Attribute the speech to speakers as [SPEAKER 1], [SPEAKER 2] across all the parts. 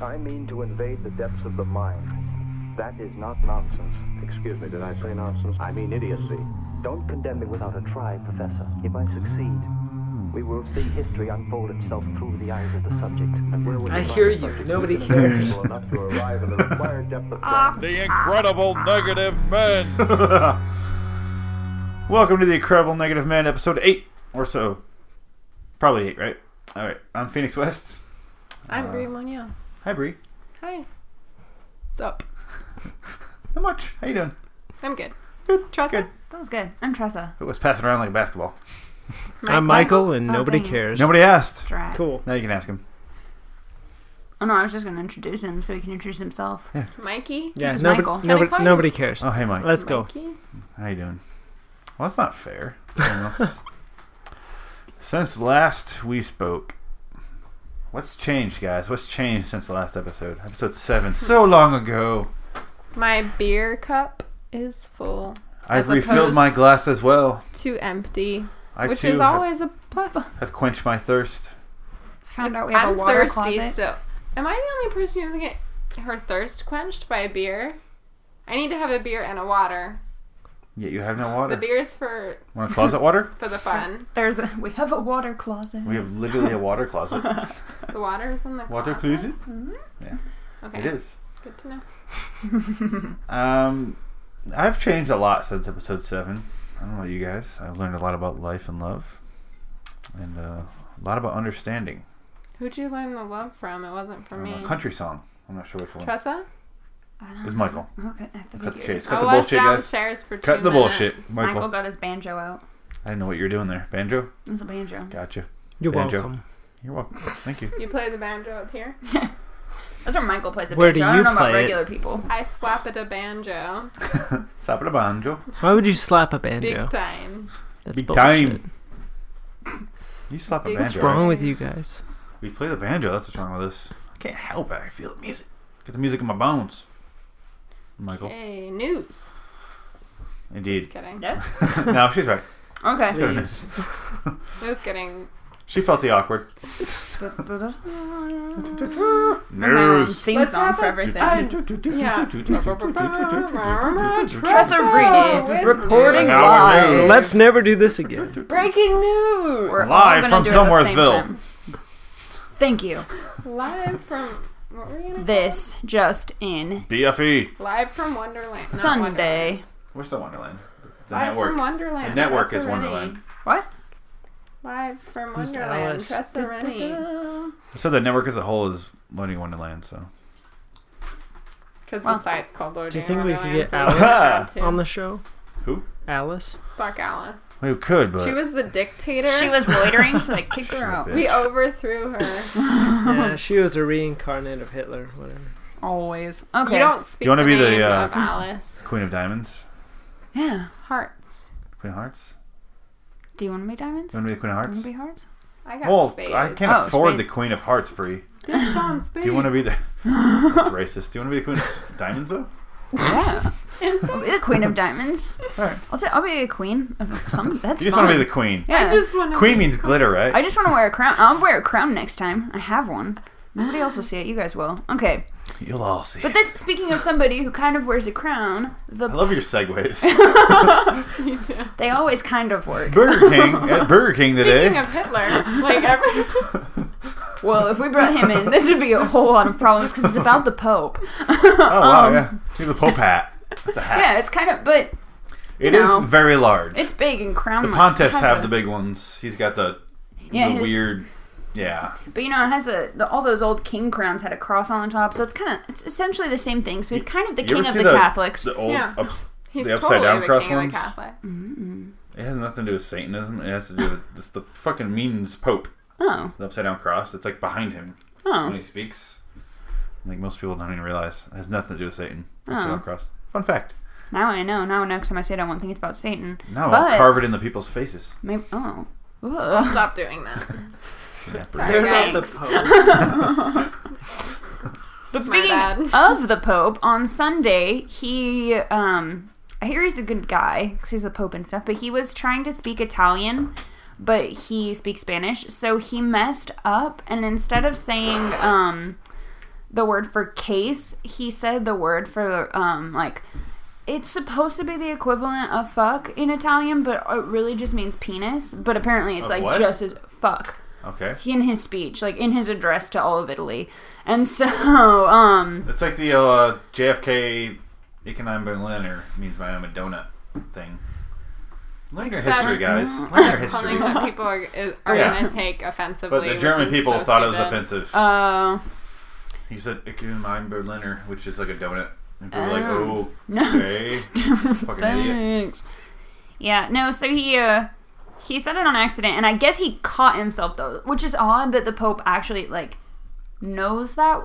[SPEAKER 1] I mean to invade the depths of the mind. That is not nonsense.
[SPEAKER 2] Excuse me, did I say nonsense? I mean idiocy.
[SPEAKER 1] Don't condemn me without a try, Professor. If I succeed, we will see history unfold itself through the eyes of the subject.
[SPEAKER 2] And where would
[SPEAKER 3] I
[SPEAKER 2] find
[SPEAKER 3] hear
[SPEAKER 2] a
[SPEAKER 3] you.
[SPEAKER 2] subject
[SPEAKER 3] Nobody
[SPEAKER 2] intellectual
[SPEAKER 3] cares.
[SPEAKER 2] enough to arrive at the required depth of thought?
[SPEAKER 4] The Incredible Negative Men.
[SPEAKER 5] Welcome to the Incredible Negative Man, episode eight or so. Probably eight, right? All right. I'm Phoenix West.
[SPEAKER 6] I'm Brie
[SPEAKER 7] Uh,
[SPEAKER 6] Munoz.
[SPEAKER 5] Hi, Bree.
[SPEAKER 6] Hi. What's up?
[SPEAKER 5] Not much. How you doing?
[SPEAKER 6] I'm good. Good. Tressa?
[SPEAKER 5] Good.
[SPEAKER 7] That was good. I'm Tressa.
[SPEAKER 5] It was passing around like a basketball.
[SPEAKER 3] I'm Michael, and
[SPEAKER 7] Oh,
[SPEAKER 3] nobody
[SPEAKER 7] dang it.
[SPEAKER 3] cares.
[SPEAKER 5] Nobody asked.
[SPEAKER 7] Drag.
[SPEAKER 3] Cool.
[SPEAKER 5] Now you can ask him.
[SPEAKER 7] Oh no, I was just gonna introduce him so he can introduce himself.
[SPEAKER 6] Mikey?
[SPEAKER 3] Yeah,
[SPEAKER 7] is
[SPEAKER 3] nobody,
[SPEAKER 7] Michael. Can
[SPEAKER 6] I
[SPEAKER 3] nobody,
[SPEAKER 6] call you-
[SPEAKER 3] nobody cares.
[SPEAKER 5] Oh, hey, Mike.
[SPEAKER 3] Let's go.
[SPEAKER 6] Mikey?
[SPEAKER 5] How you doing? Well, that's not fair. I mean, that's- since last we spoke, what's changed, guys? What's changed since the last episode? Episode seven, so long ago.
[SPEAKER 6] My beer cup is full
[SPEAKER 5] I've
[SPEAKER 6] As
[SPEAKER 5] refilled
[SPEAKER 6] opposed-
[SPEAKER 5] my glass as well.
[SPEAKER 6] to empty,
[SPEAKER 5] I
[SPEAKER 6] which
[SPEAKER 5] too
[SPEAKER 6] is
[SPEAKER 5] have-
[SPEAKER 6] always a plus.
[SPEAKER 5] have quenched my thirst.
[SPEAKER 7] Found out we have
[SPEAKER 6] I'm
[SPEAKER 7] a water
[SPEAKER 6] thirsty
[SPEAKER 7] closet.
[SPEAKER 6] still. Am I the only person who's getting her thirst quenched by a beer? I need to have a beer and a water.
[SPEAKER 5] Yet you have no water.
[SPEAKER 6] The beer's for
[SPEAKER 5] Want a closet water?
[SPEAKER 6] for the fun.
[SPEAKER 7] There's a, we have a water closet.
[SPEAKER 5] We have literally a water closet.
[SPEAKER 6] The water's in the
[SPEAKER 5] Water
[SPEAKER 6] closet.
[SPEAKER 5] closet?
[SPEAKER 6] Okay.
[SPEAKER 5] It is.
[SPEAKER 6] Good to know.
[SPEAKER 5] Um, I've changed a lot since episode seven. I don't know about you guys. I've learned a lot about life and love, and uh, a lot about understanding.
[SPEAKER 6] Who'd you learn the love from? It wasn't from
[SPEAKER 5] Uh,
[SPEAKER 6] me.
[SPEAKER 5] country song. I'm not sure which one.
[SPEAKER 6] Tressa?
[SPEAKER 5] It was Michael.
[SPEAKER 7] Okay, at the
[SPEAKER 5] Cut the
[SPEAKER 7] figure.
[SPEAKER 5] chase. Cut
[SPEAKER 6] I
[SPEAKER 5] the
[SPEAKER 6] was
[SPEAKER 5] bullshit, guys.
[SPEAKER 6] downstairs for two
[SPEAKER 5] Cut the
[SPEAKER 6] minutes.
[SPEAKER 5] bullshit,
[SPEAKER 7] Michael.
[SPEAKER 5] Michael.
[SPEAKER 7] got his banjo out.
[SPEAKER 5] I didn't know what you were doing there. Banjo.
[SPEAKER 7] It was a banjo.
[SPEAKER 5] Gotcha.
[SPEAKER 3] You're
[SPEAKER 5] Banjo.
[SPEAKER 3] welcome.
[SPEAKER 5] You're welcome. Thank you.
[SPEAKER 6] You play the banjo up here?
[SPEAKER 7] That's where Michael plays a
[SPEAKER 3] Where
[SPEAKER 7] banjo.
[SPEAKER 3] do
[SPEAKER 7] I
[SPEAKER 3] you
[SPEAKER 7] don't know
[SPEAKER 3] play
[SPEAKER 7] about
[SPEAKER 3] it?
[SPEAKER 7] regular people.
[SPEAKER 6] I slap at a banjo.
[SPEAKER 5] Stop it, a banjo.
[SPEAKER 3] Why would you slap a
[SPEAKER 6] Big
[SPEAKER 3] banjo?
[SPEAKER 6] time.
[SPEAKER 3] That's
[SPEAKER 5] Big
[SPEAKER 3] bullshit.
[SPEAKER 5] time. You slap a
[SPEAKER 6] Big
[SPEAKER 3] What's
[SPEAKER 5] banjo.
[SPEAKER 3] wrong with you guys?
[SPEAKER 5] We play the banjo. That's what's wrong with us. I can't help it. I feel the music. Get the music in my bones. Michael.
[SPEAKER 6] Hey, news.
[SPEAKER 5] Indeed.
[SPEAKER 6] Just kidding.
[SPEAKER 7] Yes.
[SPEAKER 5] no, she's right.
[SPEAKER 7] Okay.
[SPEAKER 5] Let's go to
[SPEAKER 3] Please.
[SPEAKER 5] news.
[SPEAKER 6] News getting
[SPEAKER 5] She felt the awkward. News.
[SPEAKER 7] Theme
[SPEAKER 6] Let's
[SPEAKER 7] song
[SPEAKER 6] have
[SPEAKER 7] for
[SPEAKER 6] a-
[SPEAKER 7] everything.
[SPEAKER 6] I- yeah.
[SPEAKER 7] Tressa Brady reporting
[SPEAKER 5] An hour
[SPEAKER 7] live.
[SPEAKER 5] news.
[SPEAKER 3] Let's never do this again.
[SPEAKER 6] breaking news.
[SPEAKER 7] We're all
[SPEAKER 5] Live
[SPEAKER 7] gonna
[SPEAKER 5] from
[SPEAKER 7] do it at the same
[SPEAKER 5] Somewheresville.
[SPEAKER 7] time. Thank you.
[SPEAKER 6] Live from what were you gonna
[SPEAKER 7] This just in.
[SPEAKER 5] BFE.
[SPEAKER 6] Live from Wonderland. not
[SPEAKER 7] Sunday.
[SPEAKER 6] Wonderland.
[SPEAKER 5] E. We're still Wonderland. The
[SPEAKER 6] Live
[SPEAKER 5] network.
[SPEAKER 6] from Wonderland.
[SPEAKER 5] The network
[SPEAKER 6] Tressa
[SPEAKER 5] is
[SPEAKER 6] Rennie.
[SPEAKER 5] Wonderland.
[SPEAKER 7] What?
[SPEAKER 6] Live from
[SPEAKER 3] Who's
[SPEAKER 6] Wonderland.
[SPEAKER 3] Alice?
[SPEAKER 6] Tressa Rennie.
[SPEAKER 5] So the network as a whole is Lonely Wonderland. So
[SPEAKER 6] Because
[SPEAKER 7] Well,
[SPEAKER 6] the site's called Lord
[SPEAKER 3] do you think we could get
[SPEAKER 5] Alice
[SPEAKER 6] on
[SPEAKER 3] On the show?
[SPEAKER 5] Who?
[SPEAKER 3] Alice?
[SPEAKER 6] Fuck Alice.
[SPEAKER 5] we could, but
[SPEAKER 6] She was the dictator.
[SPEAKER 7] She was loitering, so they kicked her out.
[SPEAKER 6] We overthrew her.
[SPEAKER 3] yeah, she was a reincarnate of Hitler. Whatever.
[SPEAKER 7] Always. Okay.
[SPEAKER 6] You don't speak.
[SPEAKER 5] wanna
[SPEAKER 6] the
[SPEAKER 5] be the,
[SPEAKER 6] name
[SPEAKER 5] uh,
[SPEAKER 6] of Alice
[SPEAKER 5] Queen of Diamonds,
[SPEAKER 7] Yeah.
[SPEAKER 6] Hearts?
[SPEAKER 5] Queen of Hearts.
[SPEAKER 7] Do you want to be diamonds?
[SPEAKER 5] You want to be the Queen of
[SPEAKER 7] Want
[SPEAKER 5] Hearts?
[SPEAKER 7] to be hearts?
[SPEAKER 6] I got
[SPEAKER 5] Well,
[SPEAKER 6] spades.
[SPEAKER 5] I can't
[SPEAKER 7] Oh,
[SPEAKER 5] afford
[SPEAKER 7] spades.
[SPEAKER 5] the Queen of Hearts, Brie.
[SPEAKER 6] Dibs on spades.
[SPEAKER 5] Do you want to be the? That's racist. Do you want to be the Queen of Diamonds though?
[SPEAKER 7] Yeah.
[SPEAKER 6] Is
[SPEAKER 7] I'll be the queen of diamonds.
[SPEAKER 5] Alright.
[SPEAKER 7] I'll, say, I'll be a queen of some. That's
[SPEAKER 5] You just
[SPEAKER 7] fine.
[SPEAKER 5] want to be the Queen.
[SPEAKER 7] Yeah.
[SPEAKER 6] I just want to.
[SPEAKER 5] Queen means glitter, right?
[SPEAKER 7] I just want to wear a crown. I'll wear a crown next time. I have one. Nobody else will see it. You guys will. Okay.
[SPEAKER 5] You'll all see.
[SPEAKER 7] But
[SPEAKER 5] it.
[SPEAKER 7] this, speaking of somebody who kind of wears a crown,
[SPEAKER 5] I
[SPEAKER 7] the
[SPEAKER 5] love your segues.
[SPEAKER 7] they always kind of work.
[SPEAKER 5] Burger King at Burger King
[SPEAKER 6] Speaking
[SPEAKER 5] today.
[SPEAKER 6] of Hitler, like every
[SPEAKER 7] Well, if we brought him in, this would be a whole lot of problems because it's about the Pope.
[SPEAKER 5] oh wow, yeah. He's a Pope hat. It's a hat.
[SPEAKER 7] um, Yeah, it's kind of, but
[SPEAKER 5] it is
[SPEAKER 7] no.
[SPEAKER 5] very large.
[SPEAKER 7] it's big and crown.
[SPEAKER 5] the pontiffs have the big ones. He's got the
[SPEAKER 7] yeah,
[SPEAKER 5] the
[SPEAKER 7] his-
[SPEAKER 5] weird. Yeah.
[SPEAKER 7] But you know, it has a the, all those old king crowns had a cross on the top, so it's kind of it's essentially the same thing. So he's kind of the
[SPEAKER 5] You
[SPEAKER 7] king
[SPEAKER 5] ever
[SPEAKER 7] of
[SPEAKER 5] see
[SPEAKER 7] the, Catholics.
[SPEAKER 5] The old.
[SPEAKER 6] Yeah.
[SPEAKER 5] up-
[SPEAKER 6] he's
[SPEAKER 5] The upside
[SPEAKER 6] totally
[SPEAKER 5] down
[SPEAKER 6] the
[SPEAKER 5] cross
[SPEAKER 6] king
[SPEAKER 5] ones?
[SPEAKER 6] of the Catholics.
[SPEAKER 5] it has nothing to do with Satanism. It has to do with it's the fucking means Pope.
[SPEAKER 7] oh,
[SPEAKER 5] The upside down cross. It's like behind him when
[SPEAKER 7] oh,
[SPEAKER 5] he speaks. Like most people don't even realize it has nothing to do with Satan. Upside
[SPEAKER 7] Oh.
[SPEAKER 5] down cross. Fun fact.
[SPEAKER 7] now I know. Now next time I say it, I won't think it's about Satan.
[SPEAKER 5] No,
[SPEAKER 7] but
[SPEAKER 5] I'll carve it into people's faces.
[SPEAKER 7] maybe oh. Ugh.
[SPEAKER 6] Stop doing that.
[SPEAKER 5] Yeah,
[SPEAKER 6] Sorry, guys.
[SPEAKER 3] Pope.
[SPEAKER 7] But
[SPEAKER 6] My
[SPEAKER 7] speaking
[SPEAKER 6] bad.
[SPEAKER 7] of the Pope, on Sunday he um I hear he's a good guy because he's the Pope and stuff. But he was trying to speak Italian, but he speaks Spanish, so he messed up. And instead of saying um the word for case, he said the word for um like it's supposed to be the equivalent of fuck in Italian, but it really just means penis. But apparently, it's
[SPEAKER 5] Of
[SPEAKER 7] like
[SPEAKER 5] what?
[SPEAKER 7] just as fuck
[SPEAKER 5] Okay.
[SPEAKER 7] in his speech, like in his address to all of Italy. And so, um,
[SPEAKER 5] It's like the uh, JFK Economic Berliner means my name a donut thing. Learn your
[SPEAKER 6] Except-
[SPEAKER 5] history, guys.
[SPEAKER 7] Mm-hmm.
[SPEAKER 5] Learn your
[SPEAKER 6] Something
[SPEAKER 5] history.
[SPEAKER 6] that people are, is, are
[SPEAKER 5] Yeah.
[SPEAKER 6] gonna take offensively.
[SPEAKER 5] But the
[SPEAKER 6] which
[SPEAKER 5] German
[SPEAKER 6] is
[SPEAKER 5] people
[SPEAKER 6] so
[SPEAKER 5] thought it was
[SPEAKER 6] stupid.
[SPEAKER 5] offensive.
[SPEAKER 7] uh,
[SPEAKER 5] he said Economic Berliner, which is like a donut. And people were like, oh,
[SPEAKER 7] Oh. no,
[SPEAKER 5] okay. Fucking idiot.
[SPEAKER 7] thanks. Yeah, no. So he uh, he said it on accident, and I guess he caught himself though, which is odd that the Pope actually like knows that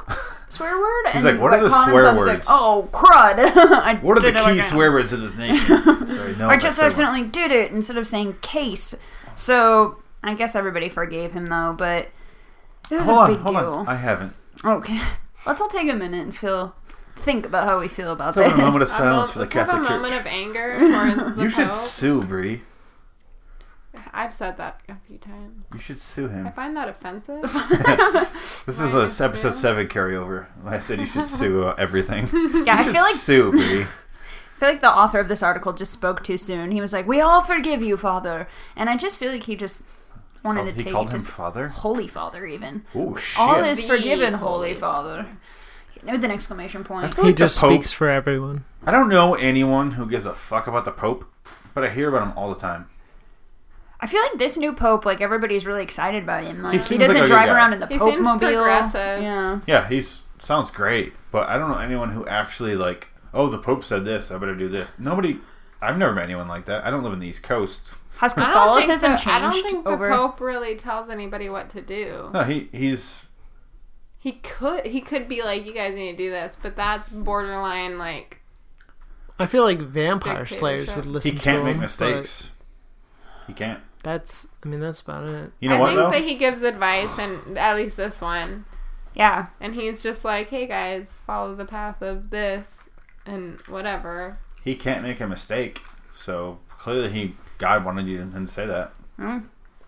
[SPEAKER 7] swear word.
[SPEAKER 5] He's
[SPEAKER 7] and,
[SPEAKER 5] like, what are the
[SPEAKER 7] caught
[SPEAKER 5] swear
[SPEAKER 7] himself, he's
[SPEAKER 5] words?
[SPEAKER 7] Like, oh crud! I
[SPEAKER 5] What are the
[SPEAKER 7] did it
[SPEAKER 5] key
[SPEAKER 7] again.
[SPEAKER 5] swear words of this nation? Sorry, no.
[SPEAKER 7] Or
[SPEAKER 5] if I
[SPEAKER 7] just
[SPEAKER 5] said one.
[SPEAKER 7] accidentally did it instead of saying case. So I guess everybody forgave him though, but it was
[SPEAKER 5] Hold
[SPEAKER 7] a
[SPEAKER 5] on,
[SPEAKER 7] big
[SPEAKER 5] hold
[SPEAKER 7] deal.
[SPEAKER 5] on. I haven't.
[SPEAKER 7] Okay. Let's all take a minute and feel think about how we feel about
[SPEAKER 5] Let's have a moment
[SPEAKER 7] this.
[SPEAKER 5] of
[SPEAKER 6] I will-
[SPEAKER 5] silence for the
[SPEAKER 6] let's have
[SPEAKER 5] Catholic
[SPEAKER 6] a moment
[SPEAKER 5] Church.
[SPEAKER 6] of anger towards the
[SPEAKER 5] You should
[SPEAKER 6] Pope.
[SPEAKER 5] sue, Bree.
[SPEAKER 6] I've said that a few times.
[SPEAKER 5] You should sue
[SPEAKER 6] I
[SPEAKER 5] him.
[SPEAKER 6] find that offensive.
[SPEAKER 5] This is
[SPEAKER 6] Why
[SPEAKER 5] a
[SPEAKER 6] is
[SPEAKER 5] episode
[SPEAKER 6] sue?
[SPEAKER 5] seven carryover. I said you should sue uh, everything. You
[SPEAKER 7] Yeah, I feel
[SPEAKER 5] should
[SPEAKER 7] like
[SPEAKER 5] sue, Bree.
[SPEAKER 7] I feel like the author of this article just spoke too soon. He was like, "We all forgive you, Father," and I just feel like he just wanted
[SPEAKER 5] Oh,
[SPEAKER 7] to
[SPEAKER 5] he
[SPEAKER 7] take
[SPEAKER 5] called
[SPEAKER 7] it
[SPEAKER 5] him
[SPEAKER 7] to s-
[SPEAKER 5] father.
[SPEAKER 7] Holy Father, even
[SPEAKER 5] Oh shit!
[SPEAKER 7] all is
[SPEAKER 6] The
[SPEAKER 7] forgiven, Holy
[SPEAKER 6] Holy
[SPEAKER 7] Father, with an exclamation
[SPEAKER 5] I
[SPEAKER 7] point.
[SPEAKER 5] feel
[SPEAKER 3] He
[SPEAKER 5] like the
[SPEAKER 3] just
[SPEAKER 5] Pope-
[SPEAKER 3] speaks for everyone.
[SPEAKER 5] I don't know anyone who gives a fuck about the Pope, but I hear about him all the time.
[SPEAKER 7] I feel like this new Pope, like everybody's really excited about him. Like he,
[SPEAKER 5] seems like
[SPEAKER 7] doesn't
[SPEAKER 5] a good
[SPEAKER 7] drive
[SPEAKER 5] guy.
[SPEAKER 7] around in the
[SPEAKER 6] He
[SPEAKER 7] Pope
[SPEAKER 6] seems
[SPEAKER 7] mobile.
[SPEAKER 6] progressive.
[SPEAKER 7] Yeah,
[SPEAKER 5] Yeah, he's sounds great, but I don't know anyone who actually like. Oh, the Pope said this. I better do this. Nobody. I've never met anyone like that. I don't live in the East Coast.
[SPEAKER 7] has
[SPEAKER 6] I don't, think
[SPEAKER 7] Catholicism
[SPEAKER 6] the,
[SPEAKER 7] changed
[SPEAKER 6] I don't think the
[SPEAKER 7] over?
[SPEAKER 6] Pope really tells anybody what to do.
[SPEAKER 5] No, he he's
[SPEAKER 6] He could he could be like, you guys need to do this, but that's borderline like
[SPEAKER 3] I feel like vampire
[SPEAKER 6] Dictatorship.
[SPEAKER 3] slayers would listen
[SPEAKER 5] he
[SPEAKER 3] to
[SPEAKER 5] can't make
[SPEAKER 3] him,
[SPEAKER 5] mistakes. He can't.
[SPEAKER 3] but That's I mean that's about it.
[SPEAKER 5] You know
[SPEAKER 6] I
[SPEAKER 5] what
[SPEAKER 6] think
[SPEAKER 5] though?
[SPEAKER 6] that he gives advice and at least this one.
[SPEAKER 7] Yeah,
[SPEAKER 6] And he's just like, Hey guys, follow the path of this and whatever.
[SPEAKER 5] he can't make a mistake. So clearly, he God wanted you to say that.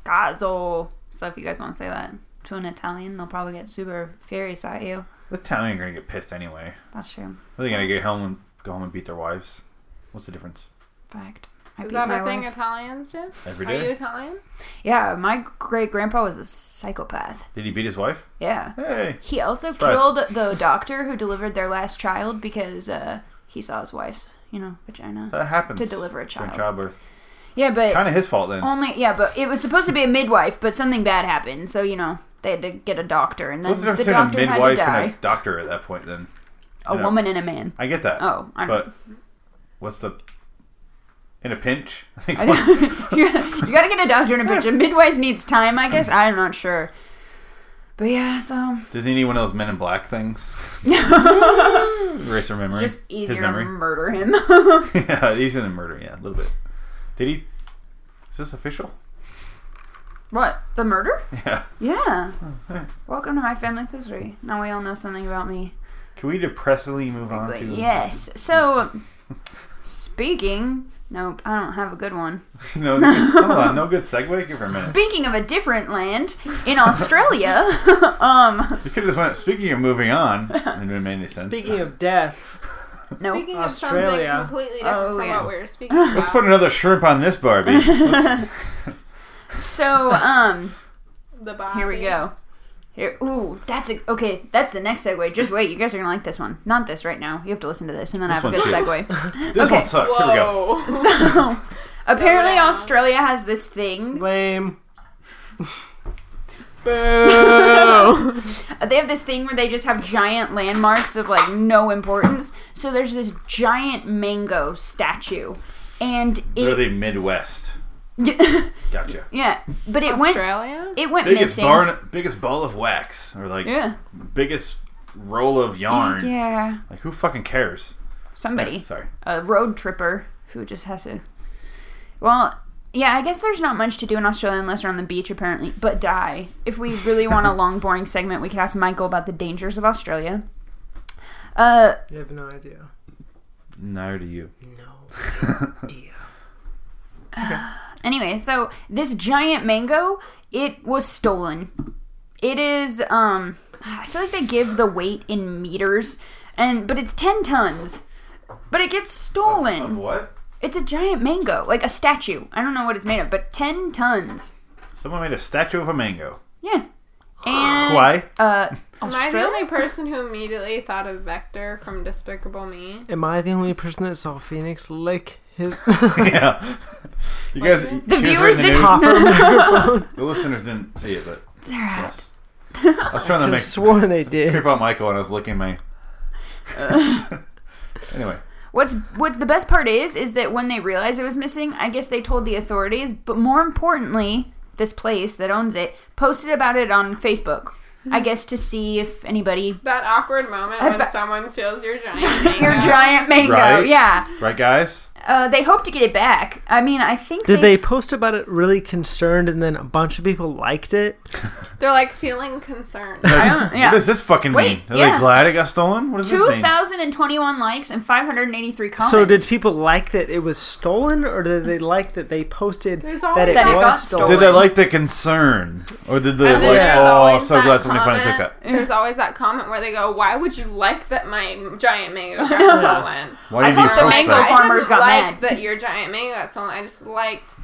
[SPEAKER 7] Gazzo. So if you guys want to say that to an Italian, they'll probably get super furious at you.
[SPEAKER 5] The Italian are gonna get pissed anyway.
[SPEAKER 7] That's true.
[SPEAKER 5] They're gonna get home and go home and beat their wives. What's the difference?
[SPEAKER 7] Fact. I
[SPEAKER 6] Is
[SPEAKER 7] beat
[SPEAKER 6] that
[SPEAKER 7] my
[SPEAKER 6] a thing
[SPEAKER 7] wife. Oh,
[SPEAKER 6] Italians, Jim?
[SPEAKER 5] Every
[SPEAKER 6] Are you
[SPEAKER 5] day.
[SPEAKER 6] Italian?
[SPEAKER 7] Yeah, my great grandpa was a psychopath.
[SPEAKER 5] Did he beat his wife?
[SPEAKER 7] Yeah.
[SPEAKER 5] Hey.
[SPEAKER 7] He also
[SPEAKER 5] Surprise.
[SPEAKER 7] killed the doctor who delivered their last child because uh, he saw his wife's, you know, vagina
[SPEAKER 5] That happens.
[SPEAKER 7] to deliver a
[SPEAKER 5] During
[SPEAKER 7] child. Um,
[SPEAKER 5] childbirth.
[SPEAKER 7] Yeah, but
[SPEAKER 5] Kind of his fault then.
[SPEAKER 7] only yeah, but it was supposed to be a midwife, but something bad happened, so you know they had to get a doctor, and then
[SPEAKER 5] What's the difference
[SPEAKER 7] the
[SPEAKER 5] between a
[SPEAKER 7] doctor had to
[SPEAKER 5] midwife
[SPEAKER 7] die.
[SPEAKER 5] and a doctor at that point then?
[SPEAKER 7] a
[SPEAKER 5] you know?
[SPEAKER 7] woman and a man.
[SPEAKER 5] I get that.
[SPEAKER 7] Oh, I don't.
[SPEAKER 5] But what's the. In a pinch? I think.
[SPEAKER 7] I don't- you, gotta, you gotta get a doctor and a bitch. A midwife needs time, I guess. I'm not sure. But yeah, so
[SPEAKER 5] Does he need one of those men in black things? Erase her memory.
[SPEAKER 7] just
[SPEAKER 5] His
[SPEAKER 7] easier to
[SPEAKER 5] memory.
[SPEAKER 7] murder him.
[SPEAKER 5] yeah, he's in the murder, yeah, a little bit. Did he. Is this official?
[SPEAKER 7] What? The murder?
[SPEAKER 5] Yeah.
[SPEAKER 7] Yeah. Welcome to my family's history. Now we all know something about me.
[SPEAKER 5] Can we depressingly move on
[SPEAKER 7] But
[SPEAKER 5] to.
[SPEAKER 7] yes. So, speaking. Nope, I don't have a good one.
[SPEAKER 5] no, good, hold on, no good segue? Give her a minute.
[SPEAKER 7] Speaking of a different land, in Australia, um,
[SPEAKER 5] You could have just went. Speaking of moving on, it didn't make any sense.
[SPEAKER 3] Speaking of death,
[SPEAKER 7] nope.
[SPEAKER 6] Speaking
[SPEAKER 3] Australia.
[SPEAKER 6] of something completely different
[SPEAKER 7] Oh,
[SPEAKER 6] from
[SPEAKER 7] yeah.
[SPEAKER 6] what we were speaking about.
[SPEAKER 5] Let's put another shrimp on this Barbie. Let's-
[SPEAKER 7] So, um,
[SPEAKER 6] the body.
[SPEAKER 7] Here we go. Here, ooh, that's a okay. That's the next segue. Just wait, you guys are gonna like this one. Not this right now. You have to listen to this, and then
[SPEAKER 5] This
[SPEAKER 7] I have a
[SPEAKER 5] one
[SPEAKER 7] good
[SPEAKER 5] too.
[SPEAKER 7] segue.
[SPEAKER 5] this
[SPEAKER 7] Okay.
[SPEAKER 5] one sucks. Here we go.
[SPEAKER 6] Whoa.
[SPEAKER 7] So, apparently,
[SPEAKER 6] down.
[SPEAKER 7] Australia has this thing.
[SPEAKER 3] lame.
[SPEAKER 7] They have this thing where they just have giant landmarks of like no importance. So there's this giant mango statue, and
[SPEAKER 5] They're
[SPEAKER 7] it
[SPEAKER 5] the Midwest. Gotcha.
[SPEAKER 7] yeah, but it went
[SPEAKER 6] Australia?
[SPEAKER 7] it went
[SPEAKER 5] Biggest
[SPEAKER 7] missing.
[SPEAKER 5] barn, biggest ball of wax, or like
[SPEAKER 7] yeah,
[SPEAKER 5] biggest roll of yarn.
[SPEAKER 7] yeah.
[SPEAKER 5] Like who fucking cares?
[SPEAKER 7] Somebody.
[SPEAKER 5] Sorry.
[SPEAKER 7] a road tripper who just has to. Well, yeah, I guess there's not much to do in Australia unless you're on the beach, apparently, but die. If we really want a long, boring segment, we could ask Michael about the dangers of Australia. Uh,
[SPEAKER 3] You have no idea.
[SPEAKER 5] Neither do you.
[SPEAKER 3] No idea.
[SPEAKER 7] anyway, so this giant mango, it was stolen. It is, um, I feel like they give the weight in meters, and but it's ten tons. But it gets stolen.
[SPEAKER 5] Of what?
[SPEAKER 7] It's a giant mango, like a statue. I don't know what it's made of, but ten tons.
[SPEAKER 5] Someone made a statue of a mango.
[SPEAKER 7] Yeah. And
[SPEAKER 5] Why?
[SPEAKER 7] Uh,
[SPEAKER 6] Am I the only person who immediately thought of Vector from Despicable Me?
[SPEAKER 8] Am I the only person that saw Phoenix lick his
[SPEAKER 5] yeah. You guys,
[SPEAKER 6] Like,
[SPEAKER 7] the
[SPEAKER 5] she was
[SPEAKER 7] viewers
[SPEAKER 5] reading
[SPEAKER 7] didn't.
[SPEAKER 5] the, news.
[SPEAKER 8] microphone?
[SPEAKER 5] the listeners didn't see it, but yes. I was trying to
[SPEAKER 8] Could
[SPEAKER 5] make
[SPEAKER 8] have sworn they did.
[SPEAKER 5] creep out Michael, and I was looking my. anyway,
[SPEAKER 7] What's what the best part is is that when they realized it was missing, I guess they told the authorities, but more importantly, this place that owns it posted about it on Facebook. I guess to see if anybody
[SPEAKER 6] That awkward moment
[SPEAKER 7] I
[SPEAKER 6] when
[SPEAKER 7] fe-
[SPEAKER 6] someone steals your giant mango.
[SPEAKER 7] your giant mango,
[SPEAKER 5] Right.
[SPEAKER 7] yeah.
[SPEAKER 5] right, guys.
[SPEAKER 7] Uh, they hope to get it back. I mean, I think
[SPEAKER 8] Did they post about it really concerned and then a bunch of people liked it?
[SPEAKER 6] They're like feeling concerned.
[SPEAKER 7] I don't, yeah.
[SPEAKER 5] What does this fucking
[SPEAKER 7] Wait,
[SPEAKER 5] mean? Are
[SPEAKER 7] yeah.
[SPEAKER 5] they glad it got stolen? What does this mean?
[SPEAKER 7] 2021 likes and 583 comments.
[SPEAKER 8] So did people like that it was stolen or did they like that they posted
[SPEAKER 6] There's
[SPEAKER 8] that
[SPEAKER 6] always
[SPEAKER 8] it
[SPEAKER 6] that
[SPEAKER 7] it got
[SPEAKER 8] was stolen?
[SPEAKER 5] Did they like the concern, or did they
[SPEAKER 6] And then
[SPEAKER 5] like?
[SPEAKER 6] there's
[SPEAKER 5] Oh, I'm
[SPEAKER 6] always
[SPEAKER 5] so
[SPEAKER 6] that
[SPEAKER 5] glad somebody finally took
[SPEAKER 6] comment-
[SPEAKER 5] that.
[SPEAKER 6] There's always that comment where they go, "Why would you like that my giant mango got stolen?" Um,
[SPEAKER 5] Why
[SPEAKER 7] I
[SPEAKER 5] did you
[SPEAKER 7] thought the
[SPEAKER 5] post
[SPEAKER 7] mango
[SPEAKER 5] that?
[SPEAKER 7] farm- farmers
[SPEAKER 6] I didn't
[SPEAKER 7] got
[SPEAKER 6] like
[SPEAKER 7] mad.
[SPEAKER 6] that your giant mango got stolen. I just liked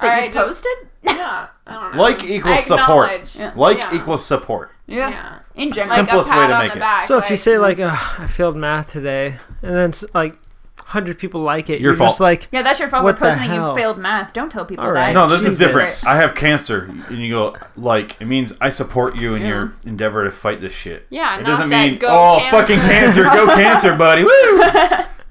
[SPEAKER 7] That
[SPEAKER 6] I
[SPEAKER 7] you
[SPEAKER 6] just-
[SPEAKER 7] posted?
[SPEAKER 6] Yeah, I don't know.
[SPEAKER 5] Like
[SPEAKER 6] I
[SPEAKER 5] equals support.
[SPEAKER 6] acknowledged.
[SPEAKER 7] Yeah.
[SPEAKER 5] Like
[SPEAKER 6] Yeah.
[SPEAKER 5] equals support.
[SPEAKER 7] Yeah.
[SPEAKER 6] Yeah.
[SPEAKER 7] In general.
[SPEAKER 5] Some- Simplest
[SPEAKER 6] like a
[SPEAKER 5] way
[SPEAKER 6] pat
[SPEAKER 5] to
[SPEAKER 6] on
[SPEAKER 5] make
[SPEAKER 6] the
[SPEAKER 5] it.
[SPEAKER 6] Back,
[SPEAKER 8] So if you
[SPEAKER 6] like,
[SPEAKER 8] say like, Ugh, I failed math today, and then s- like, hundred people like it,
[SPEAKER 5] Your
[SPEAKER 8] you're just
[SPEAKER 5] fault.
[SPEAKER 8] like,
[SPEAKER 7] yeah, that's your fault
[SPEAKER 8] What
[SPEAKER 7] for
[SPEAKER 8] the
[SPEAKER 7] posting that you
[SPEAKER 8] hell?
[SPEAKER 7] failed math. Don't tell people
[SPEAKER 8] All
[SPEAKER 7] that.
[SPEAKER 8] right.
[SPEAKER 5] No, this is
[SPEAKER 8] Jesus.
[SPEAKER 5] different. I have cancer, and you go like it means I support you in your endeavor to fight this shit.
[SPEAKER 6] Yeah,
[SPEAKER 5] it
[SPEAKER 6] not
[SPEAKER 5] doesn't
[SPEAKER 6] that
[SPEAKER 5] mean
[SPEAKER 6] go
[SPEAKER 5] oh
[SPEAKER 6] cancer."
[SPEAKER 5] fucking cancer, go cancer, buddy. Woo!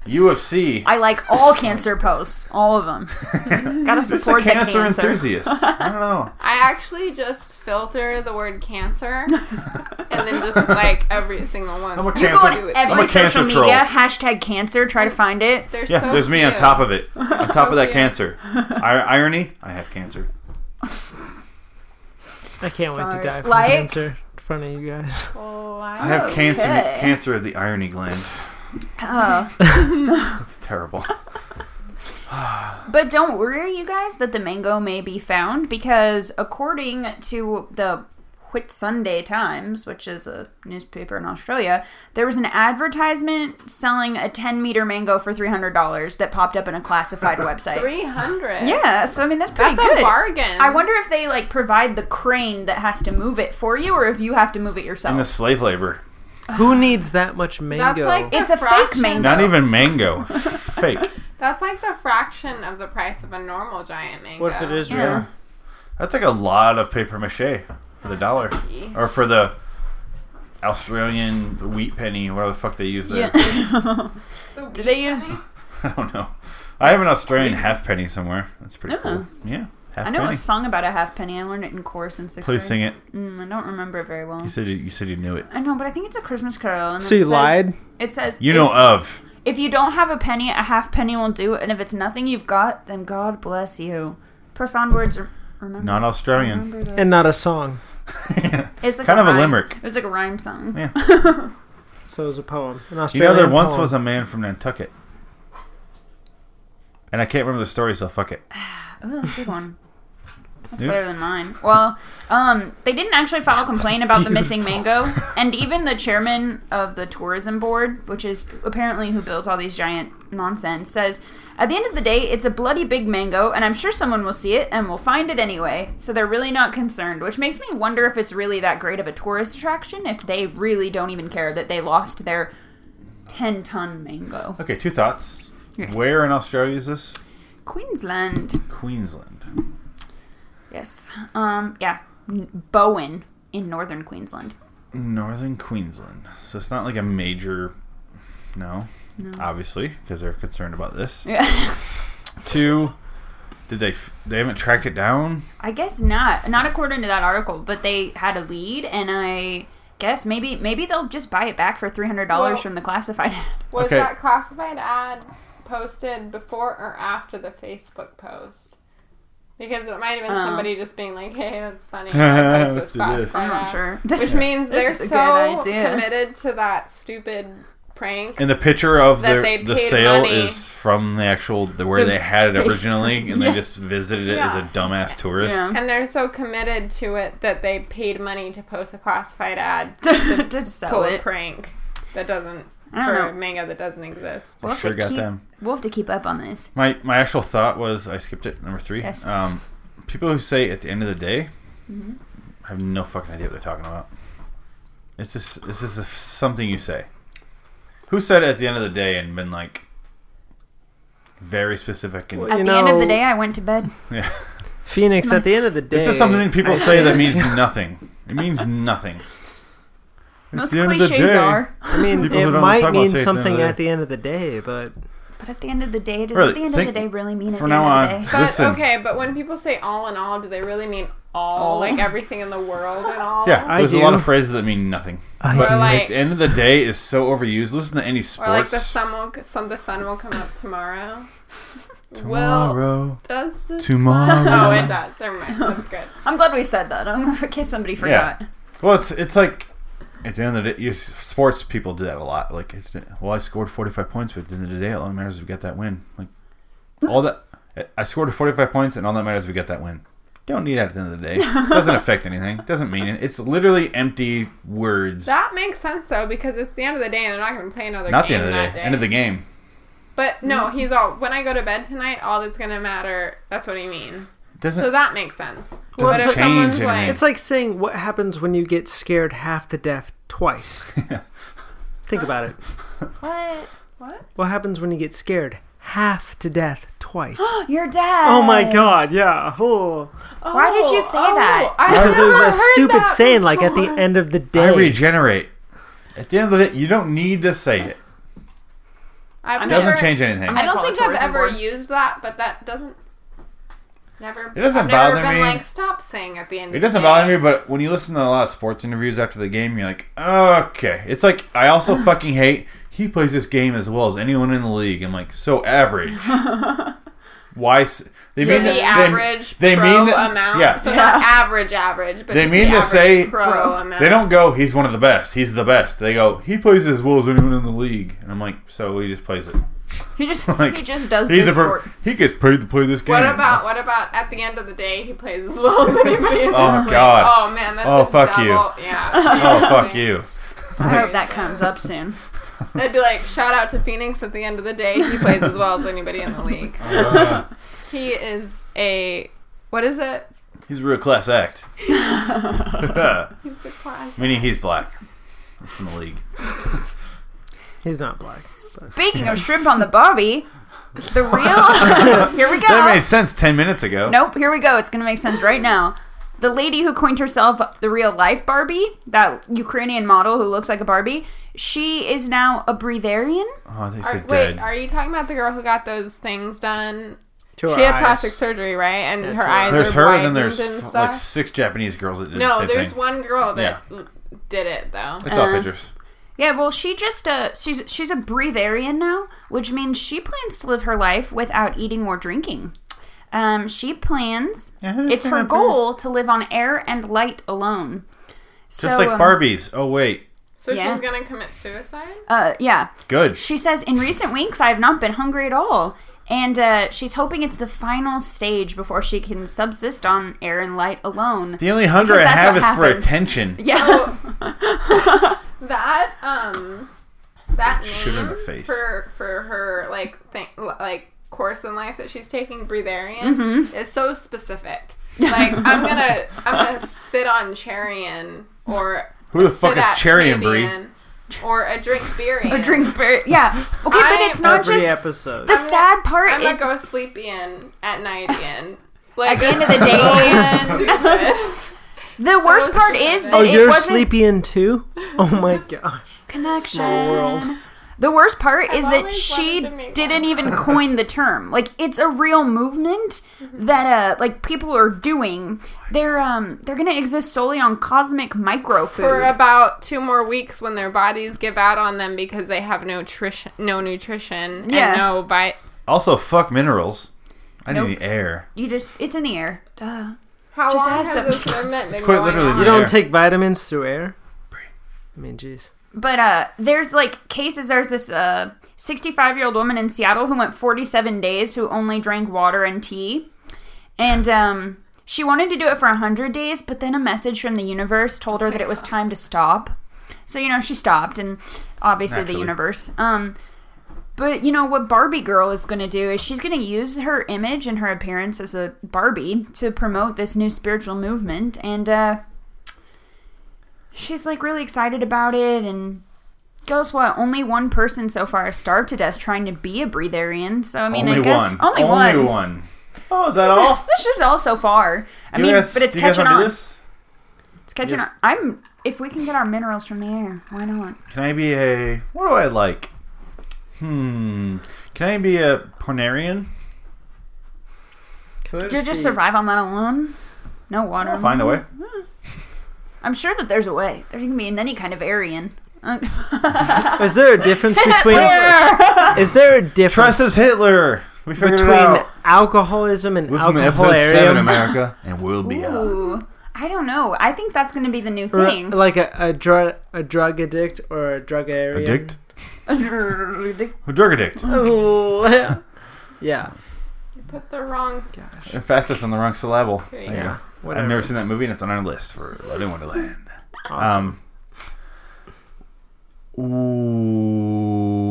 [SPEAKER 5] UFC.
[SPEAKER 7] I like all cancer posts, all of them. Gotta
[SPEAKER 5] This is a
[SPEAKER 7] support
[SPEAKER 5] cancer,
[SPEAKER 7] the cancer.
[SPEAKER 5] enthusiast. I don't know.
[SPEAKER 6] I actually just filter the word cancer, and then just like every single one.
[SPEAKER 5] I'm a
[SPEAKER 7] You go
[SPEAKER 5] cancer.
[SPEAKER 7] on every
[SPEAKER 5] I'm a
[SPEAKER 7] social
[SPEAKER 5] cancer
[SPEAKER 7] media
[SPEAKER 5] troll.
[SPEAKER 7] hashtag cancer. Try to find it.
[SPEAKER 6] They're
[SPEAKER 5] Yeah,
[SPEAKER 6] so
[SPEAKER 5] there's me on
[SPEAKER 6] cute.
[SPEAKER 5] top of it. On top of that
[SPEAKER 6] cute.
[SPEAKER 5] cancer. I- irony, I have cancer.
[SPEAKER 8] I can't wait
[SPEAKER 7] Sorry.
[SPEAKER 8] to die from
[SPEAKER 7] Like-
[SPEAKER 8] cancer in front of you guys.
[SPEAKER 5] I have cancer,
[SPEAKER 7] Oh, Okay.
[SPEAKER 5] cancer of the irony gland.
[SPEAKER 7] Oh.
[SPEAKER 5] That's terrible.
[SPEAKER 7] But don't worry, you guys, that the mango may be found because according to the Whitsunday Times, which is a newspaper in Australia, there was an advertisement selling a 10 meter mango for $300 that popped up in a classified website.
[SPEAKER 6] Three hundred.
[SPEAKER 7] Yeah, so I mean, that's pretty
[SPEAKER 6] that's
[SPEAKER 7] good.
[SPEAKER 6] a bargain.
[SPEAKER 7] I wonder if they like provide the crane that has to move it for you, or if you have to move it
[SPEAKER 5] And the
[SPEAKER 7] yourself.
[SPEAKER 5] slave labor.
[SPEAKER 8] Who needs that much mango?
[SPEAKER 6] That's like the
[SPEAKER 7] It's a fake
[SPEAKER 6] fraction-
[SPEAKER 7] mango.
[SPEAKER 5] Not even mango. Fake.
[SPEAKER 6] That's like the fraction of the price of a normal giant mango.
[SPEAKER 8] what if it is
[SPEAKER 7] Yeah.
[SPEAKER 8] real?
[SPEAKER 5] That's like a lot of paper mache for the dollar.
[SPEAKER 6] Jeez.
[SPEAKER 5] Or for the Australian wheat penny, whatever the fuck they use there.
[SPEAKER 7] Yeah.
[SPEAKER 6] The
[SPEAKER 7] Do they
[SPEAKER 6] wheat
[SPEAKER 7] use-
[SPEAKER 6] penny?
[SPEAKER 5] I don't know. I have an Australian half penny somewhere. That's pretty
[SPEAKER 7] Oh.
[SPEAKER 5] cool. Yeah. Half
[SPEAKER 7] I know a
[SPEAKER 5] penny.
[SPEAKER 7] song about a halfpenny. I learned it in chorus in sixth
[SPEAKER 5] Please
[SPEAKER 7] grade.
[SPEAKER 5] sing it.
[SPEAKER 7] Mm, I don't remember it very well.
[SPEAKER 5] You said you, you said you knew it.
[SPEAKER 7] I know, but I think it's a Christmas carol. And
[SPEAKER 8] So
[SPEAKER 7] it
[SPEAKER 8] you
[SPEAKER 7] says,
[SPEAKER 8] lied.
[SPEAKER 7] It says
[SPEAKER 5] You
[SPEAKER 7] if,
[SPEAKER 5] know uh, of.
[SPEAKER 7] if you don't have a penny, a half penny will do. And if it's nothing you've got, then God bless you. Profound words. Are, remember,
[SPEAKER 5] Not Australian.
[SPEAKER 7] remember those.
[SPEAKER 8] And not a song.
[SPEAKER 7] It's like
[SPEAKER 5] kind of a
[SPEAKER 7] rhyme.
[SPEAKER 5] limerick.
[SPEAKER 7] It was like a rhyme song.
[SPEAKER 5] Yeah.
[SPEAKER 8] So it was a poem. An
[SPEAKER 5] You know,
[SPEAKER 8] Australian
[SPEAKER 5] there once
[SPEAKER 8] poem.
[SPEAKER 5] was a man from Nantucket. And I can't remember the story, so fuck it.
[SPEAKER 7] Oh, good one. That's
[SPEAKER 5] Yes.
[SPEAKER 7] better than mine. Well, um, they didn't actually file a complaint about the missing mango, and even the chairman of the tourism board, which is apparently who built all these giant nonsense, says, "At the end of the day, it's a bloody big mango, and I'm sure someone will see it and will find it anyway. So they're really not concerned, which makes me wonder if it's really that great of a tourist attraction if they really don't even care that they lost their ten-ton mango."
[SPEAKER 5] Okay, two thoughts.
[SPEAKER 7] Yes.
[SPEAKER 5] Where in Australia is this?
[SPEAKER 7] Queensland.
[SPEAKER 5] Queensland.
[SPEAKER 7] Yes. Um. Yeah. N- Bowen in northern Queensland.
[SPEAKER 5] Northern Queensland. So it's not like a major. No. Obviously, because they're concerned about this.
[SPEAKER 7] Yeah.
[SPEAKER 5] Two. Did they? f- They haven't tracked it down.
[SPEAKER 7] I guess not. Not according to that article, but they had a lead, and I guess maybe maybe they'll just buy it back for three hundred dollars
[SPEAKER 6] Well-
[SPEAKER 7] from the classified. ad.
[SPEAKER 6] Was
[SPEAKER 5] Okay.
[SPEAKER 6] that classified ad posted before or after the Facebook post? Because it might have been
[SPEAKER 7] Oh.
[SPEAKER 6] somebody just being like, "Hey, that's funny." I post
[SPEAKER 5] Let's
[SPEAKER 6] this
[SPEAKER 5] do this.
[SPEAKER 6] classified
[SPEAKER 7] I'm not
[SPEAKER 6] ad."
[SPEAKER 7] sure.
[SPEAKER 6] Which means
[SPEAKER 7] This
[SPEAKER 6] they're
[SPEAKER 7] is a good
[SPEAKER 6] so
[SPEAKER 7] idea.
[SPEAKER 6] committed to that stupid prank.
[SPEAKER 5] And the picture of
[SPEAKER 6] That
[SPEAKER 5] the
[SPEAKER 6] they
[SPEAKER 5] the
[SPEAKER 6] paid
[SPEAKER 5] sale
[SPEAKER 6] money.
[SPEAKER 5] is from the actual the, where they had it originally, and they just visited it as a
[SPEAKER 6] Yeah.
[SPEAKER 5] dumbass tourist.
[SPEAKER 7] Yeah.
[SPEAKER 6] And they're so committed to it that they paid money to post a classified ad to
[SPEAKER 7] to, to sell
[SPEAKER 6] pull a
[SPEAKER 7] it.
[SPEAKER 6] prank that doesn't
[SPEAKER 7] I
[SPEAKER 6] for
[SPEAKER 7] don't
[SPEAKER 6] a
[SPEAKER 7] know.
[SPEAKER 6] manga that doesn't exist.
[SPEAKER 7] We'll have
[SPEAKER 5] Sure
[SPEAKER 7] to
[SPEAKER 5] got
[SPEAKER 7] keep,
[SPEAKER 5] them.
[SPEAKER 7] We'll have to keep up on this.
[SPEAKER 5] My my actual thought was I skipped it number three.
[SPEAKER 7] Yes.
[SPEAKER 5] Um, people who say at the end of the day,
[SPEAKER 6] Mm-hmm.
[SPEAKER 5] I have no fucking idea what they're talking about. It's just it's just a, something you say. Who said at the end of the day and been like very specific and
[SPEAKER 8] Well,
[SPEAKER 7] At
[SPEAKER 8] You
[SPEAKER 7] the end of the
[SPEAKER 8] know-
[SPEAKER 7] day, I went to bed.
[SPEAKER 5] yeah.
[SPEAKER 8] Phoenix, at the end of the day.
[SPEAKER 5] This is something people
[SPEAKER 8] I
[SPEAKER 5] say that
[SPEAKER 8] think-
[SPEAKER 5] means nothing. It means nothing.
[SPEAKER 7] Most
[SPEAKER 5] the end of the
[SPEAKER 7] cliches
[SPEAKER 5] day-
[SPEAKER 7] are.
[SPEAKER 8] I mean,
[SPEAKER 5] People who
[SPEAKER 8] it
[SPEAKER 5] don't talk
[SPEAKER 8] might
[SPEAKER 5] about
[SPEAKER 8] mean
[SPEAKER 5] safety
[SPEAKER 8] something
[SPEAKER 5] anyway.
[SPEAKER 8] at the end of the day, but
[SPEAKER 7] But at the end of the day, does
[SPEAKER 5] Really,
[SPEAKER 7] at the end
[SPEAKER 5] think-
[SPEAKER 7] of the day really mean at
[SPEAKER 5] From
[SPEAKER 7] the
[SPEAKER 5] now
[SPEAKER 7] end of
[SPEAKER 5] on,
[SPEAKER 7] the day?
[SPEAKER 6] But
[SPEAKER 5] listen.
[SPEAKER 6] okay, but when people say all in all, do they really mean all,
[SPEAKER 7] All.
[SPEAKER 6] like everything in the world and all?
[SPEAKER 5] Yeah,
[SPEAKER 8] I
[SPEAKER 5] there's a lot
[SPEAKER 8] do.
[SPEAKER 5] of phrases that mean nothing.
[SPEAKER 8] I
[SPEAKER 6] Oh, Or
[SPEAKER 5] At
[SPEAKER 6] like,
[SPEAKER 5] the end of the day is so overused. Listen to any
[SPEAKER 6] or like
[SPEAKER 5] sports.
[SPEAKER 6] the sun will, some the sun will come up tomorrow. Will
[SPEAKER 5] tomorrow.
[SPEAKER 6] does the Sun,
[SPEAKER 5] Tomorrow.
[SPEAKER 6] oh, it does. Never mind. That's good.
[SPEAKER 7] I'm glad we said that. I'm in case somebody
[SPEAKER 5] Yeah.
[SPEAKER 7] forgot.
[SPEAKER 5] Well, it's it's like at the end of the day, you, sports people do that a lot. Like, it's- well, I scored 45 points, but at the end of the day, all that matters is we got that win. Like, all that I scored 45 points, and all that matters is we got that win. Don't need that at the end of the day. Doesn't affect anything. Doesn't mean it. It's literally empty words.
[SPEAKER 6] That makes sense though because it's the end of the day and they're not going to play another
[SPEAKER 5] Not the
[SPEAKER 6] game
[SPEAKER 5] end of the
[SPEAKER 6] that
[SPEAKER 5] day. End of the game.
[SPEAKER 6] But no, he's all. When I go to bed tonight, all that's going to matter. That's what he means.
[SPEAKER 5] Doesn't
[SPEAKER 6] So that makes sense.
[SPEAKER 5] Doesn't
[SPEAKER 6] But if
[SPEAKER 5] change
[SPEAKER 6] someone's
[SPEAKER 5] anything.
[SPEAKER 6] like,
[SPEAKER 8] it's like saying what happens when you get scared half to death twice. Think about it.
[SPEAKER 7] What?
[SPEAKER 8] What happens when you get scared half to death twice?
[SPEAKER 7] Your dad.
[SPEAKER 8] oh my god, yeah. Oh.
[SPEAKER 7] Why did you say that?
[SPEAKER 6] "Oh, I
[SPEAKER 8] Because
[SPEAKER 6] never
[SPEAKER 8] there's a
[SPEAKER 6] heard
[SPEAKER 8] stupid
[SPEAKER 6] that
[SPEAKER 8] saying like at the
[SPEAKER 6] before.
[SPEAKER 8] end of the
[SPEAKER 5] I
[SPEAKER 8] day.
[SPEAKER 5] regenerate. At the end of the day, you don't need to say it.
[SPEAKER 6] I've
[SPEAKER 5] It doesn't
[SPEAKER 6] never-
[SPEAKER 5] change anything.
[SPEAKER 6] I don't
[SPEAKER 7] Call it
[SPEAKER 6] think I've
[SPEAKER 7] tourism
[SPEAKER 6] ever
[SPEAKER 7] board.
[SPEAKER 6] used that, but that doesn't. Never.
[SPEAKER 5] It doesn't
[SPEAKER 6] I've never
[SPEAKER 5] bother
[SPEAKER 6] been
[SPEAKER 5] me.
[SPEAKER 6] Like, stop saying at the end.
[SPEAKER 5] It
[SPEAKER 6] of the
[SPEAKER 5] doesn't
[SPEAKER 6] day.
[SPEAKER 5] bother me, but when you listen to a lot of sports interviews after the game, you're like, okay. It's like I also fucking hate he plays this game as well as anyone in the league. I'm like, so average. Why? s- They
[SPEAKER 6] So
[SPEAKER 5] that-
[SPEAKER 6] the
[SPEAKER 5] they-
[SPEAKER 6] average pro amount.
[SPEAKER 5] Yeah,
[SPEAKER 6] So not average, average, but
[SPEAKER 5] they
[SPEAKER 6] just
[SPEAKER 5] mean
[SPEAKER 6] the
[SPEAKER 5] to
[SPEAKER 6] average
[SPEAKER 5] say
[SPEAKER 6] pro amount.
[SPEAKER 5] they don't go. He's one of the best. He's the best. They go. He plays as well as anyone in the league. And I'm like, so he just plays it.
[SPEAKER 6] Oh.
[SPEAKER 7] He just
[SPEAKER 5] Like,
[SPEAKER 7] he just does
[SPEAKER 5] He's
[SPEAKER 7] this
[SPEAKER 5] a pro-
[SPEAKER 7] sport.
[SPEAKER 5] he gets paid to play this game.
[SPEAKER 6] What about what about at the end of the day he plays as well as anybody?
[SPEAKER 5] Oh,
[SPEAKER 6] in this
[SPEAKER 5] my
[SPEAKER 6] league?
[SPEAKER 5] God.
[SPEAKER 6] Oh man, that's
[SPEAKER 5] Oh,
[SPEAKER 6] a
[SPEAKER 5] fuck you.
[SPEAKER 6] double- Yeah.
[SPEAKER 5] Oh fuck you.
[SPEAKER 7] I hope that comes up soon.
[SPEAKER 6] I'd be like, shout out to Phoenix. At the end of the day, he plays as well as anybody in the league.
[SPEAKER 5] Oh,
[SPEAKER 6] he is a what is it?
[SPEAKER 5] He's a real class act.
[SPEAKER 6] He's a class.
[SPEAKER 5] Meaning he's black. He's from the league.
[SPEAKER 8] He's not black. but-
[SPEAKER 7] Speaking of shrimp on the Bobby, the real here we go.
[SPEAKER 5] That made sense ten minutes ago.
[SPEAKER 7] Nope, here we go. It's gonna make sense right now. The lady who coined herself the real life Barbie, that Ukrainian model who looks like a Barbie, she is now a breatharian.
[SPEAKER 5] Oh, they
[SPEAKER 6] Are,
[SPEAKER 5] said
[SPEAKER 6] wait,
[SPEAKER 5] dead.
[SPEAKER 6] are you talking about the girl who got those things done?
[SPEAKER 8] To
[SPEAKER 6] She
[SPEAKER 8] our
[SPEAKER 6] had plastic
[SPEAKER 8] eyes.
[SPEAKER 6] surgery, right? And
[SPEAKER 8] Yeah,
[SPEAKER 6] her
[SPEAKER 8] to her
[SPEAKER 6] eyes
[SPEAKER 5] there's
[SPEAKER 6] are
[SPEAKER 5] her, and
[SPEAKER 6] widened
[SPEAKER 5] then there's
[SPEAKER 6] and
[SPEAKER 5] f-
[SPEAKER 6] stuff.
[SPEAKER 5] like six Japanese girls that did the
[SPEAKER 6] no,
[SPEAKER 5] same
[SPEAKER 6] there's
[SPEAKER 5] thing.
[SPEAKER 6] one girl that l- did it though.
[SPEAKER 5] I saw
[SPEAKER 7] Uh,
[SPEAKER 5] pictures.
[SPEAKER 7] Yeah, well, she just uh, she's she's a breatharian now, which means she plans to live her life without eating or drinking. Um, she plans. It's her goal to live on air and light alone.
[SPEAKER 5] Just
[SPEAKER 7] So,
[SPEAKER 5] like
[SPEAKER 7] um,
[SPEAKER 5] Barbies. Oh wait,
[SPEAKER 6] So she
[SPEAKER 7] Yeah.
[SPEAKER 6] was gonna commit suicide.
[SPEAKER 7] Uh, yeah.
[SPEAKER 5] good.
[SPEAKER 7] She says, In recent weeks, I have not been hungry at all. And uh, she's hoping it's the final stage before she can subsist on air and light alone.
[SPEAKER 5] The only hunger I
[SPEAKER 7] Because that's
[SPEAKER 5] have
[SPEAKER 7] what
[SPEAKER 5] is for
[SPEAKER 7] happens.
[SPEAKER 5] attention.
[SPEAKER 7] Yeah.
[SPEAKER 6] That um, that
[SPEAKER 5] Shoot her
[SPEAKER 6] name
[SPEAKER 5] in the face.
[SPEAKER 6] for for her like thing like course in life that she's taking, breatharian,
[SPEAKER 7] Mm-hmm.
[SPEAKER 6] is so specific. Like I'm gonna I'm gonna sit on charian or
[SPEAKER 5] Who the fuck
[SPEAKER 6] sit
[SPEAKER 5] is
[SPEAKER 6] at
[SPEAKER 5] Charian, Bree?
[SPEAKER 6] Canadian or a drink beer
[SPEAKER 7] A drink beer. Yeah. Okay, but
[SPEAKER 6] I-
[SPEAKER 7] it's not
[SPEAKER 8] Every
[SPEAKER 7] just.
[SPEAKER 8] episode.
[SPEAKER 7] The sad part
[SPEAKER 6] I'm
[SPEAKER 7] is.
[SPEAKER 6] gonna go sleep in at night in. Like
[SPEAKER 7] At the end of the day
[SPEAKER 6] it's so stupid.
[SPEAKER 7] the worst part
[SPEAKER 6] stupid.
[SPEAKER 7] is that
[SPEAKER 8] Oh,
[SPEAKER 7] it
[SPEAKER 8] you're
[SPEAKER 7] wasn't
[SPEAKER 8] sleepy in too? Oh my gosh.
[SPEAKER 7] connection.
[SPEAKER 8] world.
[SPEAKER 7] The worst part is that
[SPEAKER 6] always
[SPEAKER 7] she
[SPEAKER 6] wanted to make
[SPEAKER 7] didn't even coin the term. Like it's a real movement
[SPEAKER 6] Mm-hmm.
[SPEAKER 7] that uh like people are doing. They're um they're gonna exist solely on cosmic micro food.
[SPEAKER 6] for about two more weeks when their bodies give out on them because they have no trish- no nutrition
[SPEAKER 7] Yeah.
[SPEAKER 6] and no bite.
[SPEAKER 5] Also, fuck minerals. I
[SPEAKER 7] Nope.
[SPEAKER 5] need air.
[SPEAKER 7] you just it's in the air. Duh.
[SPEAKER 6] How
[SPEAKER 7] Just
[SPEAKER 6] long
[SPEAKER 7] ask
[SPEAKER 6] has
[SPEAKER 7] them.
[SPEAKER 6] this movement been
[SPEAKER 5] quite
[SPEAKER 6] going
[SPEAKER 5] literally
[SPEAKER 6] on?
[SPEAKER 5] the
[SPEAKER 8] You
[SPEAKER 5] Yeah.
[SPEAKER 8] don't take vitamins through air? I mean, jeez.
[SPEAKER 7] But uh, there's like cases. There's this uh 65 year old woman in Seattle who went 47 days who only drank water and tea, and um, she wanted to do it for 100 days, but then a message from the universe told her that it was time to stop. So you know she stopped, and obviously the
[SPEAKER 5] Naturally.
[SPEAKER 7] universe. Um, but you know what Barbie girl is going to do is she's going to use her image and her appearance as a Barbie to promote this new spiritual movement and uh she's like really excited about it and goes what only one person so far has starved to death trying to be a breatharian. So I mean
[SPEAKER 5] only
[SPEAKER 7] I guess
[SPEAKER 5] one.
[SPEAKER 7] only one.
[SPEAKER 5] one. Oh, is that all?
[SPEAKER 7] That's just all so far. I
[SPEAKER 5] Do you
[SPEAKER 7] mean,
[SPEAKER 5] guys-
[SPEAKER 7] but it's
[SPEAKER 5] do you guys
[SPEAKER 7] catching
[SPEAKER 5] want to
[SPEAKER 7] on.
[SPEAKER 5] do this?
[SPEAKER 7] It's catching
[SPEAKER 5] Yes.
[SPEAKER 7] on. I'm if we can get our minerals from the air, why not?
[SPEAKER 5] Can I be a? What do I like? Hmm. Can I be a Pornarian?
[SPEAKER 8] Can I
[SPEAKER 7] Do you just
[SPEAKER 8] be-
[SPEAKER 7] survive on that alone? No water.
[SPEAKER 5] I'll find a way.
[SPEAKER 7] Mm-hmm. I'm sure that there's a way. There can be in any kind of Aryan. Uh,
[SPEAKER 8] Is there a difference between?
[SPEAKER 7] Where?
[SPEAKER 8] is there a difference
[SPEAKER 5] Trust is Hitler. We figured it
[SPEAKER 8] between
[SPEAKER 5] out.
[SPEAKER 8] alcoholism and
[SPEAKER 5] Listen to episode seven,
[SPEAKER 8] alcoholarium?
[SPEAKER 5] America, and we'll be out.
[SPEAKER 7] Ooh, I don't know. I think that's going to be the new
[SPEAKER 5] Uh,
[SPEAKER 8] Or
[SPEAKER 7] thing.
[SPEAKER 8] Like a, a drug a drug addict or a drug area.
[SPEAKER 5] Addict. A drug addict.
[SPEAKER 8] yeah.
[SPEAKER 6] You put the wrong.
[SPEAKER 5] Emphasis on the wrong syllable.
[SPEAKER 6] There you
[SPEAKER 5] There you
[SPEAKER 6] go.
[SPEAKER 5] go.
[SPEAKER 8] Whatever.
[SPEAKER 5] I've never seen that movie, and it's on our list for Love in Wonderland.
[SPEAKER 8] Awesome.
[SPEAKER 5] Um,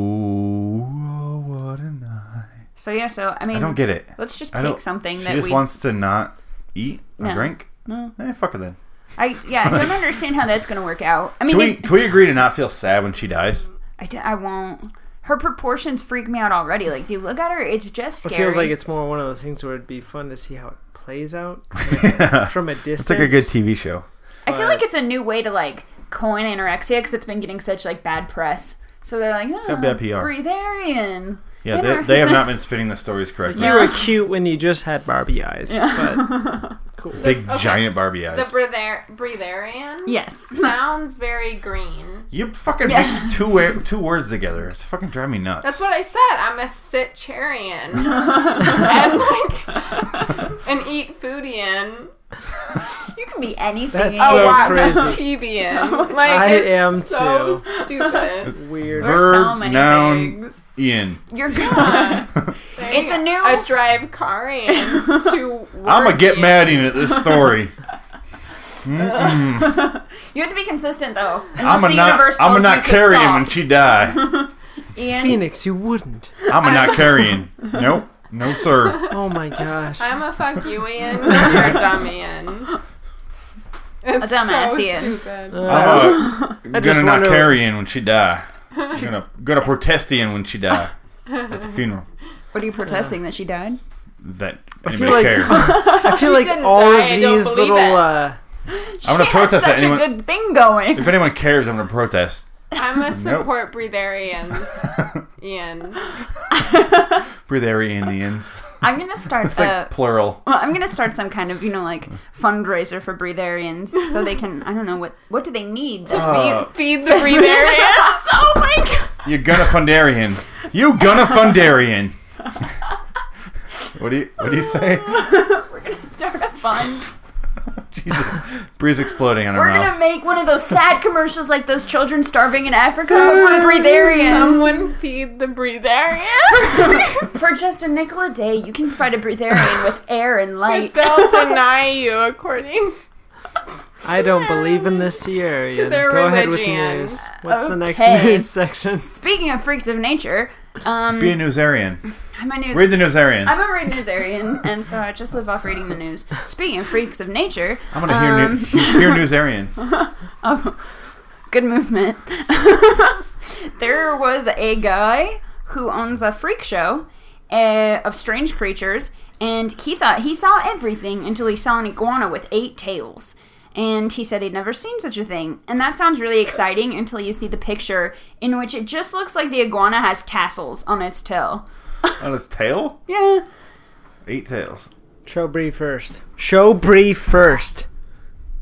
[SPEAKER 5] ooh, what a night.
[SPEAKER 7] so yeah, so I mean,
[SPEAKER 5] I don't get it.
[SPEAKER 7] let's just
[SPEAKER 5] I don't.
[SPEAKER 7] pick something
[SPEAKER 5] she
[SPEAKER 7] that
[SPEAKER 5] just
[SPEAKER 7] we.
[SPEAKER 5] wants to not eat or
[SPEAKER 7] No.
[SPEAKER 5] drink.
[SPEAKER 7] No.
[SPEAKER 5] Eh, fuck her then.
[SPEAKER 7] I yeah, I don't understand how that's going to work out. I mean,
[SPEAKER 5] Can we
[SPEAKER 7] if-
[SPEAKER 5] can we agree to not feel sad when she dies?
[SPEAKER 7] I, d- I won't. Her proportions freak me out already. Like you look at her, it's just
[SPEAKER 8] It
[SPEAKER 7] scary.
[SPEAKER 8] feels like it's more one of those things where it'd be fun to see how it plays out from a distance.
[SPEAKER 5] It's like a good TV show.
[SPEAKER 7] I feel like it's a new way to like coin anorexia because it's been getting such like bad press. So they're like, oh,
[SPEAKER 5] got bad PR."
[SPEAKER 7] breatharian.
[SPEAKER 5] Yeah,
[SPEAKER 7] Yeah.
[SPEAKER 5] they, they have not been spinning the stories correctly.
[SPEAKER 8] You were cute when you just had Barbie eyes. But cool.
[SPEAKER 5] Big
[SPEAKER 6] Okay.
[SPEAKER 5] giant Barbie
[SPEAKER 6] The
[SPEAKER 5] eyes.
[SPEAKER 6] breather- breatharian
[SPEAKER 7] Yes.
[SPEAKER 6] sounds very green.
[SPEAKER 5] you fucking
[SPEAKER 7] Yeah.
[SPEAKER 5] mixed two wa- two words together. It's fucking driving me nuts.
[SPEAKER 6] That's what I said. I'm a sitcharian and like an eat foodian.
[SPEAKER 7] You can be anything.
[SPEAKER 8] That's
[SPEAKER 7] Amy.
[SPEAKER 8] so
[SPEAKER 6] a watch
[SPEAKER 8] crazy.
[SPEAKER 7] Oh
[SPEAKER 6] TVian. Like
[SPEAKER 8] I
[SPEAKER 6] it's
[SPEAKER 8] am
[SPEAKER 6] so
[SPEAKER 8] too.
[SPEAKER 6] stupid.
[SPEAKER 8] Weird.
[SPEAKER 7] There's so
[SPEAKER 5] Verb,
[SPEAKER 7] many
[SPEAKER 5] noun,
[SPEAKER 7] things.
[SPEAKER 5] Ian.
[SPEAKER 7] You're good. It's a new-
[SPEAKER 6] I drive carian to.
[SPEAKER 5] I'm gonna get
[SPEAKER 6] workian.
[SPEAKER 5] mad Ian, at this story.
[SPEAKER 7] you have to be consistent though.
[SPEAKER 5] I'm
[SPEAKER 7] Unless
[SPEAKER 5] gonna
[SPEAKER 7] the
[SPEAKER 5] not
[SPEAKER 7] universe
[SPEAKER 5] I'm
[SPEAKER 7] tells
[SPEAKER 5] gonna
[SPEAKER 7] you
[SPEAKER 5] not
[SPEAKER 7] to
[SPEAKER 5] carry him
[SPEAKER 7] stop.
[SPEAKER 5] when she die.
[SPEAKER 7] Ian,
[SPEAKER 8] Phoenix, you wouldn't.
[SPEAKER 5] I'm a not carrying. Nope. No sir.
[SPEAKER 8] Oh my gosh.
[SPEAKER 6] I'm a fuck you Ian. You're a dumb Ian. It's
[SPEAKER 7] dumbass
[SPEAKER 6] so
[SPEAKER 7] Ian.
[SPEAKER 6] stupid.
[SPEAKER 8] Uh,
[SPEAKER 5] I'm a,
[SPEAKER 8] just
[SPEAKER 5] gonna not
[SPEAKER 8] wonder-
[SPEAKER 5] carry Ian when she die. I'm gonna gonna protest Ian when she die at the funeral.
[SPEAKER 7] what are you protesting that she died?
[SPEAKER 5] That
[SPEAKER 8] feel
[SPEAKER 5] anybody
[SPEAKER 8] like-
[SPEAKER 5] cares.
[SPEAKER 8] I feel like
[SPEAKER 6] didn't
[SPEAKER 8] all
[SPEAKER 6] die, I
[SPEAKER 8] of
[SPEAKER 6] don't
[SPEAKER 8] these
[SPEAKER 6] believe
[SPEAKER 8] little
[SPEAKER 6] it.
[SPEAKER 8] uh,
[SPEAKER 5] I'm gonna
[SPEAKER 7] She had
[SPEAKER 5] protest
[SPEAKER 7] such
[SPEAKER 5] that anyone.
[SPEAKER 7] a good thing going.
[SPEAKER 5] If anyone cares, I'm gonna protest.
[SPEAKER 6] I'm a support breatharians, Ian.
[SPEAKER 5] Breatharian Ians.
[SPEAKER 7] I'm gonna start
[SPEAKER 5] It's like
[SPEAKER 7] a-
[SPEAKER 5] plural.
[SPEAKER 7] well, I'm gonna start some kind of you know like fundraiser for breatharians so they can I don't know what what do they need to
[SPEAKER 5] Uh,
[SPEAKER 6] Feed, feed the breatharians.
[SPEAKER 7] oh my god.
[SPEAKER 5] You're gonna fundarian. You gonna fundarian. what do you What do you say?
[SPEAKER 7] We're gonna start a fund.
[SPEAKER 5] Jesus, breeze exploding on her
[SPEAKER 7] We're
[SPEAKER 5] mouth.
[SPEAKER 7] gonna make one of those sad commercials like those children starving in Africa for breatharians.
[SPEAKER 6] Someone feed the breatharians.
[SPEAKER 7] For just a nickel a day, you can fight a breatharian with air and light.
[SPEAKER 6] They'll deny you according
[SPEAKER 8] I don't believe in this year. Ian.
[SPEAKER 6] their
[SPEAKER 8] Go ahead with
[SPEAKER 6] religion.
[SPEAKER 8] news. What's the next
[SPEAKER 7] Okay.
[SPEAKER 8] news section?
[SPEAKER 7] Speaking of freaks of nature, um,
[SPEAKER 5] Be a newsarian.
[SPEAKER 7] I'm a news.
[SPEAKER 5] Read the newsarian.
[SPEAKER 7] I'm a read newsarian, and so I just live off reading the news. Speaking of freaks of nature,
[SPEAKER 5] I'm gonna hear
[SPEAKER 7] um,
[SPEAKER 5] new, hear newsarian.
[SPEAKER 7] good movement. there was a guy who owns a freak show uh, of strange creatures, and he thought he saw everything until he saw an iguana with eight tails. And he said he'd never seen such a thing. And that sounds really exciting until you see the picture in which it just looks like the iguana has tassels on its tail.
[SPEAKER 5] On his tail.
[SPEAKER 7] Yeah.
[SPEAKER 5] Eight tails.
[SPEAKER 8] Show Bree first. Show Bree first.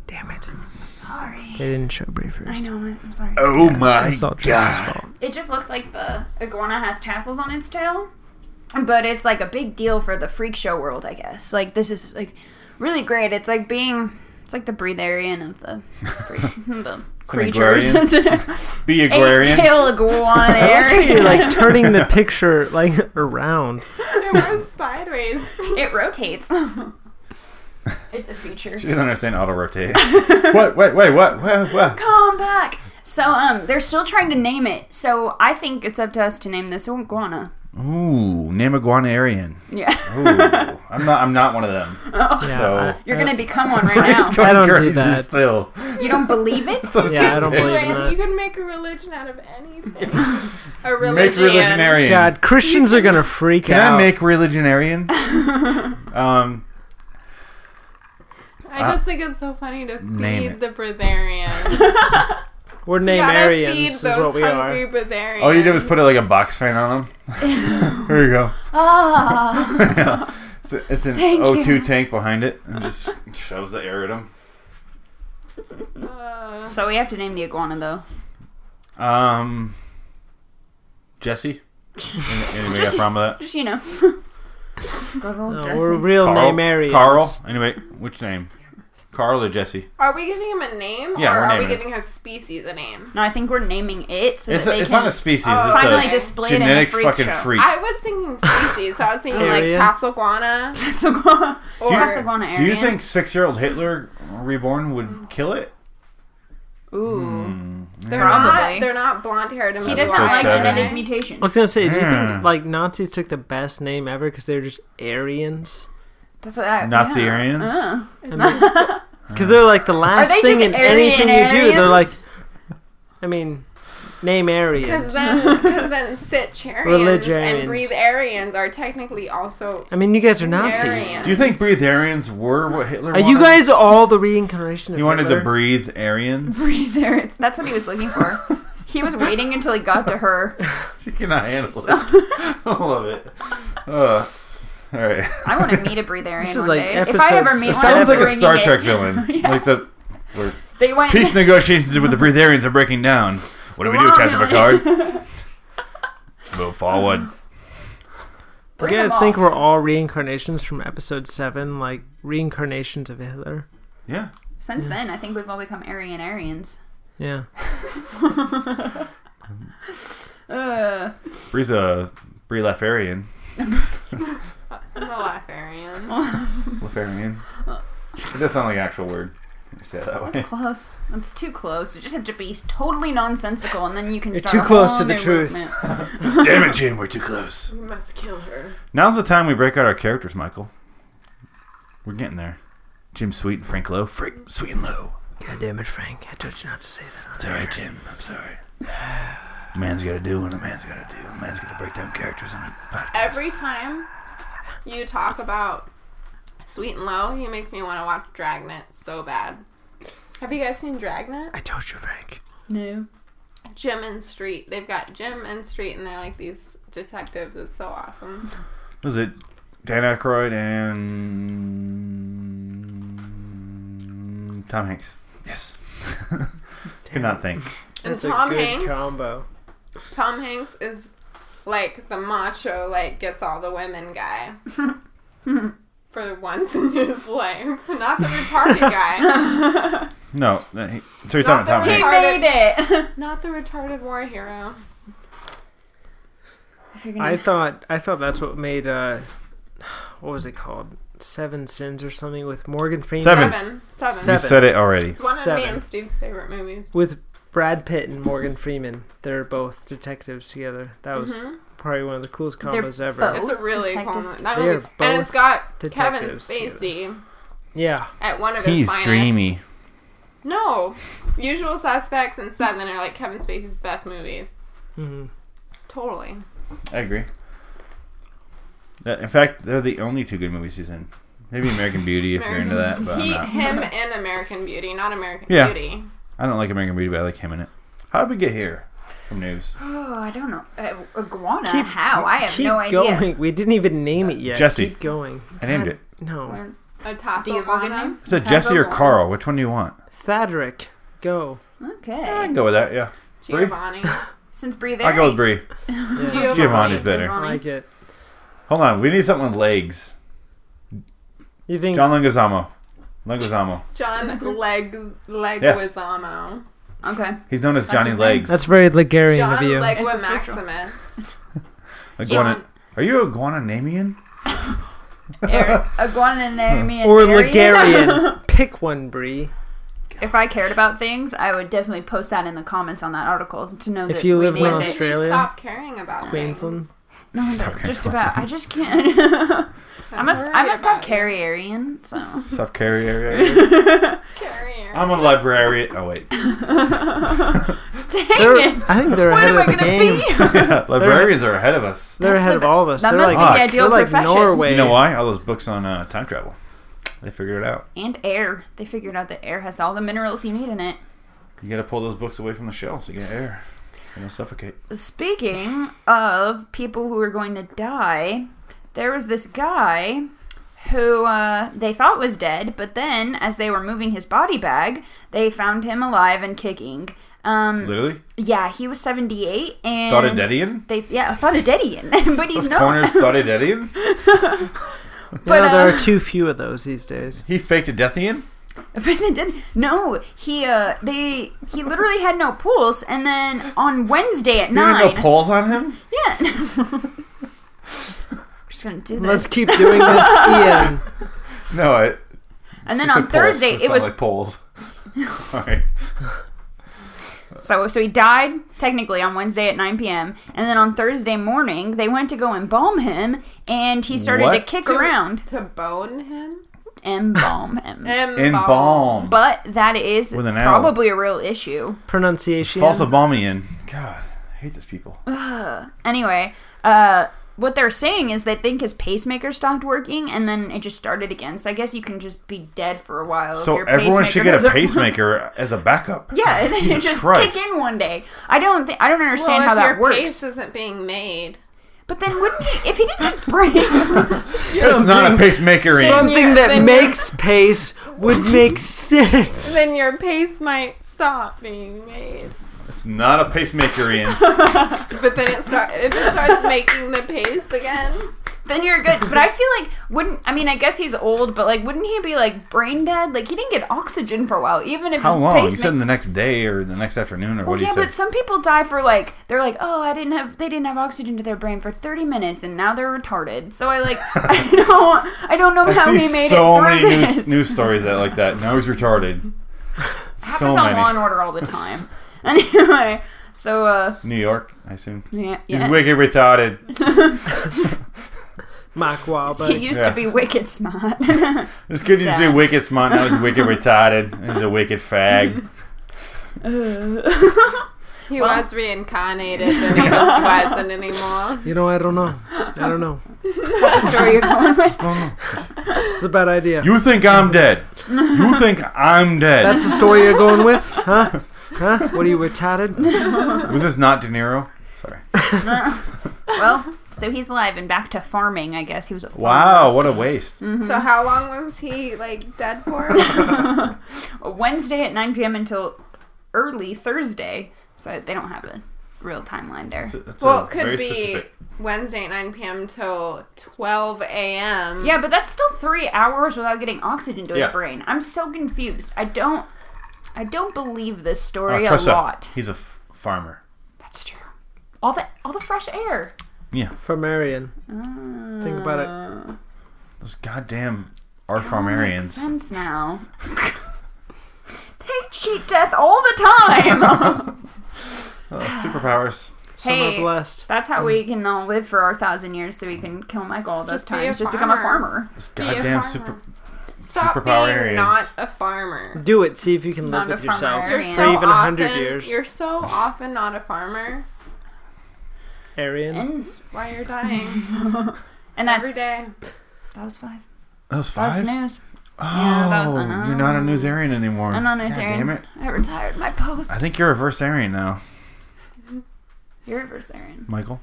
[SPEAKER 8] Damn it.
[SPEAKER 7] Sorry.
[SPEAKER 8] They didn't show Bree first.
[SPEAKER 7] I know, I'm sorry.
[SPEAKER 5] Oh my
[SPEAKER 8] It's all Trish's fault.
[SPEAKER 7] It just looks like the iguana has tassels on its tail. But it's like a big deal for the freak show world, I guess. Like this is like really great. It's like being It's like the breatharian of the, the
[SPEAKER 5] an
[SPEAKER 7] creatures.
[SPEAKER 5] agrarian. Be
[SPEAKER 7] Eight
[SPEAKER 5] agrarian.
[SPEAKER 7] tail iguana.
[SPEAKER 8] You're like turning the picture like around.
[SPEAKER 6] It was sideways.
[SPEAKER 7] it rotates. it's a feature.
[SPEAKER 5] She doesn't understand auto rotate. what? Wait, wait, what? What? What?
[SPEAKER 7] Come back. So um, they're still trying to name it. So I think it's up to us to name this iguana.
[SPEAKER 5] Ooh, name iguanarian.
[SPEAKER 7] Yeah,
[SPEAKER 5] Ooh, I'm not. I'm not one of them.
[SPEAKER 8] Yeah,
[SPEAKER 5] So
[SPEAKER 7] you're gonna become one right
[SPEAKER 5] Frank's
[SPEAKER 7] now.
[SPEAKER 5] going
[SPEAKER 8] I don't do
[SPEAKER 5] crazy
[SPEAKER 8] that.
[SPEAKER 5] still.
[SPEAKER 7] You don't believe it?
[SPEAKER 5] So it's
[SPEAKER 8] Yeah, I
[SPEAKER 5] like-
[SPEAKER 8] don't believe in
[SPEAKER 6] Randy, you
[SPEAKER 8] that.
[SPEAKER 6] can make a religion out of anything. A religion.
[SPEAKER 5] Make religionarian.
[SPEAKER 8] God, Christians are gonna freak
[SPEAKER 5] Can
[SPEAKER 8] out.
[SPEAKER 5] I make religionarian? um,
[SPEAKER 6] I just think it's so funny to
[SPEAKER 5] Name
[SPEAKER 6] feed
[SPEAKER 5] it.
[SPEAKER 6] the Bretharian.
[SPEAKER 8] We're
[SPEAKER 6] You
[SPEAKER 8] name
[SPEAKER 6] gotta
[SPEAKER 8] Aryans
[SPEAKER 6] feed
[SPEAKER 8] is
[SPEAKER 6] those
[SPEAKER 8] what we
[SPEAKER 6] hungry
[SPEAKER 8] are.
[SPEAKER 6] Bretharians.
[SPEAKER 5] all you did was put it like a box fan on them. there you go.
[SPEAKER 7] Ah,
[SPEAKER 5] It's, a- it's an
[SPEAKER 7] Thank
[SPEAKER 5] O2
[SPEAKER 7] you.
[SPEAKER 5] tank behind it and just shoves the air at him.
[SPEAKER 6] Uh,
[SPEAKER 7] so we have to name the iguana though.
[SPEAKER 5] Um, Jesse. Any- Anybody got a
[SPEAKER 7] Jesse.
[SPEAKER 5] problem with that?
[SPEAKER 7] Just you know. Good old
[SPEAKER 8] No,
[SPEAKER 7] Jesse.
[SPEAKER 8] we're real name Aryans.
[SPEAKER 5] Carl. Anyway, which name? Carl or Jesse?
[SPEAKER 6] are we giving him a name,
[SPEAKER 5] Yeah, we're
[SPEAKER 6] or are we
[SPEAKER 5] naming it.
[SPEAKER 6] giving his species a name?
[SPEAKER 7] No, I think we're naming it so
[SPEAKER 5] It's,
[SPEAKER 7] that
[SPEAKER 5] a,
[SPEAKER 7] they
[SPEAKER 5] it's
[SPEAKER 7] can
[SPEAKER 5] not a species.
[SPEAKER 6] Oh,
[SPEAKER 5] it's a
[SPEAKER 7] finally
[SPEAKER 6] Okay.
[SPEAKER 7] display it in a
[SPEAKER 5] genetic
[SPEAKER 7] freak
[SPEAKER 5] fucking
[SPEAKER 7] show.
[SPEAKER 5] freak.
[SPEAKER 6] I was thinking species, so I was thinking like
[SPEAKER 8] Area.
[SPEAKER 6] tassel guana
[SPEAKER 7] That's iguana.
[SPEAKER 6] or
[SPEAKER 7] That's iguana
[SPEAKER 5] Do you
[SPEAKER 7] Aryan.
[SPEAKER 5] think six-year-old Hitler reborn would kill it? Mm,
[SPEAKER 7] Ooh,
[SPEAKER 6] they're
[SPEAKER 7] Probably.
[SPEAKER 6] not they're not blonde haired and
[SPEAKER 7] he
[SPEAKER 5] Episode
[SPEAKER 7] doesn't like
[SPEAKER 5] seven.
[SPEAKER 7] genetic
[SPEAKER 8] I was
[SPEAKER 7] mutations.
[SPEAKER 8] gonna say, do you
[SPEAKER 5] Mm.
[SPEAKER 8] think like Nazis took the best name ever because they're just Aryans?
[SPEAKER 7] That's what I.
[SPEAKER 5] Nazi
[SPEAKER 7] yeah.
[SPEAKER 5] Aryans?
[SPEAKER 7] Uh.
[SPEAKER 5] Hmm.
[SPEAKER 8] Because they're like the
[SPEAKER 7] Are
[SPEAKER 8] last
[SPEAKER 7] they
[SPEAKER 8] thing
[SPEAKER 7] just
[SPEAKER 8] in
[SPEAKER 7] Aryan
[SPEAKER 8] anything you do. They're like,
[SPEAKER 7] Aryans?
[SPEAKER 8] I mean, name Aryans.
[SPEAKER 6] Because then, because then, Sitcharians
[SPEAKER 8] Religiarians.
[SPEAKER 6] and Breatharians are technically also
[SPEAKER 8] I mean, you guys are Nazis.
[SPEAKER 6] Aryans.
[SPEAKER 5] Do you think breatharians were what Hitler?
[SPEAKER 8] Are you
[SPEAKER 5] wanted?
[SPEAKER 8] guys all the reincarnation of
[SPEAKER 5] He wanted
[SPEAKER 8] Hitler?
[SPEAKER 5] to breathe Aryans.
[SPEAKER 7] breather. It's, that's what he was looking for. he was waiting until he got to her.
[SPEAKER 5] she cannot handle it. I love it. Uh, all right.
[SPEAKER 7] I want to meet a breatharian
[SPEAKER 8] This is
[SPEAKER 7] one
[SPEAKER 8] like
[SPEAKER 7] day. If I
[SPEAKER 8] episode
[SPEAKER 7] ever meet
[SPEAKER 5] It
[SPEAKER 7] one,
[SPEAKER 8] seven.
[SPEAKER 5] sounds
[SPEAKER 7] I'm
[SPEAKER 5] like a Star
[SPEAKER 7] bringing
[SPEAKER 5] Trek
[SPEAKER 7] it.
[SPEAKER 5] villain.
[SPEAKER 7] Yeah.
[SPEAKER 5] Like the where
[SPEAKER 7] They went.
[SPEAKER 5] peace negotiations with the breatharians are breaking down. What do we do, Captain Picard? Move forward.
[SPEAKER 8] Do
[SPEAKER 7] Bring
[SPEAKER 8] you guys
[SPEAKER 7] them
[SPEAKER 8] think
[SPEAKER 7] all.
[SPEAKER 8] we're all reincarnations from episode seven, like reincarnations of Hitler?
[SPEAKER 5] Yeah.
[SPEAKER 7] Since then, I think we've all become Aryan Aryans.
[SPEAKER 8] Yeah.
[SPEAKER 7] Uh,
[SPEAKER 5] Bree's a Bree Lafarian.
[SPEAKER 6] the Lafarian.
[SPEAKER 5] Lafarian. It does sound like an actual word. when you Say it that way.
[SPEAKER 7] close. That's too close. You just have to be totally nonsensical, and then you can.
[SPEAKER 8] You're
[SPEAKER 7] start
[SPEAKER 8] too
[SPEAKER 7] a
[SPEAKER 8] close
[SPEAKER 7] whole
[SPEAKER 8] to the
[SPEAKER 7] new
[SPEAKER 8] truth.
[SPEAKER 7] movement.
[SPEAKER 5] Damn it, Jim, we're too close.
[SPEAKER 6] We must kill her.
[SPEAKER 5] Now's the time we break out our characters, Michael. We're getting there. Jim Sweet and Frank Lowe. Frank Sweet and Lowe.
[SPEAKER 8] God damn it, Frank! I told you not to say that.
[SPEAKER 5] It's all right, Jim. I'm sorry. A man's got to do what a man's got to do. A man's got to break down characters on a podcast.
[SPEAKER 6] Every time you talk about Sweet and Low, you make me want to watch Dragnet so bad. Have you guys seen Dragnet?
[SPEAKER 8] I told you, Frank.
[SPEAKER 7] No.
[SPEAKER 6] Jim and Street. They've got Jim and Street, and they're like these detectives. It's so awesome.
[SPEAKER 5] Was it Dan Aykroyd and Tom Hanks? Yes. Could not think.
[SPEAKER 6] And Tom Hanks.
[SPEAKER 8] combo.
[SPEAKER 6] Tom Hanks is like the macho, like gets all the women guy. For once in his life, not the retarded guy,
[SPEAKER 5] No, that- he- so you're talking
[SPEAKER 6] Not
[SPEAKER 5] Tom
[SPEAKER 6] that
[SPEAKER 7] He
[SPEAKER 5] Hanks.
[SPEAKER 7] made it.
[SPEAKER 6] not the retarded war hero.
[SPEAKER 7] If you're gonna-
[SPEAKER 8] I thought I thought that's what made uh, what was it called? Seven Sins or something with Morgan Freeman.
[SPEAKER 5] Seven.
[SPEAKER 6] Seven, seven.
[SPEAKER 5] You said it already.
[SPEAKER 6] It's one of me
[SPEAKER 8] Seven.
[SPEAKER 6] and Steve's favorite movies.
[SPEAKER 8] With Brad Pitt and Morgan Freeman. They're both detectives together. That was
[SPEAKER 6] Mm-hmm.
[SPEAKER 8] probably one of the coolest
[SPEAKER 7] Mm-hmm. They're
[SPEAKER 8] combos ever.
[SPEAKER 7] both.
[SPEAKER 6] It's a really cool
[SPEAKER 7] detectives.
[SPEAKER 6] movie. That
[SPEAKER 8] They are
[SPEAKER 6] movie's, and it's
[SPEAKER 8] both
[SPEAKER 6] got Kevin
[SPEAKER 8] detectives
[SPEAKER 6] Spacey
[SPEAKER 8] Yeah.
[SPEAKER 6] at one of his
[SPEAKER 5] He's
[SPEAKER 6] finest.
[SPEAKER 5] dreamy.
[SPEAKER 6] No, Usual Suspects and Seven are like Kevin Spacey's best movies.
[SPEAKER 8] Mhm.
[SPEAKER 6] Totally.
[SPEAKER 5] I agree. That- In fact, they're the only two good movies he's in. Maybe American Beauty if you're into that,
[SPEAKER 8] Uh,
[SPEAKER 5] but I'm
[SPEAKER 6] He,
[SPEAKER 5] not.
[SPEAKER 6] him, and American Beauty, not American
[SPEAKER 5] Yeah.
[SPEAKER 6] Beauty.
[SPEAKER 5] I don't like American Beauty, but I like him in it. How did we get here from news?
[SPEAKER 7] Oh, I don't know. Uh, iguana?
[SPEAKER 8] Keep-
[SPEAKER 7] How? I have
[SPEAKER 8] Keep
[SPEAKER 7] no idea.
[SPEAKER 8] going. We didn't even name it yet.
[SPEAKER 5] Jesse.
[SPEAKER 8] Keep going.
[SPEAKER 5] I named it.
[SPEAKER 8] No.
[SPEAKER 7] Learn-
[SPEAKER 6] A
[SPEAKER 7] Do you
[SPEAKER 6] tassel
[SPEAKER 7] have a good name?
[SPEAKER 5] Is it Jesse or Carl? Which one do you want?
[SPEAKER 8] Thodrick. Go.
[SPEAKER 5] I
[SPEAKER 7] Okay.
[SPEAKER 5] can go with that, yeah. Bree?
[SPEAKER 6] Giovanni.
[SPEAKER 7] Since breathe
[SPEAKER 5] I'll go with Brie.
[SPEAKER 8] Yeah.
[SPEAKER 6] Giovanni.
[SPEAKER 5] Giovanni's better.
[SPEAKER 8] I like it.
[SPEAKER 5] Hold on, we need something with legs.
[SPEAKER 8] You think
[SPEAKER 5] John Leguizamo. Leguizamo.
[SPEAKER 6] John Leg
[SPEAKER 5] Yes.
[SPEAKER 6] Leguizamo.
[SPEAKER 7] Okay.
[SPEAKER 5] He's known as
[SPEAKER 7] That's
[SPEAKER 5] Johnny
[SPEAKER 7] his name?
[SPEAKER 5] Legs.
[SPEAKER 8] That's very Ligarian of
[SPEAKER 6] John
[SPEAKER 8] you.
[SPEAKER 7] It's
[SPEAKER 6] Legua
[SPEAKER 7] official.
[SPEAKER 6] Maximus.
[SPEAKER 5] Iguana- Are you a Guananamian?
[SPEAKER 7] Eric, Iguananamian
[SPEAKER 8] or
[SPEAKER 7] Arian.
[SPEAKER 8] Ligarian. Pick one, Bree.
[SPEAKER 7] If I cared about things, I would definitely post that in the comments on that article to know
[SPEAKER 8] If
[SPEAKER 7] that
[SPEAKER 8] you
[SPEAKER 7] we
[SPEAKER 8] live in
[SPEAKER 7] made
[SPEAKER 6] When
[SPEAKER 7] it.
[SPEAKER 6] did you
[SPEAKER 8] Australia?
[SPEAKER 6] stop caring about
[SPEAKER 8] Queensland?
[SPEAKER 6] things?
[SPEAKER 7] No, but
[SPEAKER 5] okay.
[SPEAKER 7] just about. I just can't. I
[SPEAKER 6] I'm
[SPEAKER 7] must. I
[SPEAKER 6] worried
[SPEAKER 7] must have
[SPEAKER 6] about you.
[SPEAKER 7] Carrierian. So
[SPEAKER 5] South Carry area.
[SPEAKER 6] Carrier.
[SPEAKER 5] I'm a librarian. Oh wait,
[SPEAKER 7] dang
[SPEAKER 8] They're,
[SPEAKER 7] it.
[SPEAKER 8] I think they're
[SPEAKER 7] What
[SPEAKER 8] ahead
[SPEAKER 7] am I
[SPEAKER 8] of the
[SPEAKER 7] gonna
[SPEAKER 8] game.
[SPEAKER 7] be?
[SPEAKER 5] yeah, librarians are ahead of us.
[SPEAKER 8] They're
[SPEAKER 7] That's
[SPEAKER 8] ahead
[SPEAKER 7] the
[SPEAKER 8] of
[SPEAKER 7] be-
[SPEAKER 8] all of us.
[SPEAKER 7] that
[SPEAKER 8] they're
[SPEAKER 7] must
[SPEAKER 8] like,
[SPEAKER 7] be
[SPEAKER 5] Fuck.
[SPEAKER 7] the ideal
[SPEAKER 8] they're like
[SPEAKER 7] profession.
[SPEAKER 8] Norway.
[SPEAKER 5] You know why? All those books on uh, time travel. They figured it out.
[SPEAKER 7] And air. They figured out that air has all the minerals you need in it.
[SPEAKER 5] You gotta pull those books away from the shelves. You get air. You don't suffocate.
[SPEAKER 7] Speaking of people who are going to die, there was this guy who uh, they thought was dead, but then as they were moving his body bag, they found him alive and kicking. Um,
[SPEAKER 5] Literally.
[SPEAKER 7] yeah, he was 78 and
[SPEAKER 5] Thought a Dedian?
[SPEAKER 7] They yeah, thought a deadian, but he's
[SPEAKER 5] Those
[SPEAKER 7] not.
[SPEAKER 5] corners thought a Dedian?
[SPEAKER 8] You know,
[SPEAKER 7] But,
[SPEAKER 8] there
[SPEAKER 7] uh,
[SPEAKER 8] are too few of those these days.
[SPEAKER 5] He faked a Dethian?
[SPEAKER 7] But they didn't. No, he uh, they he literally had no pulse, and then on Wednesday at
[SPEAKER 5] You didn't
[SPEAKER 7] nine,
[SPEAKER 5] know Paul's on him?
[SPEAKER 7] yeah. We're just gonna do this.
[SPEAKER 8] Let's keep doing this, Ian.
[SPEAKER 5] No, it,
[SPEAKER 7] and then
[SPEAKER 5] just
[SPEAKER 7] on
[SPEAKER 5] said Paul's,
[SPEAKER 7] Thursday, it
[SPEAKER 5] sounded
[SPEAKER 7] was
[SPEAKER 5] like Paul's. Sorry.
[SPEAKER 7] So so he died technically on Wednesday at 9 p.m. and then on Thursday morning they went to go embalm him and he started to
[SPEAKER 5] What?
[SPEAKER 7] kick
[SPEAKER 6] To-
[SPEAKER 7] around
[SPEAKER 6] To bone him?
[SPEAKER 7] embalm him.
[SPEAKER 5] Embalm.
[SPEAKER 7] but that is
[SPEAKER 5] With an owl.
[SPEAKER 7] probably a real issue.
[SPEAKER 8] Pronunciation.
[SPEAKER 5] False Abomian. God, I hate these people.
[SPEAKER 7] Oh, Anyway, uh what they're saying is they think his pacemaker stopped working and then it just started again. So I guess you can just be dead for a while. if
[SPEAKER 5] So
[SPEAKER 7] your
[SPEAKER 5] everyone should get
[SPEAKER 7] goes
[SPEAKER 5] a
[SPEAKER 7] up.
[SPEAKER 5] pacemaker as a backup.
[SPEAKER 7] Yeah, and then you
[SPEAKER 5] Jesus
[SPEAKER 7] just
[SPEAKER 5] Christ.
[SPEAKER 7] kick in one day. I don't think I don't understand
[SPEAKER 6] well,
[SPEAKER 7] how
[SPEAKER 6] if
[SPEAKER 7] that
[SPEAKER 6] your
[SPEAKER 7] works.
[SPEAKER 6] pace isn't being made.
[SPEAKER 7] But then wouldn't he if he didn't break
[SPEAKER 5] That's not a pacemaker. in.
[SPEAKER 6] Some-
[SPEAKER 8] Something
[SPEAKER 6] Yeah,
[SPEAKER 8] that
[SPEAKER 6] then-
[SPEAKER 8] makes pace would make sense.
[SPEAKER 6] Then your pace might stop being made.
[SPEAKER 5] It's not a pacemaker. in.
[SPEAKER 6] But then it start if it starts making the pace again.
[SPEAKER 7] then you're good. But I feel like wouldn't I mean I guess he's old, but like wouldn't he be like brain dead? Like he didn't get oxygen for a while, even if
[SPEAKER 5] How
[SPEAKER 7] his
[SPEAKER 5] long? You
[SPEAKER 7] pacemake-
[SPEAKER 5] said the next day or the next afternoon or
[SPEAKER 7] well,
[SPEAKER 5] what do
[SPEAKER 7] yeah,
[SPEAKER 5] you
[SPEAKER 7] but
[SPEAKER 5] say?
[SPEAKER 7] some people die for like they're like, oh, I didn't have they didn't have oxygen to their brain for 30 minutes, and now they're retarded. So I like I don't I don't know
[SPEAKER 5] I
[SPEAKER 7] how
[SPEAKER 5] see
[SPEAKER 7] he made
[SPEAKER 5] so
[SPEAKER 7] it through
[SPEAKER 5] many
[SPEAKER 7] this.
[SPEAKER 5] news, news stories that like that. Now he's retarded. so
[SPEAKER 7] Happens on Law and
[SPEAKER 5] many.
[SPEAKER 7] Order all the time. anyway, so uh,
[SPEAKER 5] New York, I assume.
[SPEAKER 7] yeah,
[SPEAKER 5] He's
[SPEAKER 7] yeah.
[SPEAKER 5] wicked retarded.
[SPEAKER 8] Mark
[SPEAKER 7] he
[SPEAKER 8] Wahlberg.
[SPEAKER 7] used
[SPEAKER 5] Yeah.
[SPEAKER 7] to be wicked smart.
[SPEAKER 5] This kid used to be
[SPEAKER 7] Dad.
[SPEAKER 5] wicked smart. Now he's wicked retarded. And he's a wicked fag.
[SPEAKER 6] He was reincarnated and he just wasn't anymore.
[SPEAKER 8] You know, I don't know. I don't know.
[SPEAKER 7] story you're going with.
[SPEAKER 8] It's a bad idea.
[SPEAKER 5] You think I'm dead? You think I'm dead?
[SPEAKER 8] That's the story you're going with, huh? Huh? What are you retarded?
[SPEAKER 5] Was this not De Niro? Sorry.
[SPEAKER 7] Well, so he's alive and back to farming, I guess. He was a farmer.
[SPEAKER 5] Wow, what a waste.
[SPEAKER 7] Mm-hmm.
[SPEAKER 6] So how long was he like dead for?
[SPEAKER 7] Wednesday at 9 p.m. until early Thursday. So they don't have a real timeline there.
[SPEAKER 5] That's a- that's
[SPEAKER 6] well,
[SPEAKER 5] a
[SPEAKER 6] it could
[SPEAKER 5] very
[SPEAKER 6] be
[SPEAKER 5] specific-
[SPEAKER 6] Wednesday at 9 p.m. till 12 a.m.
[SPEAKER 7] Yeah, but that's still three hours without getting oxygen to his
[SPEAKER 5] Yeah.
[SPEAKER 7] brain. I'm so confused. I don't, I don't believe this
[SPEAKER 5] Uh,
[SPEAKER 7] story a
[SPEAKER 5] Tressa,
[SPEAKER 7] lot.
[SPEAKER 5] He's a f- farmer.
[SPEAKER 7] That's true. All the all the fresh air.
[SPEAKER 8] For Marion. Think about it.
[SPEAKER 7] Ah.
[SPEAKER 5] Those goddamn are
[SPEAKER 7] Makes
[SPEAKER 5] farmarians.
[SPEAKER 7] sense now. they cheat death all the time.
[SPEAKER 5] Uh, superpowers.
[SPEAKER 8] Some
[SPEAKER 7] Hey.
[SPEAKER 8] are blessed.
[SPEAKER 7] that's how we can all live for our thousand years, so we can kill Michael all those
[SPEAKER 6] Just be a
[SPEAKER 7] times. Just become a
[SPEAKER 6] farmer.
[SPEAKER 7] farmer.
[SPEAKER 5] Those
[SPEAKER 6] Be a
[SPEAKER 5] goddamn
[SPEAKER 6] farmer.
[SPEAKER 5] super.
[SPEAKER 6] Stop
[SPEAKER 5] superpower
[SPEAKER 6] being
[SPEAKER 5] areas.
[SPEAKER 6] not a farmer.
[SPEAKER 8] Do it. See if you can
[SPEAKER 7] Not
[SPEAKER 8] live with
[SPEAKER 7] a farmer.
[SPEAKER 8] yourself.
[SPEAKER 7] You're
[SPEAKER 6] You're
[SPEAKER 7] Man.
[SPEAKER 6] so
[SPEAKER 7] Or
[SPEAKER 8] even a hundred
[SPEAKER 6] often-
[SPEAKER 8] years.
[SPEAKER 6] You're so often not a farmer.
[SPEAKER 8] Arian.
[SPEAKER 7] And,
[SPEAKER 6] Why you're dying
[SPEAKER 7] and that's
[SPEAKER 6] every day?
[SPEAKER 7] that was five.
[SPEAKER 5] That was
[SPEAKER 7] That's
[SPEAKER 5] five?
[SPEAKER 7] news.
[SPEAKER 5] Oh,
[SPEAKER 7] that was- I
[SPEAKER 5] you're not a
[SPEAKER 7] know.
[SPEAKER 5] newsarian anymore.
[SPEAKER 7] I'm not a
[SPEAKER 5] God
[SPEAKER 7] Arian.
[SPEAKER 5] Damn it.
[SPEAKER 7] I retired my post.
[SPEAKER 5] I think you're a versarian now,
[SPEAKER 7] You're a Versarian.
[SPEAKER 5] Michael.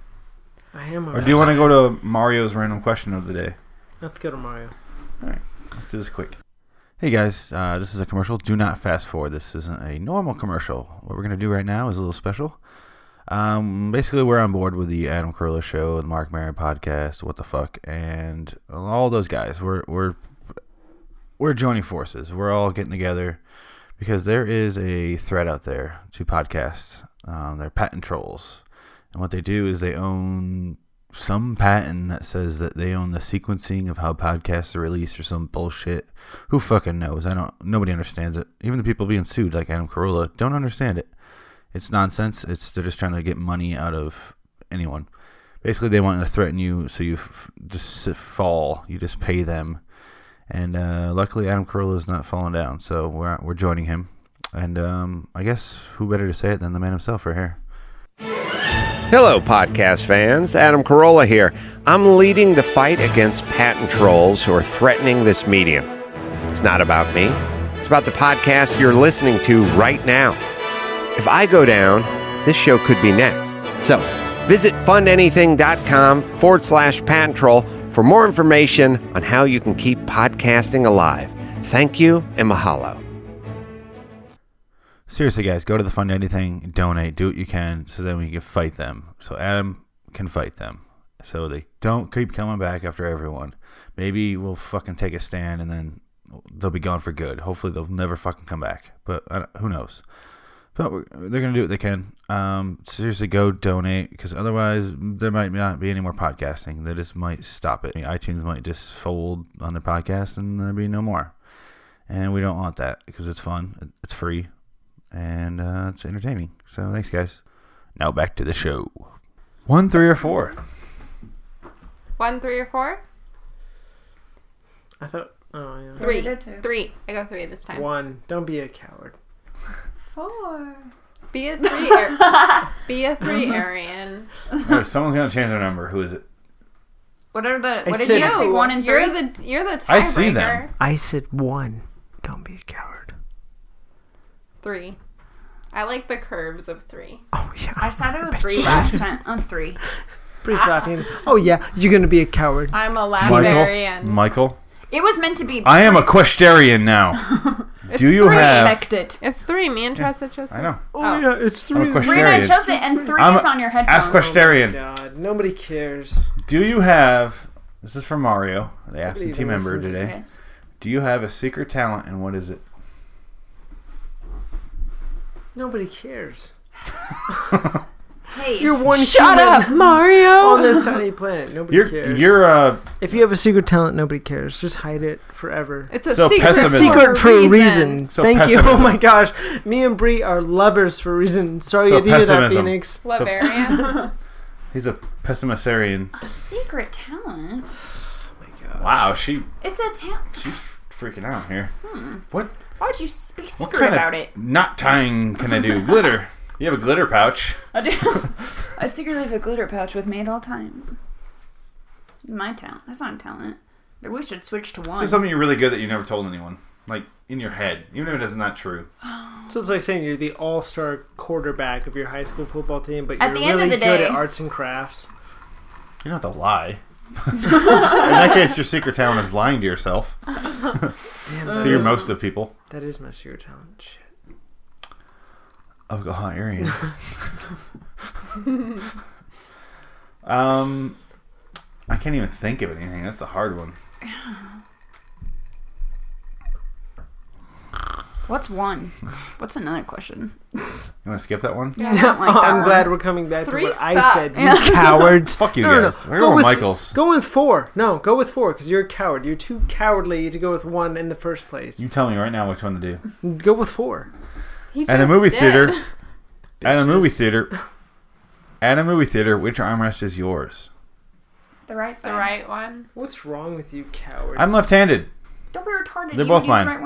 [SPEAKER 8] I am
[SPEAKER 5] Or
[SPEAKER 8] alright.
[SPEAKER 5] do you want to go to Mario's random question of the day?
[SPEAKER 8] Let's go to Mario.
[SPEAKER 5] Let's do this quick. Hey guys, uh, this is a commercial. Do not fast forward. This isn't a normal commercial. What we're going to do right now is a little special. Um, basically, we're on board with the Adam Carolla Show and Mark Maron podcast, What the Fuck, and all those guys. We're, we're we're joining forces. We're all getting together because there is a threat out there to podcasts. Um, they're patent trolls, and what they do is they own some patent that says that they own the sequencing of how podcasts are released or some bullshit. Who fucking knows? I don't. Nobody understands it. Even the people being sued, like Adam Carolla, don't understand it. It's nonsense. It's they're just trying to get money out of anyone. Basically, they want to threaten you, so you f- just s- fall. You just pay them. And uh, luckily, Adam Carolla is not falling down, so we're we're joining him. And um, I guess who better to say it than the man himself right here?
[SPEAKER 9] Hello, podcast fans. Adam Carolla here. I'm leading the fight against patent trolls who are threatening this medium. It's not about me, it's about the podcast you're listening to right now. If I go down, this show could be next. So visit fundanything.com forward slash patent troll for more information on how you can keep podcasting alive. Thank you and mahalo.
[SPEAKER 5] Seriously, guys, go to the fund anything, donate, do what you can, so then we can fight them. So Adam can fight them, so they don't keep coming back after everyone. Maybe we'll fucking take a stand, and then they'll be gone for good. Hopefully, they'll never fucking come back. But I don't- who knows? But we're- they're gonna do what they can. Um, seriously, go donate because otherwise there might not be any more podcasting. They just might stop it. iTunes might just fold on their podcast, and there'll be no more. And we don't want that because it's fun, it's free, and uh, it's entertaining. So thanks, guys. Now back to the show. One, three, or four.
[SPEAKER 6] One, three, or four?
[SPEAKER 8] I thought. Oh yeah.
[SPEAKER 6] Three.
[SPEAKER 7] did two.
[SPEAKER 6] Three. I go three this time.
[SPEAKER 8] One. Don't be a coward.
[SPEAKER 7] Four.
[SPEAKER 6] Be a three. Ar- be a three, Arian.
[SPEAKER 5] Oh, someone's gonna change their number. Who is it?
[SPEAKER 7] What are the?
[SPEAKER 8] I
[SPEAKER 7] What did
[SPEAKER 8] said-
[SPEAKER 7] you guys pick? One and
[SPEAKER 6] you're
[SPEAKER 7] 3
[SPEAKER 6] the you're the tiebreaker.
[SPEAKER 5] I see them.
[SPEAKER 8] I said one. Don't be a coward.
[SPEAKER 6] Three. I like the curves of three.
[SPEAKER 8] Oh yeah.
[SPEAKER 7] I started with three last time. On three.
[SPEAKER 8] Pretty slapping. Oh yeah. You're gonna be a coward.
[SPEAKER 6] I'm a
[SPEAKER 5] Michael.
[SPEAKER 6] Lavarian.
[SPEAKER 5] Michael.
[SPEAKER 7] It was meant to be.
[SPEAKER 5] I am a Questarian now. Do you
[SPEAKER 6] three.
[SPEAKER 5] have?
[SPEAKER 7] Respect it.
[SPEAKER 6] It's three. Me and Tressa chose
[SPEAKER 5] I know.
[SPEAKER 8] Oh,
[SPEAKER 6] Oh.
[SPEAKER 8] yeah. It's
[SPEAKER 5] I'm a
[SPEAKER 8] three.
[SPEAKER 7] Brina, I
[SPEAKER 5] Questarian.
[SPEAKER 7] chose it, and 3
[SPEAKER 5] I'm
[SPEAKER 7] is
[SPEAKER 5] a-
[SPEAKER 7] on your headphones.
[SPEAKER 5] Ask Questarian.
[SPEAKER 8] God. Nobody cares.
[SPEAKER 5] Do you have? This is from Mario, the absentee
[SPEAKER 8] even
[SPEAKER 5] member
[SPEAKER 8] listens to
[SPEAKER 5] today.
[SPEAKER 7] Oh, Yes.
[SPEAKER 5] Do you have a secret talent, and what is it?
[SPEAKER 8] Nobody cares.
[SPEAKER 7] Hey,
[SPEAKER 8] You're one
[SPEAKER 6] Shut
[SPEAKER 8] human
[SPEAKER 6] up, Mario.
[SPEAKER 8] on this tiny planet. Nobody
[SPEAKER 5] You're
[SPEAKER 8] cares.
[SPEAKER 5] you're uh
[SPEAKER 8] if you have a secret talent, nobody cares. Just hide it forever.
[SPEAKER 6] It's a
[SPEAKER 5] So
[SPEAKER 6] secret,
[SPEAKER 5] pessimism.
[SPEAKER 8] Secret for a reason.
[SPEAKER 5] So
[SPEAKER 8] Thank you. Oh
[SPEAKER 5] pessimism.
[SPEAKER 8] my gosh, me and Bree are lovers for a reason. Sorry
[SPEAKER 5] So
[SPEAKER 8] you did that,
[SPEAKER 5] pessimism.
[SPEAKER 8] Phoenix.
[SPEAKER 6] Lavarian.
[SPEAKER 5] he's a pessimistarian.
[SPEAKER 7] a secret talent.
[SPEAKER 5] Wow, she
[SPEAKER 7] It's a talent.
[SPEAKER 5] she's freaking out here. What
[SPEAKER 7] Why would you speak
[SPEAKER 5] what
[SPEAKER 7] secret
[SPEAKER 5] kind
[SPEAKER 7] about
[SPEAKER 5] of
[SPEAKER 7] it?
[SPEAKER 5] knot tying can I do? glitter. You have a glitter pouch.
[SPEAKER 7] I do. I secretly have a glitter pouch with me at all times. My talent. That's not a talent. But we should switch to
[SPEAKER 5] This
[SPEAKER 7] one.
[SPEAKER 5] is something you're really good that you never told anyone. Like in your head, even if it is not true.
[SPEAKER 8] So it's like saying you're the all-star quarterback of your high school football team, but
[SPEAKER 7] At
[SPEAKER 8] you're
[SPEAKER 7] the end of
[SPEAKER 8] really
[SPEAKER 7] the
[SPEAKER 8] good
[SPEAKER 7] day-
[SPEAKER 8] at arts and crafts.
[SPEAKER 5] You don't have to lie. in that case, your secret talent is lying to yourself.
[SPEAKER 8] Damn,
[SPEAKER 5] So
[SPEAKER 8] that,
[SPEAKER 5] you're
[SPEAKER 8] is,
[SPEAKER 5] most of people.
[SPEAKER 8] that is my secret talent. Shit.
[SPEAKER 5] Alcoholic. um, I can't even think of anything. That's a hard one.
[SPEAKER 7] What's one? What's another question?
[SPEAKER 5] You want to skip that one?
[SPEAKER 7] Yeah, I don't like that
[SPEAKER 8] I'm
[SPEAKER 7] one.
[SPEAKER 8] glad we're coming back
[SPEAKER 6] Three
[SPEAKER 8] to what I
[SPEAKER 6] suck.
[SPEAKER 8] said. You cowards.
[SPEAKER 5] Fuck you
[SPEAKER 8] No, no, no.
[SPEAKER 5] guys. We're going
[SPEAKER 8] with
[SPEAKER 5] with Michaels.
[SPEAKER 8] Go with four. No, go with four because you're a coward. You're too cowardly to go with one in the first place.
[SPEAKER 5] You tell me right now which one to do.
[SPEAKER 8] Go with four.
[SPEAKER 6] He
[SPEAKER 5] At a
[SPEAKER 6] just
[SPEAKER 5] movie
[SPEAKER 6] did.
[SPEAKER 5] theater. At a movie theater. At a movie theater, which armrest is yours?
[SPEAKER 7] The right
[SPEAKER 6] The
[SPEAKER 7] side.
[SPEAKER 6] right one.
[SPEAKER 8] What's wrong with you, cowards?
[SPEAKER 5] I'm left-handed.
[SPEAKER 7] Don't be retarded.
[SPEAKER 5] They're
[SPEAKER 7] you
[SPEAKER 5] both
[SPEAKER 7] would
[SPEAKER 5] mine.
[SPEAKER 7] Use the right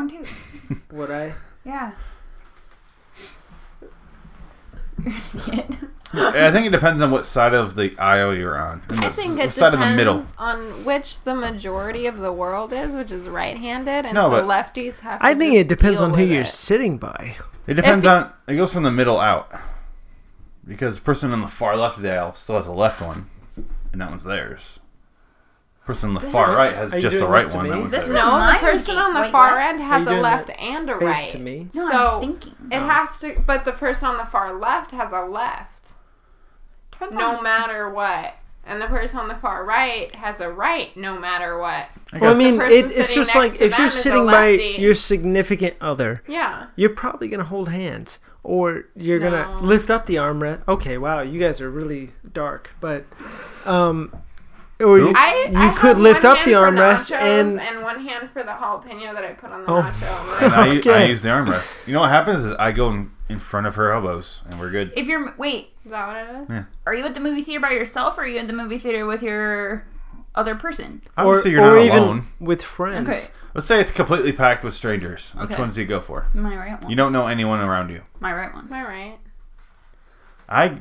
[SPEAKER 7] one too.
[SPEAKER 8] Would I?
[SPEAKER 7] Yeah.
[SPEAKER 5] I think it depends on what side of the aisle you're on. And
[SPEAKER 6] I
[SPEAKER 5] the-
[SPEAKER 6] think
[SPEAKER 5] the
[SPEAKER 6] it
[SPEAKER 5] side of
[SPEAKER 6] depends
[SPEAKER 5] the middle.
[SPEAKER 6] on which the majority of the world is, which is right-handed, and
[SPEAKER 5] No,
[SPEAKER 6] so
[SPEAKER 5] but-
[SPEAKER 6] lefties have. To
[SPEAKER 8] I think
[SPEAKER 6] just
[SPEAKER 8] it depends
[SPEAKER 6] deal
[SPEAKER 8] on who
[SPEAKER 6] with
[SPEAKER 8] you're
[SPEAKER 6] it.
[SPEAKER 8] sitting by.
[SPEAKER 5] It depends
[SPEAKER 6] it-
[SPEAKER 5] on. It goes from the middle out, because the person on the far left of the aisle still has a left one, and that one's theirs. person on the far
[SPEAKER 7] is-
[SPEAKER 5] right has
[SPEAKER 8] Are you
[SPEAKER 5] just the
[SPEAKER 8] doing
[SPEAKER 5] right
[SPEAKER 8] this to
[SPEAKER 5] one.
[SPEAKER 8] me?
[SPEAKER 5] That one's
[SPEAKER 7] This
[SPEAKER 5] theirs.
[SPEAKER 7] is-
[SPEAKER 6] No,
[SPEAKER 7] Lion
[SPEAKER 6] the person
[SPEAKER 7] King.
[SPEAKER 6] on the
[SPEAKER 7] Wait,
[SPEAKER 6] far
[SPEAKER 7] what?
[SPEAKER 6] end
[SPEAKER 8] Are you
[SPEAKER 6] has a
[SPEAKER 8] doing
[SPEAKER 6] left
[SPEAKER 8] that
[SPEAKER 6] and a
[SPEAKER 8] Face
[SPEAKER 6] right.
[SPEAKER 8] to me.
[SPEAKER 7] No,
[SPEAKER 6] So-
[SPEAKER 7] I'm thinking.
[SPEAKER 6] It has to, but the person on the far left has a left,
[SPEAKER 7] Depends
[SPEAKER 6] no
[SPEAKER 8] Hmm.
[SPEAKER 7] on-
[SPEAKER 6] matter what. and the person on the far right has a right no matter what.
[SPEAKER 8] Well, I
[SPEAKER 5] guess.
[SPEAKER 8] mean,
[SPEAKER 6] The person
[SPEAKER 8] it, it's
[SPEAKER 6] sitting
[SPEAKER 8] just
[SPEAKER 6] next
[SPEAKER 8] like
[SPEAKER 6] to
[SPEAKER 8] if
[SPEAKER 6] them
[SPEAKER 8] you're
[SPEAKER 6] is a
[SPEAKER 8] sitting by
[SPEAKER 6] lefty.
[SPEAKER 8] your significant other,
[SPEAKER 6] Yeah.
[SPEAKER 8] you're probably gonna hold hands or you're gonna
[SPEAKER 6] No.
[SPEAKER 8] lift up the armrest. Okay, wow, you guys are really dark, but um, or you,
[SPEAKER 6] I,
[SPEAKER 8] you
[SPEAKER 6] I
[SPEAKER 8] could
[SPEAKER 6] have
[SPEAKER 8] lift
[SPEAKER 6] one
[SPEAKER 8] up
[SPEAKER 6] hand
[SPEAKER 8] the
[SPEAKER 6] for
[SPEAKER 8] armrest
[SPEAKER 6] nachos
[SPEAKER 8] and
[SPEAKER 6] and one hand for the jalapeno that I put on the
[SPEAKER 8] Oh.
[SPEAKER 5] And
[SPEAKER 6] nacho.
[SPEAKER 5] I, u- I
[SPEAKER 8] Okay.
[SPEAKER 5] use the armrest. You know what happens is I go in, in front of her elbows, and we're good.
[SPEAKER 7] If you're wait,
[SPEAKER 6] Is that what it is?
[SPEAKER 7] are you at the movie theater by yourself or are you at the movie theater with your other person?
[SPEAKER 5] Obviously, you're
[SPEAKER 8] or
[SPEAKER 5] not
[SPEAKER 8] even
[SPEAKER 5] alone.
[SPEAKER 8] with friends.
[SPEAKER 7] Okay.
[SPEAKER 5] Let's say it's completely packed with strangers. Which
[SPEAKER 7] Okay.
[SPEAKER 5] ones do you go for?
[SPEAKER 7] My right one.
[SPEAKER 5] You don't know anyone around you.
[SPEAKER 7] My right one.
[SPEAKER 6] Am I right?
[SPEAKER 5] I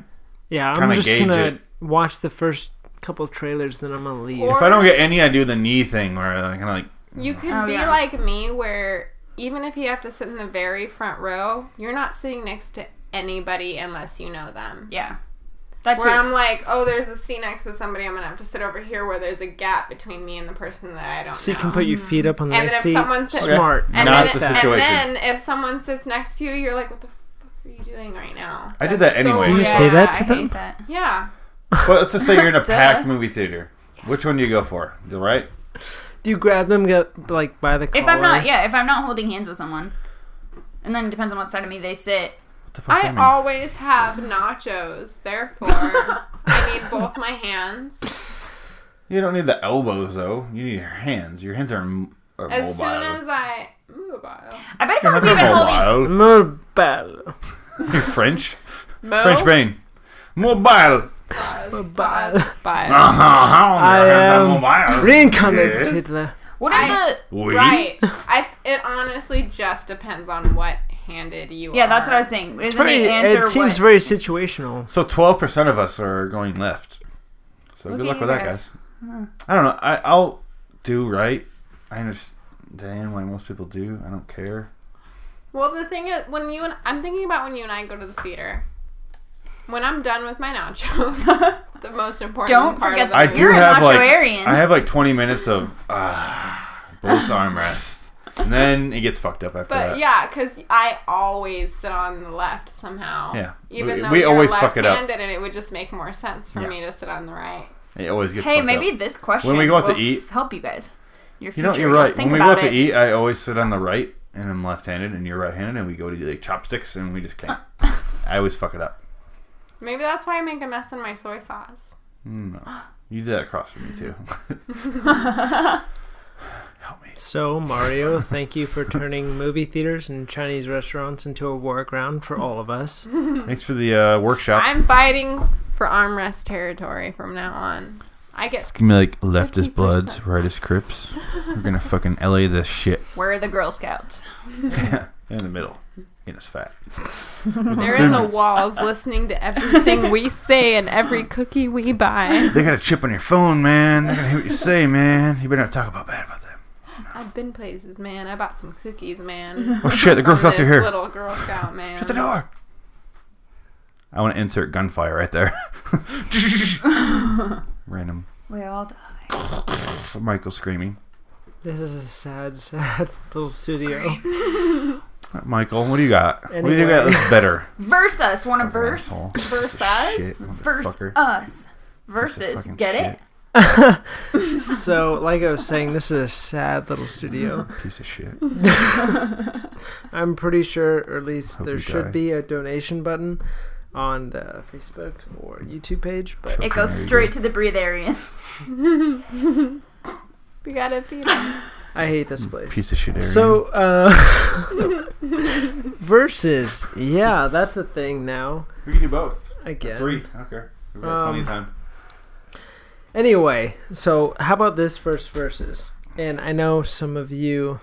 [SPEAKER 8] Yeah,
[SPEAKER 5] Kinda
[SPEAKER 8] I'm just
[SPEAKER 5] gauge
[SPEAKER 8] gonna
[SPEAKER 5] it.
[SPEAKER 8] watch the first couple trailers, then I'm gonna leave.
[SPEAKER 6] Or-
[SPEAKER 5] if I don't get any, I do the knee thing where I kind of like
[SPEAKER 6] You could
[SPEAKER 7] Oh,
[SPEAKER 6] be
[SPEAKER 7] yeah.
[SPEAKER 6] like me, where even if you have to sit in the very front row, you're not sitting next to anybody unless you know them.
[SPEAKER 7] Yeah. That too.
[SPEAKER 6] Where I'm like, oh, there's a seat next to somebody. I'm gonna have to sit over here where there's a gap between me and the person that I don't
[SPEAKER 8] so you
[SPEAKER 6] know.
[SPEAKER 8] can put your feet up on the
[SPEAKER 6] And
[SPEAKER 8] next
[SPEAKER 6] then if
[SPEAKER 8] seat.
[SPEAKER 6] someone says- Okay.
[SPEAKER 8] Smart.
[SPEAKER 6] and
[SPEAKER 5] Not
[SPEAKER 6] then,
[SPEAKER 5] the situation.
[SPEAKER 6] And then if someone sits next to you, you're like, what the fuck are you doing right now?
[SPEAKER 5] I did
[SPEAKER 6] That's
[SPEAKER 5] that
[SPEAKER 6] so
[SPEAKER 5] anyway. Do
[SPEAKER 8] you
[SPEAKER 6] weird.
[SPEAKER 8] say that to
[SPEAKER 7] I hate
[SPEAKER 8] them?
[SPEAKER 7] that.
[SPEAKER 6] Yeah.
[SPEAKER 5] Well, let's just say you're in a packed movie theater. Which one do you go for? The right?
[SPEAKER 8] Do you grab them get, like by the collar?
[SPEAKER 7] If I'm not, yeah, if I'm not holding hands with someone, and then it depends on what side of me they sit.
[SPEAKER 5] What the fuck's
[SPEAKER 6] I always have nachos. Therefore, I need both my hands.
[SPEAKER 5] you don't need the elbows though. You need your hands. Your hands are, m- are
[SPEAKER 6] As
[SPEAKER 5] mobile.
[SPEAKER 6] soon as I mobile,
[SPEAKER 7] I bet if
[SPEAKER 5] Your
[SPEAKER 7] I was
[SPEAKER 5] hands
[SPEAKER 7] even
[SPEAKER 5] are
[SPEAKER 7] holding,
[SPEAKER 5] mobile.
[SPEAKER 8] Mobile.
[SPEAKER 5] You're French.
[SPEAKER 6] Mo,
[SPEAKER 5] French brain. Mobile.
[SPEAKER 6] Buzz, buzz.
[SPEAKER 5] I
[SPEAKER 8] am Reincarnated Hitler.
[SPEAKER 7] what are
[SPEAKER 6] I-
[SPEAKER 7] the?
[SPEAKER 5] Oui.
[SPEAKER 6] Right. I, it honestly just depends on what handed you are.
[SPEAKER 7] Yeah, that's what I was saying. It's
[SPEAKER 8] It's very,
[SPEAKER 7] answer
[SPEAKER 8] it seems
[SPEAKER 7] what?
[SPEAKER 8] very situational.
[SPEAKER 5] So twelve percent of us are going left. So
[SPEAKER 7] Look
[SPEAKER 5] good
[SPEAKER 7] at
[SPEAKER 5] luck
[SPEAKER 7] you
[SPEAKER 5] with that,
[SPEAKER 7] guys.
[SPEAKER 5] guys. I don't know. I, I'll do right. I understand why most people do. I don't care.
[SPEAKER 6] Well, the thing is, when you and I'm thinking about when you and I go to the theater. When I'm done with my nachos, the most important
[SPEAKER 7] Don't
[SPEAKER 6] part
[SPEAKER 7] forget
[SPEAKER 6] of
[SPEAKER 7] the
[SPEAKER 6] the
[SPEAKER 5] I
[SPEAKER 6] movie.
[SPEAKER 5] do
[SPEAKER 7] You're a
[SPEAKER 5] have like
[SPEAKER 7] nachoarian.
[SPEAKER 5] I have like 20 minutes of ah, both armrests, and then it gets fucked up after
[SPEAKER 6] But
[SPEAKER 5] that.
[SPEAKER 6] yeah, because I always sit on the left somehow.
[SPEAKER 5] Yeah.
[SPEAKER 6] Even
[SPEAKER 5] We-
[SPEAKER 6] though
[SPEAKER 5] we
[SPEAKER 6] we are
[SPEAKER 5] always fuck it
[SPEAKER 6] left-handed,
[SPEAKER 5] up.
[SPEAKER 6] and it would just make more sense for
[SPEAKER 5] Yeah.
[SPEAKER 6] me to sit on the right.
[SPEAKER 5] It always gets.
[SPEAKER 7] Hey,
[SPEAKER 5] fucked
[SPEAKER 7] maybe
[SPEAKER 5] up.
[SPEAKER 7] this question
[SPEAKER 5] When we go out to
[SPEAKER 7] will
[SPEAKER 5] eat-
[SPEAKER 7] help you guys. Your
[SPEAKER 5] you
[SPEAKER 7] future,
[SPEAKER 5] know you're
[SPEAKER 7] you'll
[SPEAKER 5] right.
[SPEAKER 7] Think
[SPEAKER 5] When we go
[SPEAKER 7] about
[SPEAKER 5] out to
[SPEAKER 7] it.
[SPEAKER 5] eat, I always sit on the right, and I'm left-handed, and you're right-handed, and we go to do like chopsticks, and we just can't. I always fuck it up.
[SPEAKER 6] Maybe that's why I make a mess in my soy sauce.
[SPEAKER 5] Mm, No, you did that across from me too. Help me.
[SPEAKER 8] So, Mario, thank you for turning movie theaters and Chinese restaurants into a war ground for all of us.
[SPEAKER 5] Thanks for the uh, workshop.
[SPEAKER 6] I'm fighting for armrest territory from now on. I get
[SPEAKER 5] Give me like leftist
[SPEAKER 6] 50%.
[SPEAKER 5] bloods, rightist crips. We're gonna fucking LA this shit
[SPEAKER 7] Where are the Girl Scouts?
[SPEAKER 5] in the middle. Getting us fat.
[SPEAKER 6] they're in the
[SPEAKER 5] Feminists.
[SPEAKER 6] walls listening to everything we say and every cookie we buy.
[SPEAKER 5] They got a chip on your phone, man. They're gonna hear what you say, man. You better not talk about bad about them.
[SPEAKER 6] I've been places, man. I bought some cookies, man.
[SPEAKER 5] Oh shit, the Girl
[SPEAKER 6] From
[SPEAKER 5] Scouts are
[SPEAKER 6] this
[SPEAKER 5] here.
[SPEAKER 6] Little Girl Scout man.
[SPEAKER 5] Shut the door. I want to insert gunfire right there. Random.
[SPEAKER 7] We all die.
[SPEAKER 5] Michael screaming.
[SPEAKER 8] This is a sad, sad little studio.
[SPEAKER 5] Michael, what do you got? What do you
[SPEAKER 8] Anyway.
[SPEAKER 5] got that's better?
[SPEAKER 7] Verse us. Want to verse?
[SPEAKER 5] Asshole.
[SPEAKER 7] Verse
[SPEAKER 5] Piece of
[SPEAKER 7] us?
[SPEAKER 5] shit,
[SPEAKER 7] Verse
[SPEAKER 5] motherfucker.
[SPEAKER 7] us.
[SPEAKER 5] Piece of
[SPEAKER 7] Versus.
[SPEAKER 5] fucking
[SPEAKER 7] Get it?
[SPEAKER 8] so, like I was saying, this is a sad little studio.
[SPEAKER 5] shit. Piece of shit.
[SPEAKER 8] I'm pretty sure, or at least
[SPEAKER 5] Hope
[SPEAKER 8] there
[SPEAKER 5] you
[SPEAKER 8] should
[SPEAKER 5] die.
[SPEAKER 8] be a donation button on the Facebook or YouTube page. But
[SPEAKER 7] It
[SPEAKER 5] Okay,
[SPEAKER 7] goes
[SPEAKER 5] there you
[SPEAKER 7] straight
[SPEAKER 5] go.
[SPEAKER 7] to the breatharians.
[SPEAKER 6] We gotta beat 'em.
[SPEAKER 8] I hate this place.
[SPEAKER 5] Piece of shit. Aaron.
[SPEAKER 8] So, uh, versus, yeah, that's a thing now.
[SPEAKER 5] we can do both.
[SPEAKER 8] I guess.
[SPEAKER 5] I don't care. We've
[SPEAKER 8] got plenty of
[SPEAKER 5] time.
[SPEAKER 8] Anyway, so how about this first verses? And I know some of you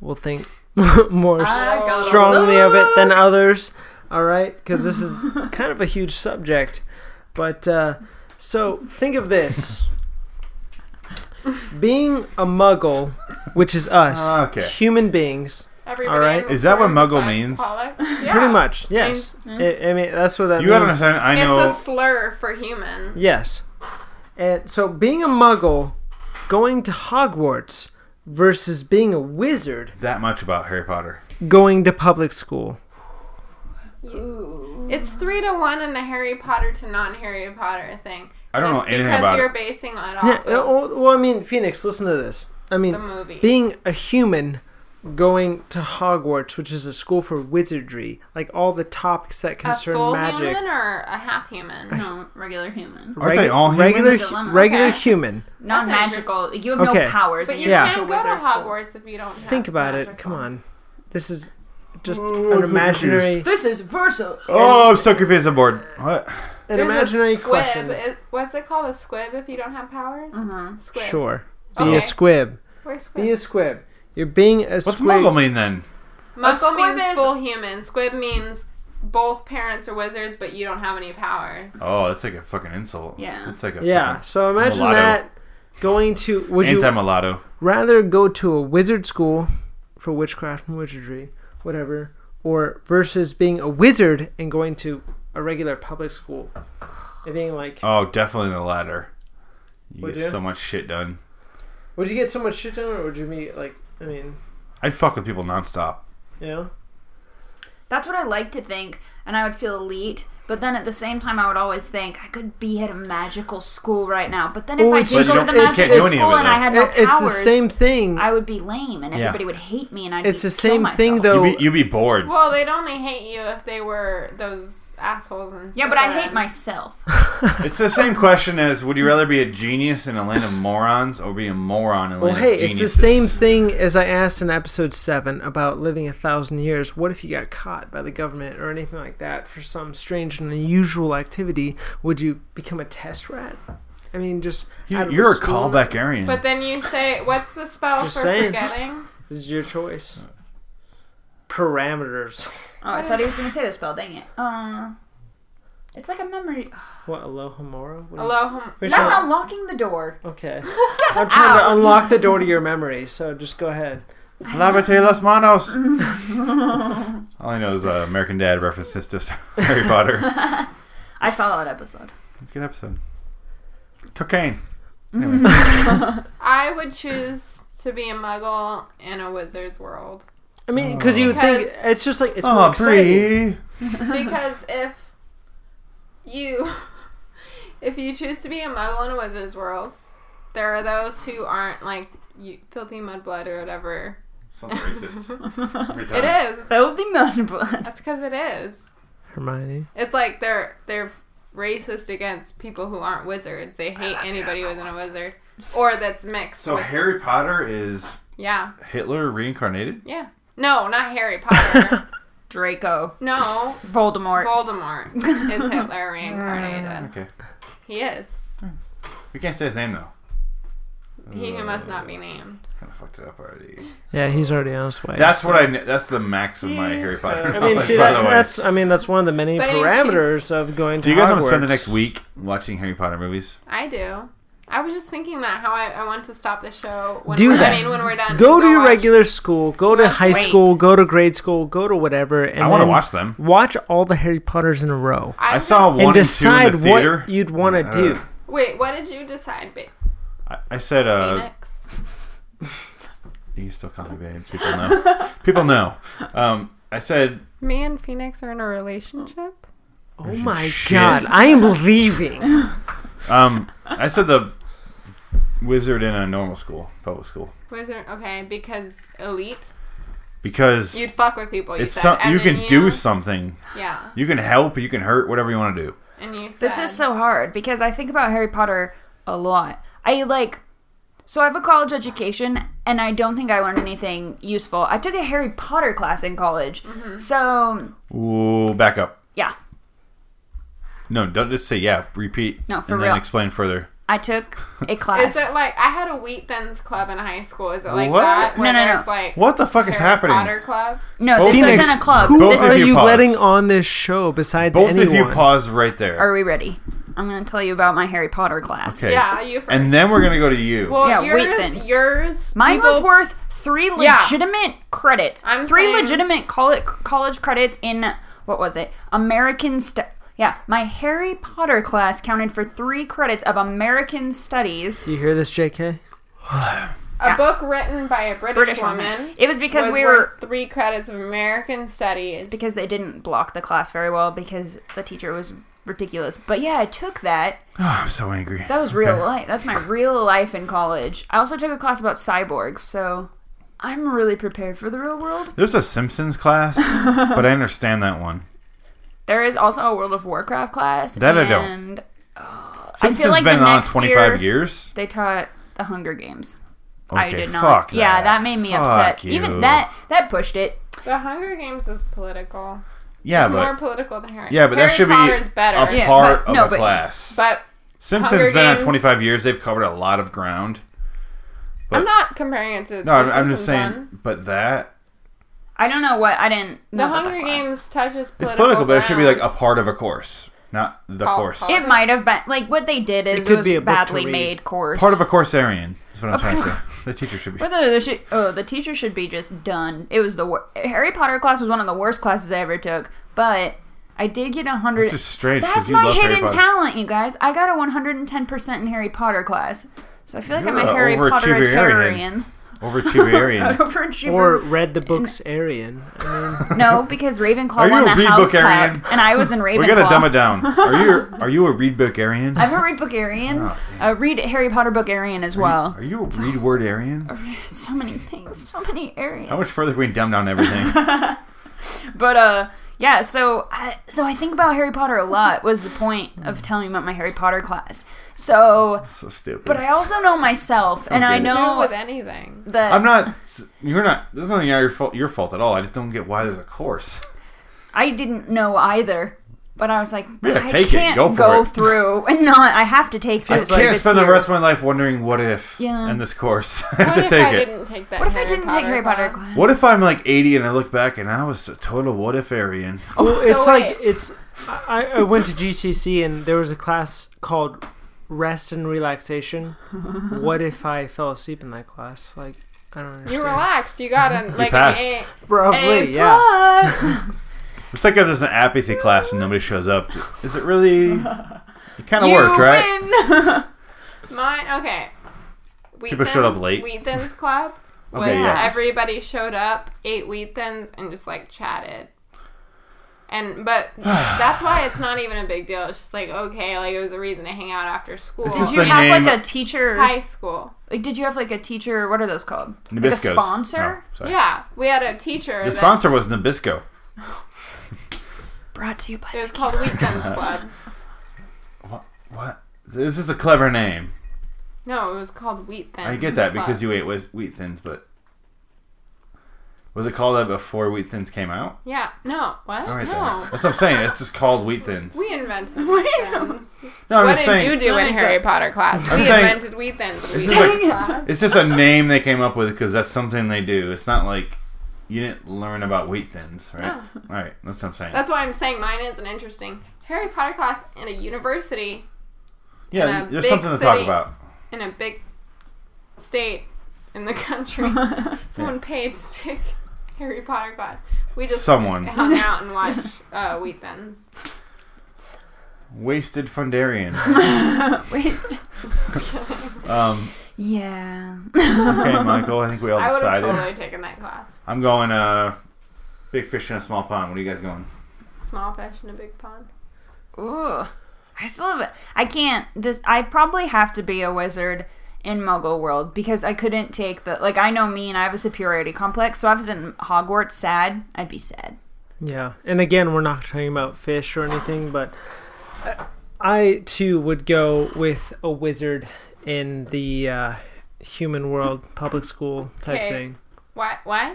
[SPEAKER 8] will think more s-
[SPEAKER 7] I got a
[SPEAKER 8] strongly of it than others. All right, because this is kind of a huge subject. But uh, so think of this: being a muggle, which is us,
[SPEAKER 5] Ah, Okay.
[SPEAKER 8] human beings,
[SPEAKER 6] Everybody
[SPEAKER 8] All right.
[SPEAKER 6] in the
[SPEAKER 5] Is that what
[SPEAKER 6] room
[SPEAKER 5] muggle
[SPEAKER 6] besides
[SPEAKER 5] means?
[SPEAKER 6] Pollock? Yeah.
[SPEAKER 8] pretty much. Yes, I, I mean that's what that
[SPEAKER 5] You
[SPEAKER 8] means.
[SPEAKER 5] gotta understand. I know.
[SPEAKER 6] It's a slur for human.
[SPEAKER 8] Yes. And so being a muggle, going to Hogwarts versus being a wizard,
[SPEAKER 5] that much about Harry Potter.
[SPEAKER 8] going to public school.
[SPEAKER 6] It's three to one in the Harry Potter to non Harry Potter thing.
[SPEAKER 5] I don't
[SPEAKER 6] And
[SPEAKER 5] know
[SPEAKER 6] it's
[SPEAKER 5] anything
[SPEAKER 6] because
[SPEAKER 5] about
[SPEAKER 6] you're
[SPEAKER 5] it.
[SPEAKER 6] basing it off
[SPEAKER 8] Yeah, uh,
[SPEAKER 6] of
[SPEAKER 8] well, well, I mean, Phoenix, listen to this. I mean,
[SPEAKER 6] the movie.
[SPEAKER 8] being a human going to Hogwarts, which is a school for wizardry, like all the topics that
[SPEAKER 6] a
[SPEAKER 8] concern
[SPEAKER 6] full
[SPEAKER 8] magic.
[SPEAKER 6] human or a half human?
[SPEAKER 7] No, regular human.
[SPEAKER 5] Aren't they all humans?
[SPEAKER 8] regular,
[SPEAKER 7] Dilemma.
[SPEAKER 8] regular
[SPEAKER 6] Okay.
[SPEAKER 8] human.
[SPEAKER 7] Not magical. Like, you have
[SPEAKER 8] Okay.
[SPEAKER 7] no powers.
[SPEAKER 6] But
[SPEAKER 7] and
[SPEAKER 6] you
[SPEAKER 8] Yeah.
[SPEAKER 7] have
[SPEAKER 6] can't
[SPEAKER 7] to
[SPEAKER 6] go to
[SPEAKER 7] wizard school.
[SPEAKER 6] Hogwarts if you don't have
[SPEAKER 8] Think about it.
[SPEAKER 6] magical.
[SPEAKER 8] Come on, this is just
[SPEAKER 5] Oh,
[SPEAKER 8] an
[SPEAKER 5] I'm so
[SPEAKER 8] imaginary,
[SPEAKER 7] This is Versa.
[SPEAKER 5] Oh, I'm so confused. I'm bored. What?
[SPEAKER 8] an
[SPEAKER 6] There's
[SPEAKER 8] imaginary
[SPEAKER 6] a squib.
[SPEAKER 8] question.
[SPEAKER 6] It- what's it called? A squib if you don't have powers?
[SPEAKER 7] Uh-huh.
[SPEAKER 6] Squibs.
[SPEAKER 8] Sure, be
[SPEAKER 6] Okay.
[SPEAKER 8] a squib.
[SPEAKER 6] Where's
[SPEAKER 8] Be a
[SPEAKER 6] squib?
[SPEAKER 8] squib. You're being a
[SPEAKER 5] What's
[SPEAKER 8] squib.
[SPEAKER 5] muggle mean then?
[SPEAKER 6] Muggle
[SPEAKER 7] squib
[SPEAKER 6] means
[SPEAKER 7] is-
[SPEAKER 6] full human. Squib means both parents are wizards, but you don't have any powers.
[SPEAKER 5] Oh, that's like a fucking insult.
[SPEAKER 7] Yeah.
[SPEAKER 5] That's like a
[SPEAKER 8] Yeah.
[SPEAKER 5] fucking
[SPEAKER 8] So imagine
[SPEAKER 5] Mulatto.
[SPEAKER 8] that going to would you
[SPEAKER 5] anti mulatto.
[SPEAKER 8] rather go to a wizard school for witchcraft and wizardry, whatever, or versus being a wizard and going to a regular public school? I think like
[SPEAKER 5] Oh, definitely the latter. You
[SPEAKER 8] Would
[SPEAKER 5] get
[SPEAKER 8] you?
[SPEAKER 5] so much shit done.
[SPEAKER 8] would you get so much shit done, or would you be like, I mean,
[SPEAKER 5] I'd fuck with people nonstop.
[SPEAKER 8] you know?
[SPEAKER 7] That's what I like to think, and I would feel elite. But then at the same time, I would always think I could be at a magical school right now. But then if
[SPEAKER 8] Well,
[SPEAKER 7] I
[SPEAKER 8] it's
[SPEAKER 7] did
[SPEAKER 8] just-
[SPEAKER 7] go to the
[SPEAKER 8] it's-
[SPEAKER 7] magical
[SPEAKER 8] it's-
[SPEAKER 7] school and I had no
[SPEAKER 8] It- it's the
[SPEAKER 7] powers,
[SPEAKER 8] same thing.
[SPEAKER 7] I would be lame, and
[SPEAKER 5] Yeah.
[SPEAKER 7] everybody would hate me, and I'd
[SPEAKER 8] it's the
[SPEAKER 7] just kill
[SPEAKER 8] same thing
[SPEAKER 7] myself.
[SPEAKER 8] though.
[SPEAKER 5] You'd be, you'd be bored.
[SPEAKER 6] Well, they'd only hate you if they were those assholes and
[SPEAKER 7] Yeah, but I'd hate myself.
[SPEAKER 5] It's the same question as would you rather be a genius in a land of morons or be a moron in a
[SPEAKER 8] well,
[SPEAKER 5] land
[SPEAKER 8] hey,
[SPEAKER 5] of geniuses?
[SPEAKER 8] it's the same thing as I asked in episode seven about living a thousand years. What if you got caught by the government or anything like that for some strange and unusual activity? Would you become a test rat? I mean, just out
[SPEAKER 5] You-
[SPEAKER 8] of
[SPEAKER 5] You're a
[SPEAKER 8] school?
[SPEAKER 5] callback Aryan.
[SPEAKER 6] But then you say, what's the spell
[SPEAKER 8] Just
[SPEAKER 6] for
[SPEAKER 8] saying.
[SPEAKER 6] forgetting?
[SPEAKER 8] This is your choice. Parameters.
[SPEAKER 7] Oh, I thought he was going to say the spell. Dang it. Uh, it's like a memory.
[SPEAKER 8] What Aloha Moro? What do you-
[SPEAKER 6] Aloha.
[SPEAKER 8] Which
[SPEAKER 7] That's
[SPEAKER 8] one?
[SPEAKER 7] unlocking the door.
[SPEAKER 8] Okay. I'm trying to unlock the door to your memory, so just go ahead.
[SPEAKER 5] Lávate las manos. All I know is uh, American Dad references to Harry Potter.
[SPEAKER 7] I saw that episode.
[SPEAKER 5] It's a good episode. Cocaine.
[SPEAKER 8] Mm-hmm.
[SPEAKER 6] I would choose to be a muggle in a wizard's world.
[SPEAKER 8] I mean, because you would think
[SPEAKER 6] Because-
[SPEAKER 8] it's just like it's more
[SPEAKER 5] Oh,
[SPEAKER 8] exciting.
[SPEAKER 5] Bree.
[SPEAKER 6] Because if you if you choose to be a muggle in a wizard's world, there are those who aren't like you, filthy mudblood or whatever.
[SPEAKER 5] Sounds racist. Every
[SPEAKER 6] It
[SPEAKER 5] time.
[SPEAKER 6] is. It's-
[SPEAKER 7] That would be notable.
[SPEAKER 6] That's because it is.
[SPEAKER 8] Hermione.
[SPEAKER 6] It's like they're they're racist against people who aren't wizards. They hate anybody who isn't a wizard or that's mixed.
[SPEAKER 5] So
[SPEAKER 6] with,
[SPEAKER 5] Harry Potter is
[SPEAKER 6] yeah,
[SPEAKER 5] Hitler reincarnated?
[SPEAKER 6] yeah. No, not Harry Potter.
[SPEAKER 7] Draco.
[SPEAKER 6] no,
[SPEAKER 7] Voldemort.
[SPEAKER 6] Voldemort is Hitler reincarnated.
[SPEAKER 5] Okay.
[SPEAKER 6] He is.
[SPEAKER 5] We can't say his name though.
[SPEAKER 6] He who must not be named.
[SPEAKER 5] Kind of fucked it up already.
[SPEAKER 8] Yeah, he's already on his way.
[SPEAKER 5] That's what I. kn- That's the max of my Harry Potter.
[SPEAKER 8] I mean,
[SPEAKER 5] knowledge,
[SPEAKER 8] see,
[SPEAKER 5] Oh, by
[SPEAKER 8] that,
[SPEAKER 5] the way.
[SPEAKER 8] that's I mean that's one of the many
[SPEAKER 6] But in
[SPEAKER 8] parameters of going to.
[SPEAKER 5] Do you guys want
[SPEAKER 8] Hogwarts.
[SPEAKER 5] to spend the next week watching Harry Potter movies?
[SPEAKER 6] I do. I was just thinking that how I, I want to stop the show when
[SPEAKER 8] Do
[SPEAKER 6] we're,
[SPEAKER 8] that.
[SPEAKER 6] I mean when we're done.
[SPEAKER 8] Go to your
[SPEAKER 6] watch-
[SPEAKER 8] regular school. Go to
[SPEAKER 6] Yes,
[SPEAKER 8] high
[SPEAKER 7] wait.
[SPEAKER 8] school. Go to grade school. Go to whatever. And
[SPEAKER 5] I want to
[SPEAKER 8] then
[SPEAKER 5] watch them.
[SPEAKER 8] Watch all the Harry Potters in a row.
[SPEAKER 6] I'm
[SPEAKER 5] I saw
[SPEAKER 6] gonna-
[SPEAKER 5] one
[SPEAKER 8] and decide
[SPEAKER 5] and two in the theater.
[SPEAKER 8] what you'd want to
[SPEAKER 5] Uh,
[SPEAKER 8] do.
[SPEAKER 6] Wait, what did you decide, ba-
[SPEAKER 5] I, I said, uh,
[SPEAKER 6] Phoenix?
[SPEAKER 5] you can still call me babes. People know. People know. Um, I said,
[SPEAKER 6] Me and Phoenix are in a relationship.
[SPEAKER 8] Oh my
[SPEAKER 5] shit.
[SPEAKER 8] god, I am leaving.
[SPEAKER 5] um, I said the wizard in a normal school, public school,
[SPEAKER 6] Wizard. Okay, because elite,
[SPEAKER 5] because
[SPEAKER 6] you'd fuck with people. You
[SPEAKER 5] it's
[SPEAKER 6] said,
[SPEAKER 5] some,
[SPEAKER 6] and
[SPEAKER 5] you
[SPEAKER 6] then
[SPEAKER 5] can do something.
[SPEAKER 6] Yeah,
[SPEAKER 5] You can help. You can hurt. Whatever you want to do.
[SPEAKER 6] and you. Said,
[SPEAKER 7] This is so hard because I think about Harry Potter a lot. I like so I have a college education and I don't think I learned anything useful. I took a Harry Potter class in college.
[SPEAKER 6] Mm-hmm.
[SPEAKER 7] So,
[SPEAKER 5] Ooh, back up.
[SPEAKER 7] yeah.
[SPEAKER 5] No, don't just say yeah. Repeat.
[SPEAKER 7] No, for
[SPEAKER 5] and
[SPEAKER 7] real.
[SPEAKER 5] then explain further.
[SPEAKER 7] I took a
[SPEAKER 6] Is
[SPEAKER 7] class.
[SPEAKER 6] it like I had a Wheat Thins club in high school? Is it like
[SPEAKER 5] What?
[SPEAKER 6] that? Where
[SPEAKER 7] No, no, no.
[SPEAKER 6] there's like
[SPEAKER 5] What the fuck is
[SPEAKER 6] Harry
[SPEAKER 5] happening?
[SPEAKER 6] Potter club.
[SPEAKER 7] no,
[SPEAKER 5] Both
[SPEAKER 7] this
[SPEAKER 5] of
[SPEAKER 7] was
[SPEAKER 5] you-
[SPEAKER 7] in a club.
[SPEAKER 8] Who
[SPEAKER 5] Both
[SPEAKER 7] This
[SPEAKER 5] of
[SPEAKER 8] are
[SPEAKER 5] you
[SPEAKER 8] you
[SPEAKER 5] pause.
[SPEAKER 8] letting on this show besides
[SPEAKER 5] Both
[SPEAKER 8] anyone?
[SPEAKER 5] of you pause right there.
[SPEAKER 7] are we ready? I'm going to tell you about my Harry Potter class.
[SPEAKER 5] Okay.
[SPEAKER 6] Yeah, you first.
[SPEAKER 5] And then we're gonna go to you.
[SPEAKER 6] well,
[SPEAKER 7] Yeah, Wheat
[SPEAKER 6] yours,
[SPEAKER 7] Thins.
[SPEAKER 6] yours.
[SPEAKER 7] Mine was
[SPEAKER 6] people-
[SPEAKER 7] worth three
[SPEAKER 6] Yeah.
[SPEAKER 7] legitimate credits.
[SPEAKER 6] I'm
[SPEAKER 7] three
[SPEAKER 6] saying-
[SPEAKER 7] legitimate college college credits in what was it? American stu Yeah, my Harry Potter class counted for three credits of American studies.
[SPEAKER 8] Do you hear this, J.K.?
[SPEAKER 6] A
[SPEAKER 7] Yeah.
[SPEAKER 6] book written by a British,
[SPEAKER 7] British
[SPEAKER 6] woman,
[SPEAKER 7] woman. It was because
[SPEAKER 6] was
[SPEAKER 7] we were
[SPEAKER 6] worth three credits of American Studies.
[SPEAKER 7] because they didn't block the class very well because the teacher was ridiculous. But yeah, I took that.
[SPEAKER 5] Oh, I'm so angry.
[SPEAKER 7] That was real life. That's my real life in college. I also took a class about cyborgs, so I'm really prepared for the real world.
[SPEAKER 5] There's a Simpsons class, but I understand that one.
[SPEAKER 7] There is also a World of Warcraft class.
[SPEAKER 5] That I
[SPEAKER 7] and
[SPEAKER 5] don't. Simpsons
[SPEAKER 7] like
[SPEAKER 5] been
[SPEAKER 7] the
[SPEAKER 5] on
[SPEAKER 7] next
[SPEAKER 5] 25
[SPEAKER 7] year-
[SPEAKER 5] years.
[SPEAKER 7] They taught the Hunger Games.
[SPEAKER 5] Okay,
[SPEAKER 7] I did not.
[SPEAKER 5] Fuck that.
[SPEAKER 7] Yeah, that made me
[SPEAKER 5] Fuck
[SPEAKER 7] upset.
[SPEAKER 5] You.
[SPEAKER 7] Even that that pushed it.
[SPEAKER 6] The Hunger Games is political.
[SPEAKER 5] Yeah,
[SPEAKER 6] It's
[SPEAKER 5] but
[SPEAKER 6] more political than Harry.
[SPEAKER 5] yeah, but
[SPEAKER 6] Harry
[SPEAKER 5] that should
[SPEAKER 6] Potter's
[SPEAKER 5] be
[SPEAKER 6] better.
[SPEAKER 5] a
[SPEAKER 7] Yeah,
[SPEAKER 5] part
[SPEAKER 7] but- no,
[SPEAKER 5] of a
[SPEAKER 7] but-
[SPEAKER 5] class.
[SPEAKER 6] But
[SPEAKER 5] Simpsons
[SPEAKER 6] Hunger
[SPEAKER 5] been
[SPEAKER 6] Games-
[SPEAKER 5] on 25 years. They've covered a lot of ground.
[SPEAKER 6] I'm not comparing it to.
[SPEAKER 5] No,
[SPEAKER 6] the
[SPEAKER 5] I'm, I'm just saying.
[SPEAKER 6] Simpsons one.
[SPEAKER 5] But that
[SPEAKER 7] I don't know what I didn't. know
[SPEAKER 6] The
[SPEAKER 7] about
[SPEAKER 6] Hunger
[SPEAKER 7] that class.
[SPEAKER 6] Games touches political.
[SPEAKER 5] it's political, but it should be like a
[SPEAKER 6] ground.
[SPEAKER 5] part of a course, not the
[SPEAKER 6] Col-
[SPEAKER 5] course.
[SPEAKER 6] col-
[SPEAKER 7] It might have been like what they did is it,
[SPEAKER 8] could
[SPEAKER 7] was
[SPEAKER 8] be a book to
[SPEAKER 7] badly
[SPEAKER 8] read.
[SPEAKER 7] made course.
[SPEAKER 5] Part of a courserian is what I'm trying to say. The teacher should be.
[SPEAKER 7] Whether there should, oh, the teacher should be just done. It was the wor- Harry Potter class was one of the worst classes I ever took, but I did get a hundred.
[SPEAKER 5] Which is strange because
[SPEAKER 7] That's
[SPEAKER 5] you
[SPEAKER 7] my
[SPEAKER 5] love Harry
[SPEAKER 7] hidden
[SPEAKER 5] Potter.
[SPEAKER 7] talent, you guys. I got a one hundred and ten percent in Harry Potter class, so I feel like I'm
[SPEAKER 5] You're
[SPEAKER 7] a
[SPEAKER 5] a
[SPEAKER 7] Harry
[SPEAKER 5] overachiever-arian.
[SPEAKER 7] Potteritarian.
[SPEAKER 5] Overachieverian.
[SPEAKER 8] Or
[SPEAKER 7] Overachiever.
[SPEAKER 8] read the books Arian.
[SPEAKER 7] Oh, no, because Ravenclaw
[SPEAKER 5] Are you
[SPEAKER 7] won
[SPEAKER 5] a
[SPEAKER 7] the
[SPEAKER 5] read
[SPEAKER 7] house
[SPEAKER 5] bookarian?
[SPEAKER 7] cup, and I was in Ravenclaw.
[SPEAKER 5] We're gonna dumb it down. Are you are you a read book Aryan?
[SPEAKER 7] I'm a read bookarian. I read Harry Potter bookarian as well.
[SPEAKER 5] Oh, Are you a read word Aryan?
[SPEAKER 7] so many things, so many areas.
[SPEAKER 5] How much further can we dumb down everything?
[SPEAKER 7] But uh, yeah. So I, so I think about Harry Potter a lot. Was the point of telling me about my Harry Potter class? So,
[SPEAKER 5] so stupid.
[SPEAKER 7] but I also know myself, and I
[SPEAKER 5] good.
[SPEAKER 6] Do
[SPEAKER 7] know
[SPEAKER 6] with anything.
[SPEAKER 7] that
[SPEAKER 5] I'm not. You're not. This is not your fault. Your fault at all. I just don't get why there's a course.
[SPEAKER 7] I didn't know either. But I was like,
[SPEAKER 5] Yeah,
[SPEAKER 7] I
[SPEAKER 5] take it.
[SPEAKER 7] can't
[SPEAKER 5] Go for
[SPEAKER 7] go
[SPEAKER 5] it.
[SPEAKER 7] through and not. I have to take
[SPEAKER 5] I
[SPEAKER 7] this.
[SPEAKER 5] can't
[SPEAKER 7] It's
[SPEAKER 5] spend the
[SPEAKER 7] here.
[SPEAKER 5] rest of my life wondering what if
[SPEAKER 7] Yeah.
[SPEAKER 5] in this course. I have
[SPEAKER 6] What
[SPEAKER 5] to
[SPEAKER 6] if
[SPEAKER 5] take
[SPEAKER 6] I
[SPEAKER 5] it.
[SPEAKER 6] didn't take that?
[SPEAKER 7] What if I
[SPEAKER 6] Harry
[SPEAKER 7] didn't take Harry Potter class?
[SPEAKER 5] What if I'm like 80 and I look back and I was a total what if Aryan?
[SPEAKER 6] Oh,
[SPEAKER 8] Well, it's
[SPEAKER 6] So
[SPEAKER 8] like
[SPEAKER 6] wait.
[SPEAKER 8] it's. I, I- I went to GCC and there was a class called rest and relaxation. What if I fell asleep in that class? Like I don't
[SPEAKER 6] You
[SPEAKER 8] understand.
[SPEAKER 6] relaxed. You got an like an
[SPEAKER 5] passed.
[SPEAKER 6] A.
[SPEAKER 8] Probably,
[SPEAKER 7] A
[SPEAKER 8] yeah.
[SPEAKER 7] plus.
[SPEAKER 5] It's like if there's an apathy class and nobody shows up. Is it really? It kind of
[SPEAKER 7] You
[SPEAKER 5] worked, right?
[SPEAKER 7] win.
[SPEAKER 6] Mine okay. Wheat
[SPEAKER 5] People showed up late.
[SPEAKER 6] Wheat Thins Club was
[SPEAKER 5] Okay, yes.
[SPEAKER 6] everybody showed up, ate Wheat Thins, and just like chatted. And but that's why it's not even a big deal. It's just like okay, like it was a reason to hang out after school.
[SPEAKER 5] This
[SPEAKER 7] Did
[SPEAKER 5] is
[SPEAKER 7] you
[SPEAKER 5] the
[SPEAKER 7] have
[SPEAKER 5] name-
[SPEAKER 7] like a teacher?
[SPEAKER 6] High school.
[SPEAKER 7] Like, did you have like a teacher? What are those called? Like a
[SPEAKER 5] Nabisco's.
[SPEAKER 7] sponsor
[SPEAKER 5] Oh, sorry.
[SPEAKER 6] Yeah, we had a teacher.
[SPEAKER 5] The
[SPEAKER 6] that-
[SPEAKER 5] sponsor was Nabisco.
[SPEAKER 7] brought to you by.
[SPEAKER 6] It was called Wheat Thins Club.
[SPEAKER 5] What? This is a clever name.
[SPEAKER 6] No, it was called Wheat Thins.
[SPEAKER 5] I get that
[SPEAKER 6] Club.
[SPEAKER 5] because you ate wheat Wheat thins, but was it called that before wheat thins came out?
[SPEAKER 6] Yeah. No. What?
[SPEAKER 5] All right, then.
[SPEAKER 6] no.
[SPEAKER 5] That's what I'm saying. It's just called wheat thins.
[SPEAKER 6] We invented Wheat Thins.
[SPEAKER 5] no, I'm
[SPEAKER 6] What did
[SPEAKER 5] just saying.
[SPEAKER 6] you do in Harry Potter class? we
[SPEAKER 5] saying-
[SPEAKER 6] invented Wheat Thins. Wheat
[SPEAKER 5] just
[SPEAKER 6] Thins
[SPEAKER 5] like-
[SPEAKER 6] class.
[SPEAKER 5] It's just a name they came up with because that's something they do. It's not like you didn't learn about wheat thins, right? All right, that's what I'm saying.
[SPEAKER 6] That's why I'm saying mine is an interesting Harry Potter class in a university
[SPEAKER 5] yeah,
[SPEAKER 6] in a
[SPEAKER 5] there's
[SPEAKER 6] big
[SPEAKER 5] something to talk
[SPEAKER 6] city.
[SPEAKER 5] about.
[SPEAKER 6] in a big state in the country. Someone paid to take Harry Potter class. We just
[SPEAKER 5] Someone.
[SPEAKER 6] hung out and watched uh, Wheat Thins.
[SPEAKER 5] Wasted Fundarian.
[SPEAKER 7] Waste.
[SPEAKER 5] Um,
[SPEAKER 7] yeah.
[SPEAKER 5] okay, Michael, I think we all
[SPEAKER 6] I would have
[SPEAKER 5] decided.
[SPEAKER 6] totally taken that class.
[SPEAKER 5] I'm going uh, big fish in a small pond. What are you guys going?
[SPEAKER 6] Small fish in a big pond.
[SPEAKER 7] Ooh. I still have it. I can't. This. I probably have to be a wizard in Muggle world because I couldn't take the. Like I know me and I have a superiority complex. So if I was in Hogwarts, sad. I'd be sad.
[SPEAKER 8] Yeah, and again, we're not talking about fish or anything, but I, I too would go with a wizard in the uh, human world, public school type
[SPEAKER 6] Okay.
[SPEAKER 8] thing.
[SPEAKER 6] Why? Why?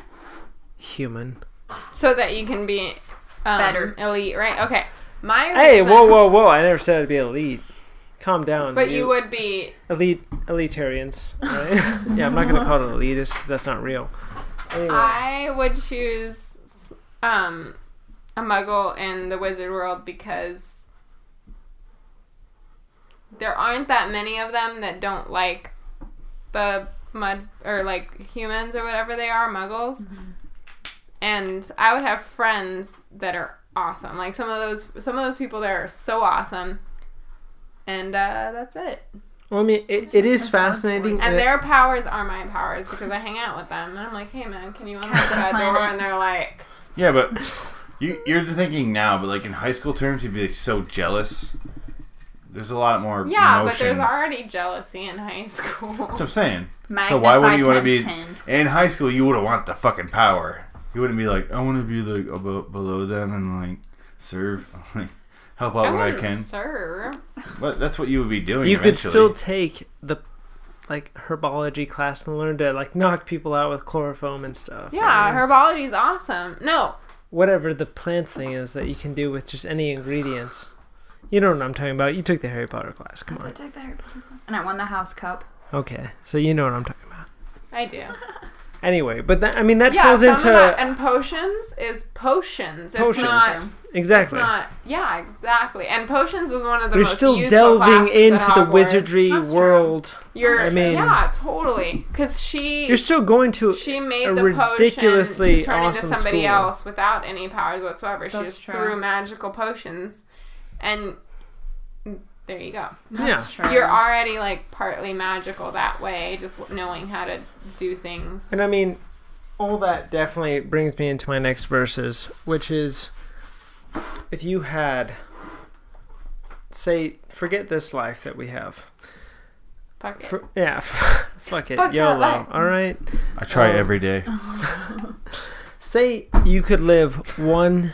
[SPEAKER 8] Human.
[SPEAKER 6] So that you can be um,
[SPEAKER 7] Better.
[SPEAKER 6] elite, right? Okay. My
[SPEAKER 8] Hey,
[SPEAKER 6] reason-
[SPEAKER 8] whoa, whoa, whoa! I never said I'd be elite. Calm down.
[SPEAKER 6] But you would be
[SPEAKER 8] elite elitarians. Right? yeah, I'm not gonna call it elitist because that's not real. Anyway,
[SPEAKER 6] I would choose um, a muggle in the wizard world because there aren't that many of them that don't like the mud or like humans or whatever they are, muggles. And I would have friends that are awesome. Like some of those some of those people there are so awesome. And uh, that's it.
[SPEAKER 8] Well, I mean, it, it is fascinating.
[SPEAKER 6] And
[SPEAKER 8] it-
[SPEAKER 6] their powers are my powers because I hang out with them and I'm like, hey man, can you unlock that
[SPEAKER 7] Planet.
[SPEAKER 6] door? And they're like,
[SPEAKER 5] Yeah, but you, you're thinking now, but like in high school terms, you'd be like so jealous. There's a lot more.
[SPEAKER 6] yeah,
[SPEAKER 5] emotions.
[SPEAKER 6] but there's already jealousy in high school.
[SPEAKER 5] That's what I'm saying. so
[SPEAKER 7] Magnified
[SPEAKER 5] why would you want to
[SPEAKER 7] times
[SPEAKER 5] be
[SPEAKER 7] 10.
[SPEAKER 5] in high school? You would have want the fucking power. You wouldn't be like, I want to be like abo- below them and like serve, like help out
[SPEAKER 6] I
[SPEAKER 5] when I
[SPEAKER 7] Oh,
[SPEAKER 6] wouldn't
[SPEAKER 5] can.
[SPEAKER 6] serve.
[SPEAKER 5] But that's what you would be doing.
[SPEAKER 8] you could
[SPEAKER 5] eventually.
[SPEAKER 8] still take the like herbology class and learn to like knock people out with chloroform and stuff.
[SPEAKER 6] Yeah,
[SPEAKER 8] and
[SPEAKER 6] herbology's awesome. No,
[SPEAKER 8] whatever the plant thing is that you can do with just any ingredients. You know what I'm talking about. You took the Harry Potter class. Come
[SPEAKER 7] I
[SPEAKER 8] on.
[SPEAKER 7] took the Harry Potter class, and I won the house cup.
[SPEAKER 8] Okay, so you know what I'm talking about.
[SPEAKER 6] I do.
[SPEAKER 8] Anyway, but that, I mean that
[SPEAKER 6] yeah,
[SPEAKER 8] falls
[SPEAKER 6] some
[SPEAKER 8] into
[SPEAKER 6] of that, and potions is potions. It's
[SPEAKER 8] Potions.
[SPEAKER 6] not. It's
[SPEAKER 8] exactly.
[SPEAKER 6] not. Yeah, exactly. And potions is one of the
[SPEAKER 8] We're
[SPEAKER 6] most
[SPEAKER 8] still
[SPEAKER 6] useful
[SPEAKER 8] delving
[SPEAKER 6] classes at
[SPEAKER 8] into the
[SPEAKER 6] Hogwarts.
[SPEAKER 8] wizardry
[SPEAKER 7] That's true.
[SPEAKER 8] world.
[SPEAKER 6] You're,
[SPEAKER 8] I mean-
[SPEAKER 6] yeah, totally. Because she
[SPEAKER 8] You're still going to
[SPEAKER 6] she made
[SPEAKER 8] a
[SPEAKER 6] the
[SPEAKER 8] ridiculously
[SPEAKER 6] potion to turn
[SPEAKER 8] awesome
[SPEAKER 6] into somebody
[SPEAKER 8] school.
[SPEAKER 6] else without any powers whatsoever. she
[SPEAKER 7] That's
[SPEAKER 6] just
[SPEAKER 7] true.
[SPEAKER 6] threw magical potions, and there you go.
[SPEAKER 8] yeah.
[SPEAKER 7] That's true.
[SPEAKER 6] You're already like partly magical that way, just knowing how to do things.
[SPEAKER 8] And I mean, all that definitely brings me into my next verses, which is if you had, say, forget this life that we have.
[SPEAKER 6] Fuck it.
[SPEAKER 8] For, yeah, fuck it,
[SPEAKER 6] Fuck that
[SPEAKER 8] YOLO.
[SPEAKER 6] life.
[SPEAKER 8] All right.
[SPEAKER 5] I try
[SPEAKER 8] um,
[SPEAKER 5] every day.
[SPEAKER 8] Say you could live one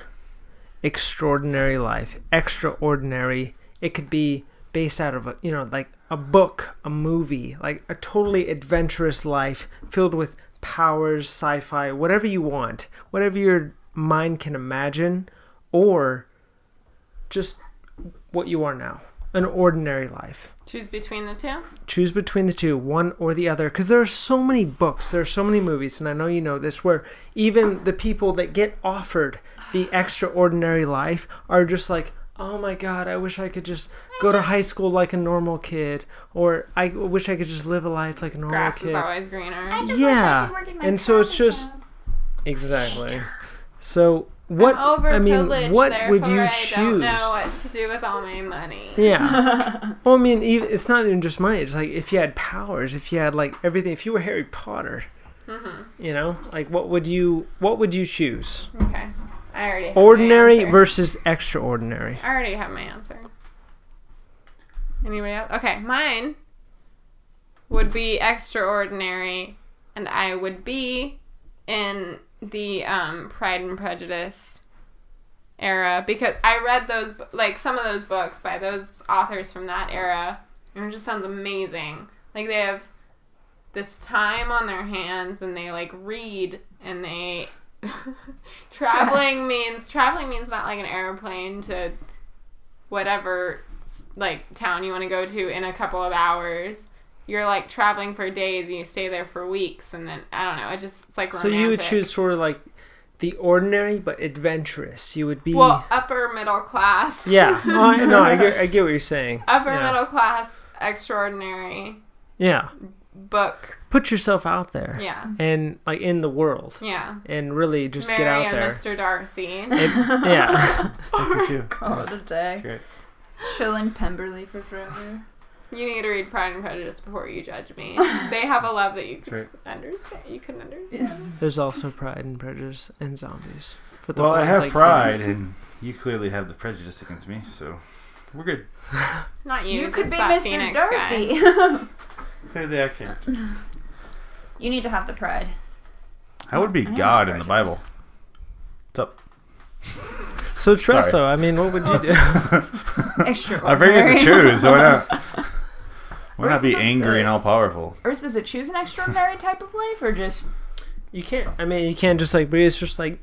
[SPEAKER 8] extraordinary life, extraordinary. It could be based out of a, you know, like a book, a movie, like a totally adventurous life filled with powers, sci-fi, whatever you want, whatever your mind can imagine, or just what you are now, an ordinary life
[SPEAKER 6] Choose between the two.
[SPEAKER 8] choose between the two, one or the other, because there are so many books, there are so many movies, and I know you know this, where even the people that get offered the extraordinary life are just like, oh my god, I wish I could just go to high school like a normal kid, or I wish I could just live a life like a normal
[SPEAKER 6] Grass
[SPEAKER 8] kid.
[SPEAKER 6] is always greener.
[SPEAKER 8] yeah, and so it's just exactly. So what
[SPEAKER 6] I'm over
[SPEAKER 8] I mean,
[SPEAKER 6] privileged,
[SPEAKER 8] what would
[SPEAKER 6] therefore
[SPEAKER 8] you
[SPEAKER 6] I don't
[SPEAKER 8] choose?
[SPEAKER 6] know what to do with all my money.
[SPEAKER 8] Yeah. well, I mean, even, it's not even just money. It's like if you had powers, if you had like everything, if you were Harry Potter,
[SPEAKER 6] Mm-hmm.
[SPEAKER 8] you know, like what would you what would you choose?
[SPEAKER 6] Okay, I already have my
[SPEAKER 8] Ordinary
[SPEAKER 6] answer.
[SPEAKER 8] versus extraordinary.
[SPEAKER 6] I already have my answer. Anybody else? Okay, mine would be extraordinary, and I would be in the um, Pride and Prejudice era because I read those, bu- like some of those books by those authors from that era, and it just sounds amazing. Like they have this time on their hands, and they like read, and they traveling means traveling means not like an airplane to whatever s- like town you want to go to in a couple of hours. You're like traveling for days and you stay there for weeks and then I don't know. It just it's like
[SPEAKER 8] So you would
[SPEAKER 6] romantic.
[SPEAKER 8] choose sort of like the ordinary but adventurous. You would be
[SPEAKER 6] well upper middle class.
[SPEAKER 8] yeah. Oh, I, no, I get, I get what you're saying.
[SPEAKER 6] upper
[SPEAKER 8] yeah.
[SPEAKER 6] middle class extraordinary
[SPEAKER 8] Yeah,
[SPEAKER 6] book.
[SPEAKER 8] put yourself out there.
[SPEAKER 6] Yeah.
[SPEAKER 8] and like in the world,
[SPEAKER 6] Yeah.
[SPEAKER 8] and really just
[SPEAKER 6] Mary
[SPEAKER 8] get out
[SPEAKER 6] and
[SPEAKER 8] there.
[SPEAKER 6] Mr. Darcy.
[SPEAKER 8] It- yeah.
[SPEAKER 7] Call it a day.
[SPEAKER 5] great.
[SPEAKER 7] Chill in Pemberley for forever.
[SPEAKER 6] You need to read Pride and Prejudice before you judge me. They have a love that you could understand. You couldn't understand.
[SPEAKER 8] There's also Pride and Prejudice and zombies. For
[SPEAKER 5] Well, I
[SPEAKER 8] ones
[SPEAKER 5] have
[SPEAKER 8] like
[SPEAKER 5] pride,
[SPEAKER 8] these.
[SPEAKER 5] and you clearly have the prejudice against me, so we're good.
[SPEAKER 6] Not you.
[SPEAKER 7] You, could
[SPEAKER 6] just
[SPEAKER 7] be
[SPEAKER 6] that
[SPEAKER 7] Mr.
[SPEAKER 6] Phoenix guy.
[SPEAKER 7] Darcy.
[SPEAKER 5] Clearly, I can't.
[SPEAKER 7] you need to have the pride.
[SPEAKER 5] I would be
[SPEAKER 7] I am
[SPEAKER 5] God in the
[SPEAKER 7] prejudiced.
[SPEAKER 5] Bible. What's up?
[SPEAKER 8] So Tresso,
[SPEAKER 5] Sorry.
[SPEAKER 8] I mean, what would you do?
[SPEAKER 5] I
[SPEAKER 7] Extraordinary.
[SPEAKER 5] figured to choose. so Why not? Why
[SPEAKER 7] We're
[SPEAKER 5] not be
[SPEAKER 7] supposed to-
[SPEAKER 5] angry and all powerful?
[SPEAKER 7] Are we supposed to choose an extraordinary type of life, or just
[SPEAKER 8] You can't. I mean, you can't just like. But it's just like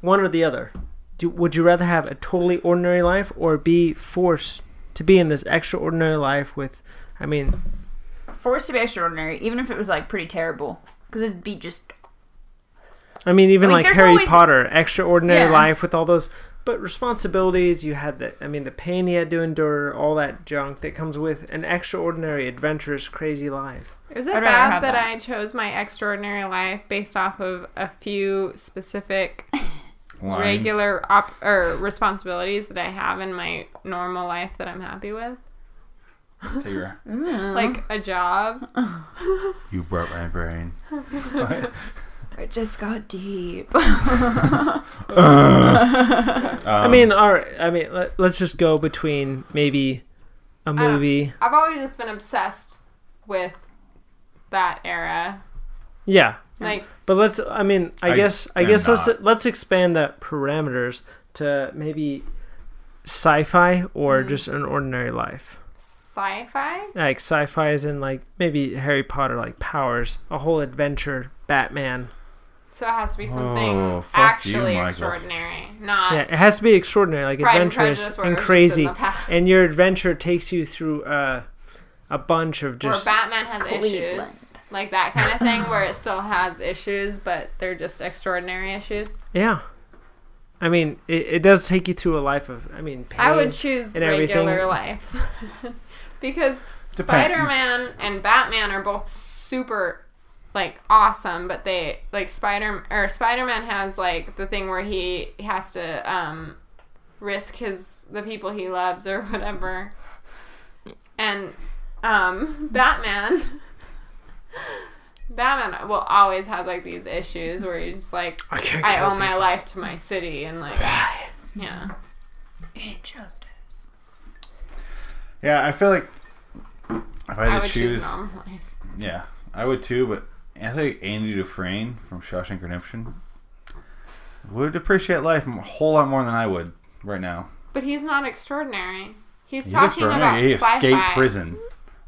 [SPEAKER 8] one or the other. Do, would you rather have a totally ordinary life or be forced to be in this extraordinary life with? I mean,
[SPEAKER 7] forced to be extraordinary, even if it was like pretty terrible? Because it'd be just
[SPEAKER 8] I mean, even
[SPEAKER 7] I mean,
[SPEAKER 8] like
[SPEAKER 7] there's
[SPEAKER 8] Harry
[SPEAKER 7] always-
[SPEAKER 8] Potter, extraordinary
[SPEAKER 7] Yeah.
[SPEAKER 8] life with all those. But responsibilities you had that. I mean, the pain he had to endure, all that junk that comes with an extraordinary, adventurous, crazy life.
[SPEAKER 6] Is it
[SPEAKER 7] I'd rather
[SPEAKER 6] bad
[SPEAKER 7] have
[SPEAKER 6] that,
[SPEAKER 7] that.
[SPEAKER 6] I chose my extraordinary life based off of a few specific
[SPEAKER 5] Lines.
[SPEAKER 6] regular op- or responsibilities that I have in my normal life that I'm happy with?
[SPEAKER 5] Take your-
[SPEAKER 7] Uh-huh.
[SPEAKER 6] Like a job.
[SPEAKER 5] you broke my brain.
[SPEAKER 7] It just got deep.
[SPEAKER 8] I mean, all right. I mean, let, let's just go between maybe a
[SPEAKER 6] don't-
[SPEAKER 8] movie.
[SPEAKER 6] I've always just been obsessed with that era.
[SPEAKER 8] Yeah,
[SPEAKER 6] Like
[SPEAKER 8] but let's. I mean, I,
[SPEAKER 5] I
[SPEAKER 8] guess. I
[SPEAKER 5] am
[SPEAKER 8] guess let's
[SPEAKER 5] not.
[SPEAKER 8] let's expand that parameters to maybe sci-fi or
[SPEAKER 6] Hmm.
[SPEAKER 8] just an ordinary life.
[SPEAKER 6] sci-fi.
[SPEAKER 8] Like sci-fi is in like maybe Harry Potter, like powers, a whole adventure, Batman.
[SPEAKER 6] So it has to be something
[SPEAKER 5] Oh, fuck you,
[SPEAKER 6] actually
[SPEAKER 5] Michael.
[SPEAKER 6] extraordinary, not
[SPEAKER 8] Yeah, it has to be extraordinary, like
[SPEAKER 6] Pride and
[SPEAKER 8] adventurous
[SPEAKER 6] Prejudice where
[SPEAKER 8] and
[SPEAKER 6] it was just
[SPEAKER 8] crazy.
[SPEAKER 6] in the past.
[SPEAKER 8] And your adventure takes you through uh, a bunch of
[SPEAKER 6] where
[SPEAKER 8] just
[SPEAKER 6] Batman has issues,
[SPEAKER 7] Cleveland.
[SPEAKER 6] like that kind of thing, where it still has issues, but they're just extraordinary issues.
[SPEAKER 8] Yeah. I mean, it, it does take you through a life of, I mean, pain.
[SPEAKER 6] I would choose
[SPEAKER 8] and
[SPEAKER 6] regular
[SPEAKER 8] everything.
[SPEAKER 6] life because
[SPEAKER 5] Depends.
[SPEAKER 6] Spider-Man and Batman are both super like awesome, but they like Spider or Spider-Man has like the thing where he has to um risk his the people he loves or whatever. And um Batman Batman will always have like these issues where he's just like I,
[SPEAKER 8] can't
[SPEAKER 6] owe my life to my city and like yeah.
[SPEAKER 5] Yeah, I feel like if I
[SPEAKER 6] I
[SPEAKER 5] had to
[SPEAKER 6] would choose,
[SPEAKER 5] choose,
[SPEAKER 6] normal life.
[SPEAKER 5] yeah, I would too. But I think Andy Dufresne from Shawshank Redemption would appreciate life a whole lot more than I would right now.
[SPEAKER 6] But he's not extraordinary. He's,
[SPEAKER 5] He's
[SPEAKER 6] talking
[SPEAKER 5] extraordinary.
[SPEAKER 6] about
[SPEAKER 5] he escaped
[SPEAKER 6] sci-fi.
[SPEAKER 5] prison.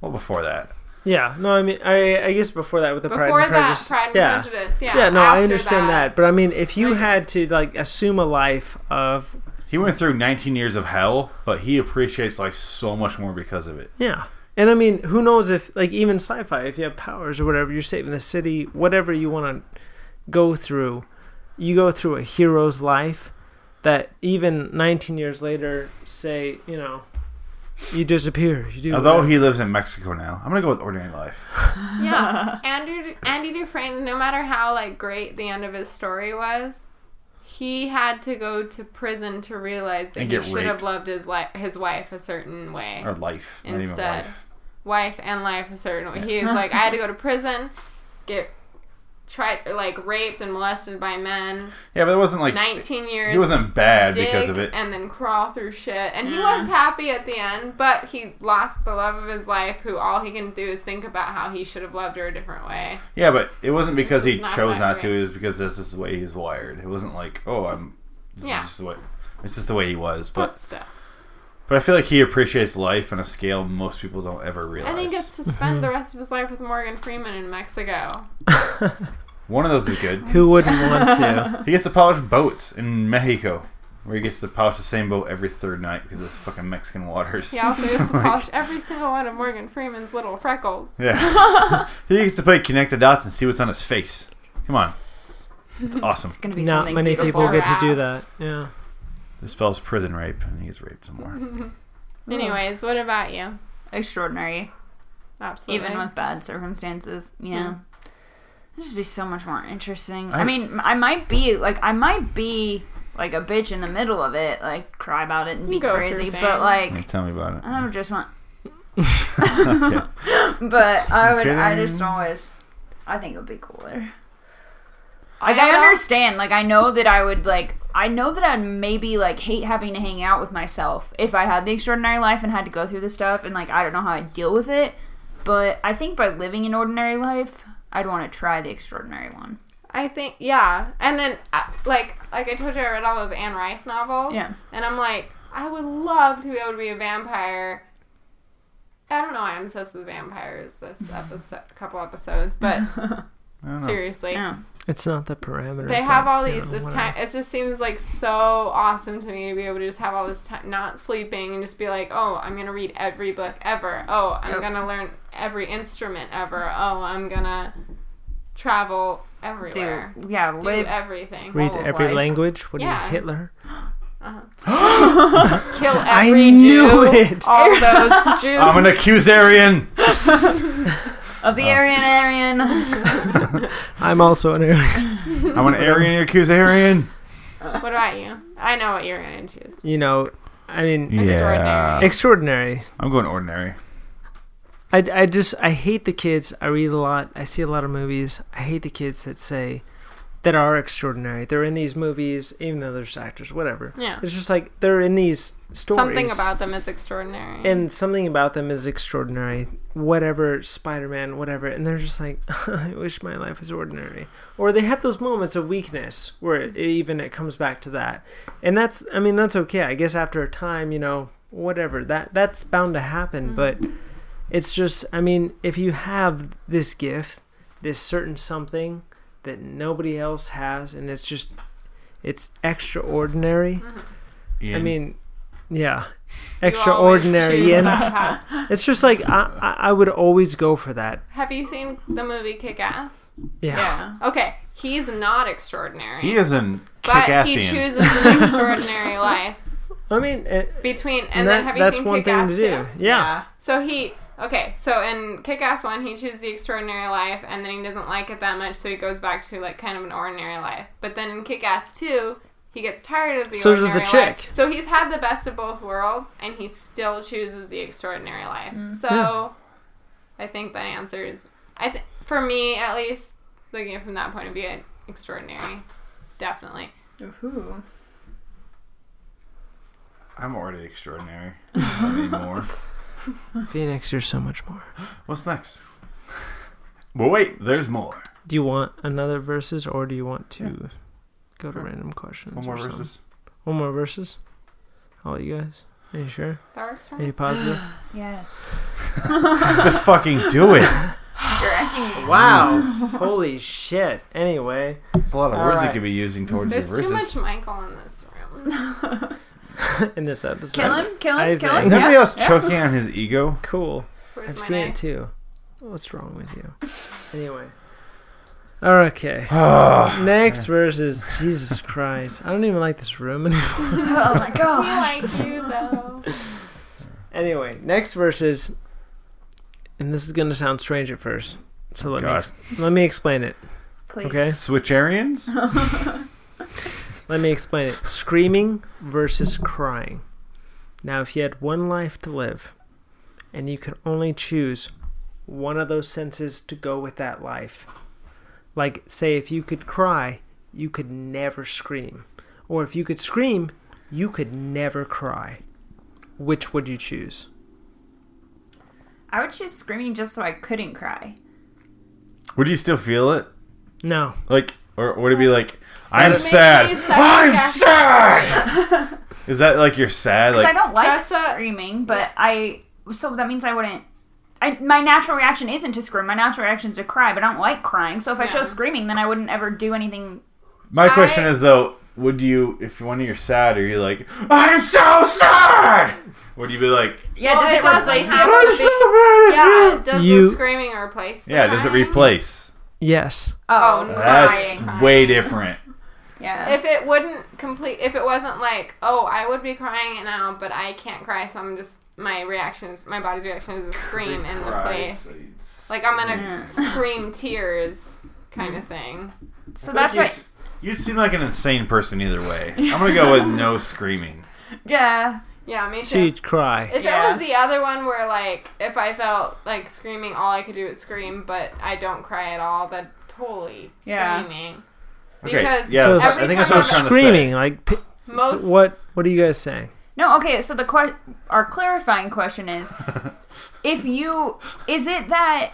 [SPEAKER 5] Well, before that,
[SPEAKER 8] Yeah. No, I mean, I, I guess before that with the
[SPEAKER 6] Before
[SPEAKER 8] Pride and
[SPEAKER 6] that,
[SPEAKER 8] Prejudice.
[SPEAKER 6] Pride and
[SPEAKER 8] yeah.
[SPEAKER 6] Prejudice. Yeah.
[SPEAKER 8] Yeah, no, I
[SPEAKER 6] after
[SPEAKER 8] understand that. But I mean, if you
[SPEAKER 6] Like-
[SPEAKER 8] had to, like, assume a life of,
[SPEAKER 5] he went through 19 years of hell, but he appreciates life so much more because of it.
[SPEAKER 8] yeah. And I mean, who knows if, like, even sci fi, if you have powers or whatever, you're saving the city, whatever you want to go through, you go through a hero's life that even 19 years later, say, you know, you disappear. You do
[SPEAKER 5] Although
[SPEAKER 8] whatever.
[SPEAKER 5] he lives in Mexico now, I'm gonna go with ordinary life.
[SPEAKER 6] Yeah. Andrew Andy Dufresne, no matter how like great the end of his story was, he had to go to prison to realize that
[SPEAKER 5] And
[SPEAKER 6] he
[SPEAKER 5] get
[SPEAKER 6] should have
[SPEAKER 5] raped.
[SPEAKER 6] loved his li- his wife a certain way.
[SPEAKER 5] Or life, not even
[SPEAKER 6] Instead.
[SPEAKER 5] life.
[SPEAKER 6] Wife and life a certain way. He was like, I had to go to prison, get tried like raped and molested by men.
[SPEAKER 5] Yeah, but it wasn't like
[SPEAKER 6] Nineteen years
[SPEAKER 5] he wasn't bad
[SPEAKER 6] dig
[SPEAKER 5] because of it.
[SPEAKER 6] and then crawl through shit. And he was happy at the end, but he lost the love of his life, who all he can do is think about how he should have loved her a different way.
[SPEAKER 5] Yeah, but it wasn't because
[SPEAKER 6] This
[SPEAKER 5] he
[SPEAKER 6] is not
[SPEAKER 5] chose
[SPEAKER 6] my
[SPEAKER 5] not to.
[SPEAKER 6] career.
[SPEAKER 5] It was because this is the way he was wired. It wasn't like, oh, I'm. This
[SPEAKER 6] Yeah.
[SPEAKER 5] is just the way. It's just the way he was.
[SPEAKER 6] But
[SPEAKER 5] But
[SPEAKER 6] still,
[SPEAKER 5] but I feel like he appreciates life on a scale most people don't ever realize.
[SPEAKER 6] I think it's to spend the rest of his life with Morgan Freeman in Mexico.
[SPEAKER 5] one of those is good.
[SPEAKER 8] Who wouldn't want to?
[SPEAKER 5] he gets to polish boats in Mexico, where he gets to polish the same boat every third night because it's fucking Mexican waters.
[SPEAKER 6] He also used to polish every single one of Morgan Freeman's little freckles.
[SPEAKER 5] Yeah. he gets to play connect the dots and see what's on his face. Come on, it's awesome.
[SPEAKER 7] It's gonna be
[SPEAKER 8] Not
[SPEAKER 7] something
[SPEAKER 8] many
[SPEAKER 7] beautiful.
[SPEAKER 8] people get to do
[SPEAKER 6] Rap.
[SPEAKER 8] that. Yeah.
[SPEAKER 5] This spells prison rape, and he gets raped some more.
[SPEAKER 6] Anyways, what about you?
[SPEAKER 7] extraordinary,
[SPEAKER 6] Absolutely.
[SPEAKER 7] even with bad circumstances. Yeah, it'd just be so much more interesting. I,
[SPEAKER 5] I-
[SPEAKER 7] mean, m- I might be like, I might be like a bitch in the middle of it, like cry about it and be
[SPEAKER 6] Go through
[SPEAKER 7] crazy,
[SPEAKER 6] things.
[SPEAKER 7] but like,
[SPEAKER 5] Yeah, Tell me about it.
[SPEAKER 7] I don't just want.
[SPEAKER 5] Okay.
[SPEAKER 7] But I would. I
[SPEAKER 5] kidding?
[SPEAKER 7] just always. I think it would be cooler.
[SPEAKER 6] I
[SPEAKER 7] Like I,
[SPEAKER 6] don't-
[SPEAKER 7] understand. Like I know that I would like. I know that I'd maybe like hate having to hang out with myself if I had the extraordinary life and had to go through this stuff and like I don't know how I'd deal with it. But I think by living an ordinary life, I'd want to try the extraordinary one.
[SPEAKER 6] I think yeah, and then uh, like like I told you, I read all those Anne Rice novels.
[SPEAKER 7] Yeah.
[SPEAKER 6] and I'm like, I would love to be able to be a vampire. I don't know why I'm obsessed with vampires this episode, couple episodes, but seriously,
[SPEAKER 7] Yeah.
[SPEAKER 8] It's not the parameter.
[SPEAKER 6] they have
[SPEAKER 8] but,
[SPEAKER 6] all
[SPEAKER 8] you
[SPEAKER 6] these
[SPEAKER 8] know,
[SPEAKER 6] this
[SPEAKER 8] whatever.
[SPEAKER 6] time. It just seems like so awesome to me to be able to just have all this time, not sleeping, and just be like, oh, I'm gonna read every book ever. Oh, I'm gonna learn every instrument ever. Oh, I'm gonna travel everywhere.
[SPEAKER 7] Do yeah,
[SPEAKER 6] Do
[SPEAKER 7] live.
[SPEAKER 6] everything.
[SPEAKER 8] Read
[SPEAKER 7] all of
[SPEAKER 8] every
[SPEAKER 7] life.
[SPEAKER 8] language. What are
[SPEAKER 6] Yeah.
[SPEAKER 8] you, Hitler?
[SPEAKER 6] kill every
[SPEAKER 8] knew
[SPEAKER 6] Jew,
[SPEAKER 8] it.
[SPEAKER 6] all those Jews.
[SPEAKER 5] I'm an accusarian.
[SPEAKER 7] of the Aryan Aryan.
[SPEAKER 8] I'm also an Aryan.
[SPEAKER 5] I'm an Aryan accusarian.
[SPEAKER 6] What about you? I know what you're gonna choose.
[SPEAKER 8] You know, I mean,
[SPEAKER 6] Extraordinary.
[SPEAKER 8] extraordinary.
[SPEAKER 5] I'm going ordinary.
[SPEAKER 8] I, I just I hate the kids. I read a lot. I see a lot of movies. I hate the kids that say that are extraordinary. They're in these movies, even though they're just actors, whatever.
[SPEAKER 6] Yeah.
[SPEAKER 8] It's just like they're in these stories.
[SPEAKER 6] Something about them is extraordinary.
[SPEAKER 8] and something about them is extraordinary. Whatever Spider Man, whatever, and they're just like, I wish my life was ordinary. Or they have those moments of weakness where it, even it comes back to that, and that's I mean that's okay. I guess after a time, you know, whatever that that's bound to happen.
[SPEAKER 6] Mm-hmm.
[SPEAKER 8] But it's just I mean if you have this gift, this certain something that nobody else has, and it's just it's extraordinary. I
[SPEAKER 5] Ian,
[SPEAKER 8] mean, yeah,
[SPEAKER 6] Mm-hmm. You always choose
[SPEAKER 8] extraordinary. And
[SPEAKER 6] that path.
[SPEAKER 8] it's just like I, I, I would always go for that.
[SPEAKER 6] Have you seen the movie Kick Ass?
[SPEAKER 8] Yeah.
[SPEAKER 6] Yeah. Okay. He's not extraordinary.
[SPEAKER 5] he is an
[SPEAKER 6] but he
[SPEAKER 5] Kickassian.
[SPEAKER 6] chooses an extraordinary life.
[SPEAKER 8] I mean, eh, it,
[SPEAKER 6] Between
[SPEAKER 8] And
[SPEAKER 6] and,
[SPEAKER 8] that-
[SPEAKER 6] then have you
[SPEAKER 8] that's
[SPEAKER 6] seen
[SPEAKER 8] one
[SPEAKER 6] Kick Ass
[SPEAKER 8] thing to do.
[SPEAKER 6] too?
[SPEAKER 8] Yeah.
[SPEAKER 6] So he okay, so in Kick Ass one he chooses the extraordinary life and then he doesn't like it that much, so he goes back to like kind of an ordinary life. But then in Kick Ass two he gets tired of the
[SPEAKER 8] So does the
[SPEAKER 6] ordinary life.
[SPEAKER 8] chick.
[SPEAKER 6] So he's had the best of both worlds and he still chooses the extraordinary life. So I think that answers I th- for me at least, looking at it from that point of view, extraordinary. Definitely.
[SPEAKER 7] Ooh.
[SPEAKER 5] I'm already extraordinary. I need more.
[SPEAKER 8] Phoenix, you're so much more.
[SPEAKER 5] What's next? Well, wait, there's more.
[SPEAKER 8] Do you want another verses or do you want to go to random questions?
[SPEAKER 5] One more
[SPEAKER 8] or something?
[SPEAKER 5] verses.
[SPEAKER 8] One more verses. All you guys. Are you sure?
[SPEAKER 6] That works for
[SPEAKER 8] Are
[SPEAKER 6] me.
[SPEAKER 8] you positive?
[SPEAKER 7] Yes.
[SPEAKER 5] Just fucking do it.
[SPEAKER 7] You're acting.
[SPEAKER 8] wow! Holy shit! Anyway,
[SPEAKER 5] It's a lot of
[SPEAKER 8] All
[SPEAKER 5] words you
[SPEAKER 8] right.
[SPEAKER 5] could be using towards
[SPEAKER 6] There's
[SPEAKER 5] your
[SPEAKER 6] too much
[SPEAKER 5] verses.
[SPEAKER 6] Michael in this room.
[SPEAKER 8] in this episode,
[SPEAKER 7] Kill him. Kill
[SPEAKER 8] I
[SPEAKER 7] him. Kill
[SPEAKER 8] think-
[SPEAKER 7] him.
[SPEAKER 5] Is everybody
[SPEAKER 7] yeah,
[SPEAKER 5] else
[SPEAKER 7] yeah.
[SPEAKER 5] choking on his ego?
[SPEAKER 8] cool.
[SPEAKER 6] Where's
[SPEAKER 8] I've
[SPEAKER 6] my
[SPEAKER 8] seen
[SPEAKER 6] knife?
[SPEAKER 8] it too. What's wrong with you? Anyway. Okay. Next verse is Jesus Christ. I don't even like this room anymore.
[SPEAKER 7] Oh my
[SPEAKER 6] We
[SPEAKER 7] god.
[SPEAKER 6] like you though.
[SPEAKER 8] Anyway, next verse is, and this is gonna sound strange at first, so let me
[SPEAKER 5] God.
[SPEAKER 8] ex- let me explain it.
[SPEAKER 7] Please.
[SPEAKER 8] Okay,
[SPEAKER 5] Switcharians?
[SPEAKER 8] let me explain it. Screaming versus crying. Now, if you had one life to live, and you could only choose one of those senses to go with that life, like say if you could cry, you could never scream, or if you could scream, you could never cry. Which would you choose?
[SPEAKER 7] I would choose screaming just so I couldn't cry.
[SPEAKER 5] Would you still feel it?
[SPEAKER 8] No.
[SPEAKER 5] Like, or would it be like, I'm
[SPEAKER 6] Maybe
[SPEAKER 5] sad.
[SPEAKER 6] he's such a
[SPEAKER 5] I'm
[SPEAKER 6] Jesse
[SPEAKER 5] sad. Is that like you're sad?
[SPEAKER 7] Because
[SPEAKER 5] Like,
[SPEAKER 7] I don't like
[SPEAKER 6] That's a-
[SPEAKER 7] screaming, but I so that means I wouldn't. I, my natural reaction isn't to scream. My natural reaction is to cry, but I don't like crying. So if I
[SPEAKER 6] Yeah.
[SPEAKER 7] chose screaming, then I wouldn't ever do anything.
[SPEAKER 5] my question
[SPEAKER 6] I-
[SPEAKER 5] is though, would you, if one of you're sad, are you like, I'm so sad? Would you be like,
[SPEAKER 7] Yeah,
[SPEAKER 6] Well,
[SPEAKER 7] does
[SPEAKER 6] it
[SPEAKER 7] it,
[SPEAKER 6] doesn't
[SPEAKER 7] replace
[SPEAKER 6] have-
[SPEAKER 7] it?
[SPEAKER 5] I'm so mad at
[SPEAKER 6] Yeah,
[SPEAKER 5] you?
[SPEAKER 6] does
[SPEAKER 8] You-
[SPEAKER 6] the screaming replace? the
[SPEAKER 5] Yeah, does it
[SPEAKER 6] crying?
[SPEAKER 5] replace?
[SPEAKER 8] Yes.
[SPEAKER 6] Oh, no.
[SPEAKER 5] That's
[SPEAKER 6] Crying.
[SPEAKER 5] way different.
[SPEAKER 7] yeah.
[SPEAKER 6] If it wouldn't complete, if it wasn't like, oh, I would be crying now, but I can't cry, so I'm just my reactions, my body's reaction is a scream in the place. Like I'm gonna scream tears, kind of thing.
[SPEAKER 7] so that's
[SPEAKER 5] you,
[SPEAKER 7] what.
[SPEAKER 5] s- you seem like an insane person either way. I'm gonna go with no screaming.
[SPEAKER 7] Yeah.
[SPEAKER 6] Yeah, me too.
[SPEAKER 8] So you'd cry.
[SPEAKER 6] if
[SPEAKER 7] yeah.
[SPEAKER 6] it was the other one where like if I felt like screaming, all I could do is scream, but I don't cry at all, that totally
[SPEAKER 7] Yeah.
[SPEAKER 6] screaming.
[SPEAKER 5] Okay,
[SPEAKER 6] Because
[SPEAKER 5] yeah,
[SPEAKER 8] So-
[SPEAKER 6] every
[SPEAKER 5] I think
[SPEAKER 6] time
[SPEAKER 5] that's
[SPEAKER 8] So
[SPEAKER 5] what I
[SPEAKER 6] I'm
[SPEAKER 5] was trying to say.
[SPEAKER 8] screaming, like p-
[SPEAKER 6] most
[SPEAKER 8] so what? What are you guys saying?
[SPEAKER 7] No. Okay. So the que- our clarifying question is, if you is it that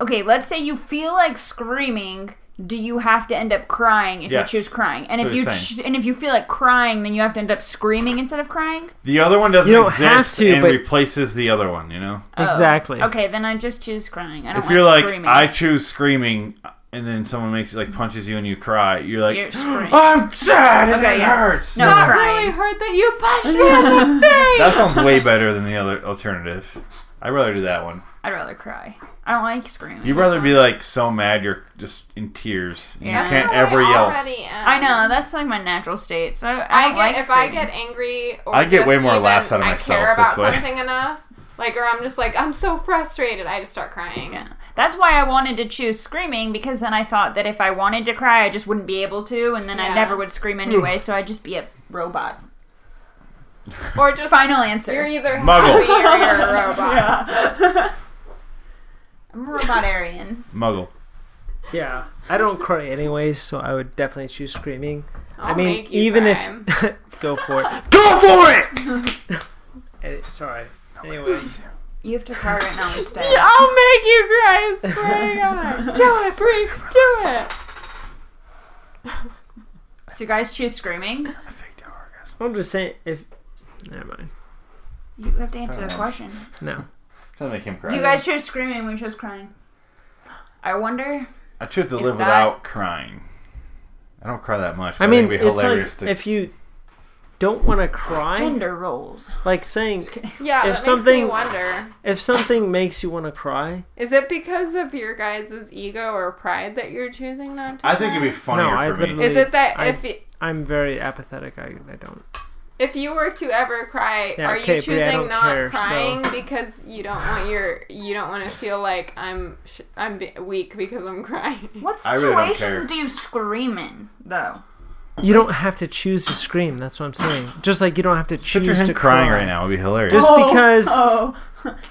[SPEAKER 7] okay? Let's say you feel like screaming. Do you have to end up crying if
[SPEAKER 5] Yes.
[SPEAKER 7] you choose crying? And
[SPEAKER 5] That's
[SPEAKER 7] if
[SPEAKER 5] what
[SPEAKER 7] you
[SPEAKER 5] he's
[SPEAKER 7] ch- and if you feel like crying, then you have to end up screaming instead of crying.
[SPEAKER 5] The other one doesn't
[SPEAKER 8] You don't
[SPEAKER 5] exist
[SPEAKER 8] have to,
[SPEAKER 5] and
[SPEAKER 8] but-
[SPEAKER 5] replaces the other one. You know,
[SPEAKER 7] Oh.
[SPEAKER 8] Exactly.
[SPEAKER 7] Okay, then I just choose crying. I don't
[SPEAKER 5] if you're like,
[SPEAKER 7] screaming.
[SPEAKER 5] I choose screaming, and then someone makes like punches you and you cry, you're like,
[SPEAKER 7] You're screaming.
[SPEAKER 5] I'm sad and
[SPEAKER 7] Okay,
[SPEAKER 5] it
[SPEAKER 7] yeah.
[SPEAKER 5] hurts.
[SPEAKER 7] No.
[SPEAKER 6] that
[SPEAKER 7] crying.
[SPEAKER 6] really hurt that you punched me in the face.
[SPEAKER 5] That sounds way better than the other alternative. I'd rather do that one.
[SPEAKER 7] I'd rather cry. I don't like screaming.
[SPEAKER 5] You'd rather be like so mad you're just in tears. and
[SPEAKER 7] Yeah.
[SPEAKER 5] You
[SPEAKER 6] That's
[SPEAKER 5] can't
[SPEAKER 6] how I
[SPEAKER 5] ever yell.
[SPEAKER 6] already am.
[SPEAKER 7] I know that's like my natural state. So I,
[SPEAKER 6] I
[SPEAKER 7] don't
[SPEAKER 6] get
[SPEAKER 7] like
[SPEAKER 6] if I
[SPEAKER 7] screaming.
[SPEAKER 6] get angry or
[SPEAKER 5] I get
[SPEAKER 6] just
[SPEAKER 5] way more
[SPEAKER 6] even
[SPEAKER 5] laughs out of
[SPEAKER 6] I
[SPEAKER 5] myself
[SPEAKER 6] care
[SPEAKER 5] this
[SPEAKER 6] about
[SPEAKER 5] way.
[SPEAKER 6] something enough, like, or I'm just like I'm so frustrated, I just start crying.
[SPEAKER 7] Yeah. That's why I wanted to choose screaming because then I thought that if I wanted to cry, I just wouldn't be able to, and then I
[SPEAKER 6] Yeah.
[SPEAKER 7] never would scream anyway, so I'd just be a robot.
[SPEAKER 6] Or just
[SPEAKER 7] Final answer.
[SPEAKER 6] you're either
[SPEAKER 5] Muggle.
[SPEAKER 6] happy or you're a robot.
[SPEAKER 7] Robotarian.
[SPEAKER 5] Muggle.
[SPEAKER 8] Yeah, I don't cry anyways, so I would definitely choose screaming.
[SPEAKER 6] I'll
[SPEAKER 8] I mean,
[SPEAKER 6] make you
[SPEAKER 8] even
[SPEAKER 6] cry.
[SPEAKER 8] if go for it, go for it. Eh, Sorry. Anyway,
[SPEAKER 7] You have to cry right now instead.
[SPEAKER 6] Yeah, I'll make you cry, I swear to God. Do it, Bree, do it.
[SPEAKER 7] So you guys choose screaming.
[SPEAKER 5] I faked an orgasm.
[SPEAKER 8] I'm just saying if. Never mind.
[SPEAKER 7] You have to answer the
[SPEAKER 5] Alright.
[SPEAKER 7] question.
[SPEAKER 8] No.
[SPEAKER 5] Trying to make him cry.
[SPEAKER 7] You guys chose screaming. We chose crying. I wonder.
[SPEAKER 5] I choose to
[SPEAKER 7] If
[SPEAKER 5] live
[SPEAKER 7] that-
[SPEAKER 5] without crying. I don't cry that much. But
[SPEAKER 8] I mean,
[SPEAKER 5] it'd be
[SPEAKER 8] it's like,
[SPEAKER 5] hilarious to.
[SPEAKER 8] if you don't want to cry,
[SPEAKER 7] Gender roles.
[SPEAKER 8] like saying
[SPEAKER 6] Yeah,
[SPEAKER 8] If
[SPEAKER 6] that makes
[SPEAKER 8] something-
[SPEAKER 6] me wonder.
[SPEAKER 8] if something makes you want to cry,
[SPEAKER 6] Is it because of your guys' ego or pride that you're choosing not to?
[SPEAKER 5] I think it'd be
[SPEAKER 6] cry?
[SPEAKER 5] funnier
[SPEAKER 8] No, I
[SPEAKER 5] for me.
[SPEAKER 8] literally-
[SPEAKER 6] Is it that
[SPEAKER 8] I-
[SPEAKER 6] if y-
[SPEAKER 8] I'm very apathetic. I, I don't.
[SPEAKER 6] if you were to ever cry,
[SPEAKER 8] Yeah,
[SPEAKER 6] are you
[SPEAKER 8] okay, Brie, I
[SPEAKER 6] choosing
[SPEAKER 8] don't
[SPEAKER 6] not
[SPEAKER 8] care, so-
[SPEAKER 6] crying because you don't want your you don't want to feel like I'm sh- I'm be- weak because I'm crying?
[SPEAKER 7] What
[SPEAKER 5] I really don't
[SPEAKER 7] situations
[SPEAKER 5] care.
[SPEAKER 7] do you scream in, though?
[SPEAKER 8] You don't have to choose to scream. That's what I'm saying. Just like you don't have to choose
[SPEAKER 5] Picture
[SPEAKER 8] to
[SPEAKER 5] him crying
[SPEAKER 8] cry.
[SPEAKER 5] right now would be hilarious.
[SPEAKER 8] Just because.
[SPEAKER 7] Oh,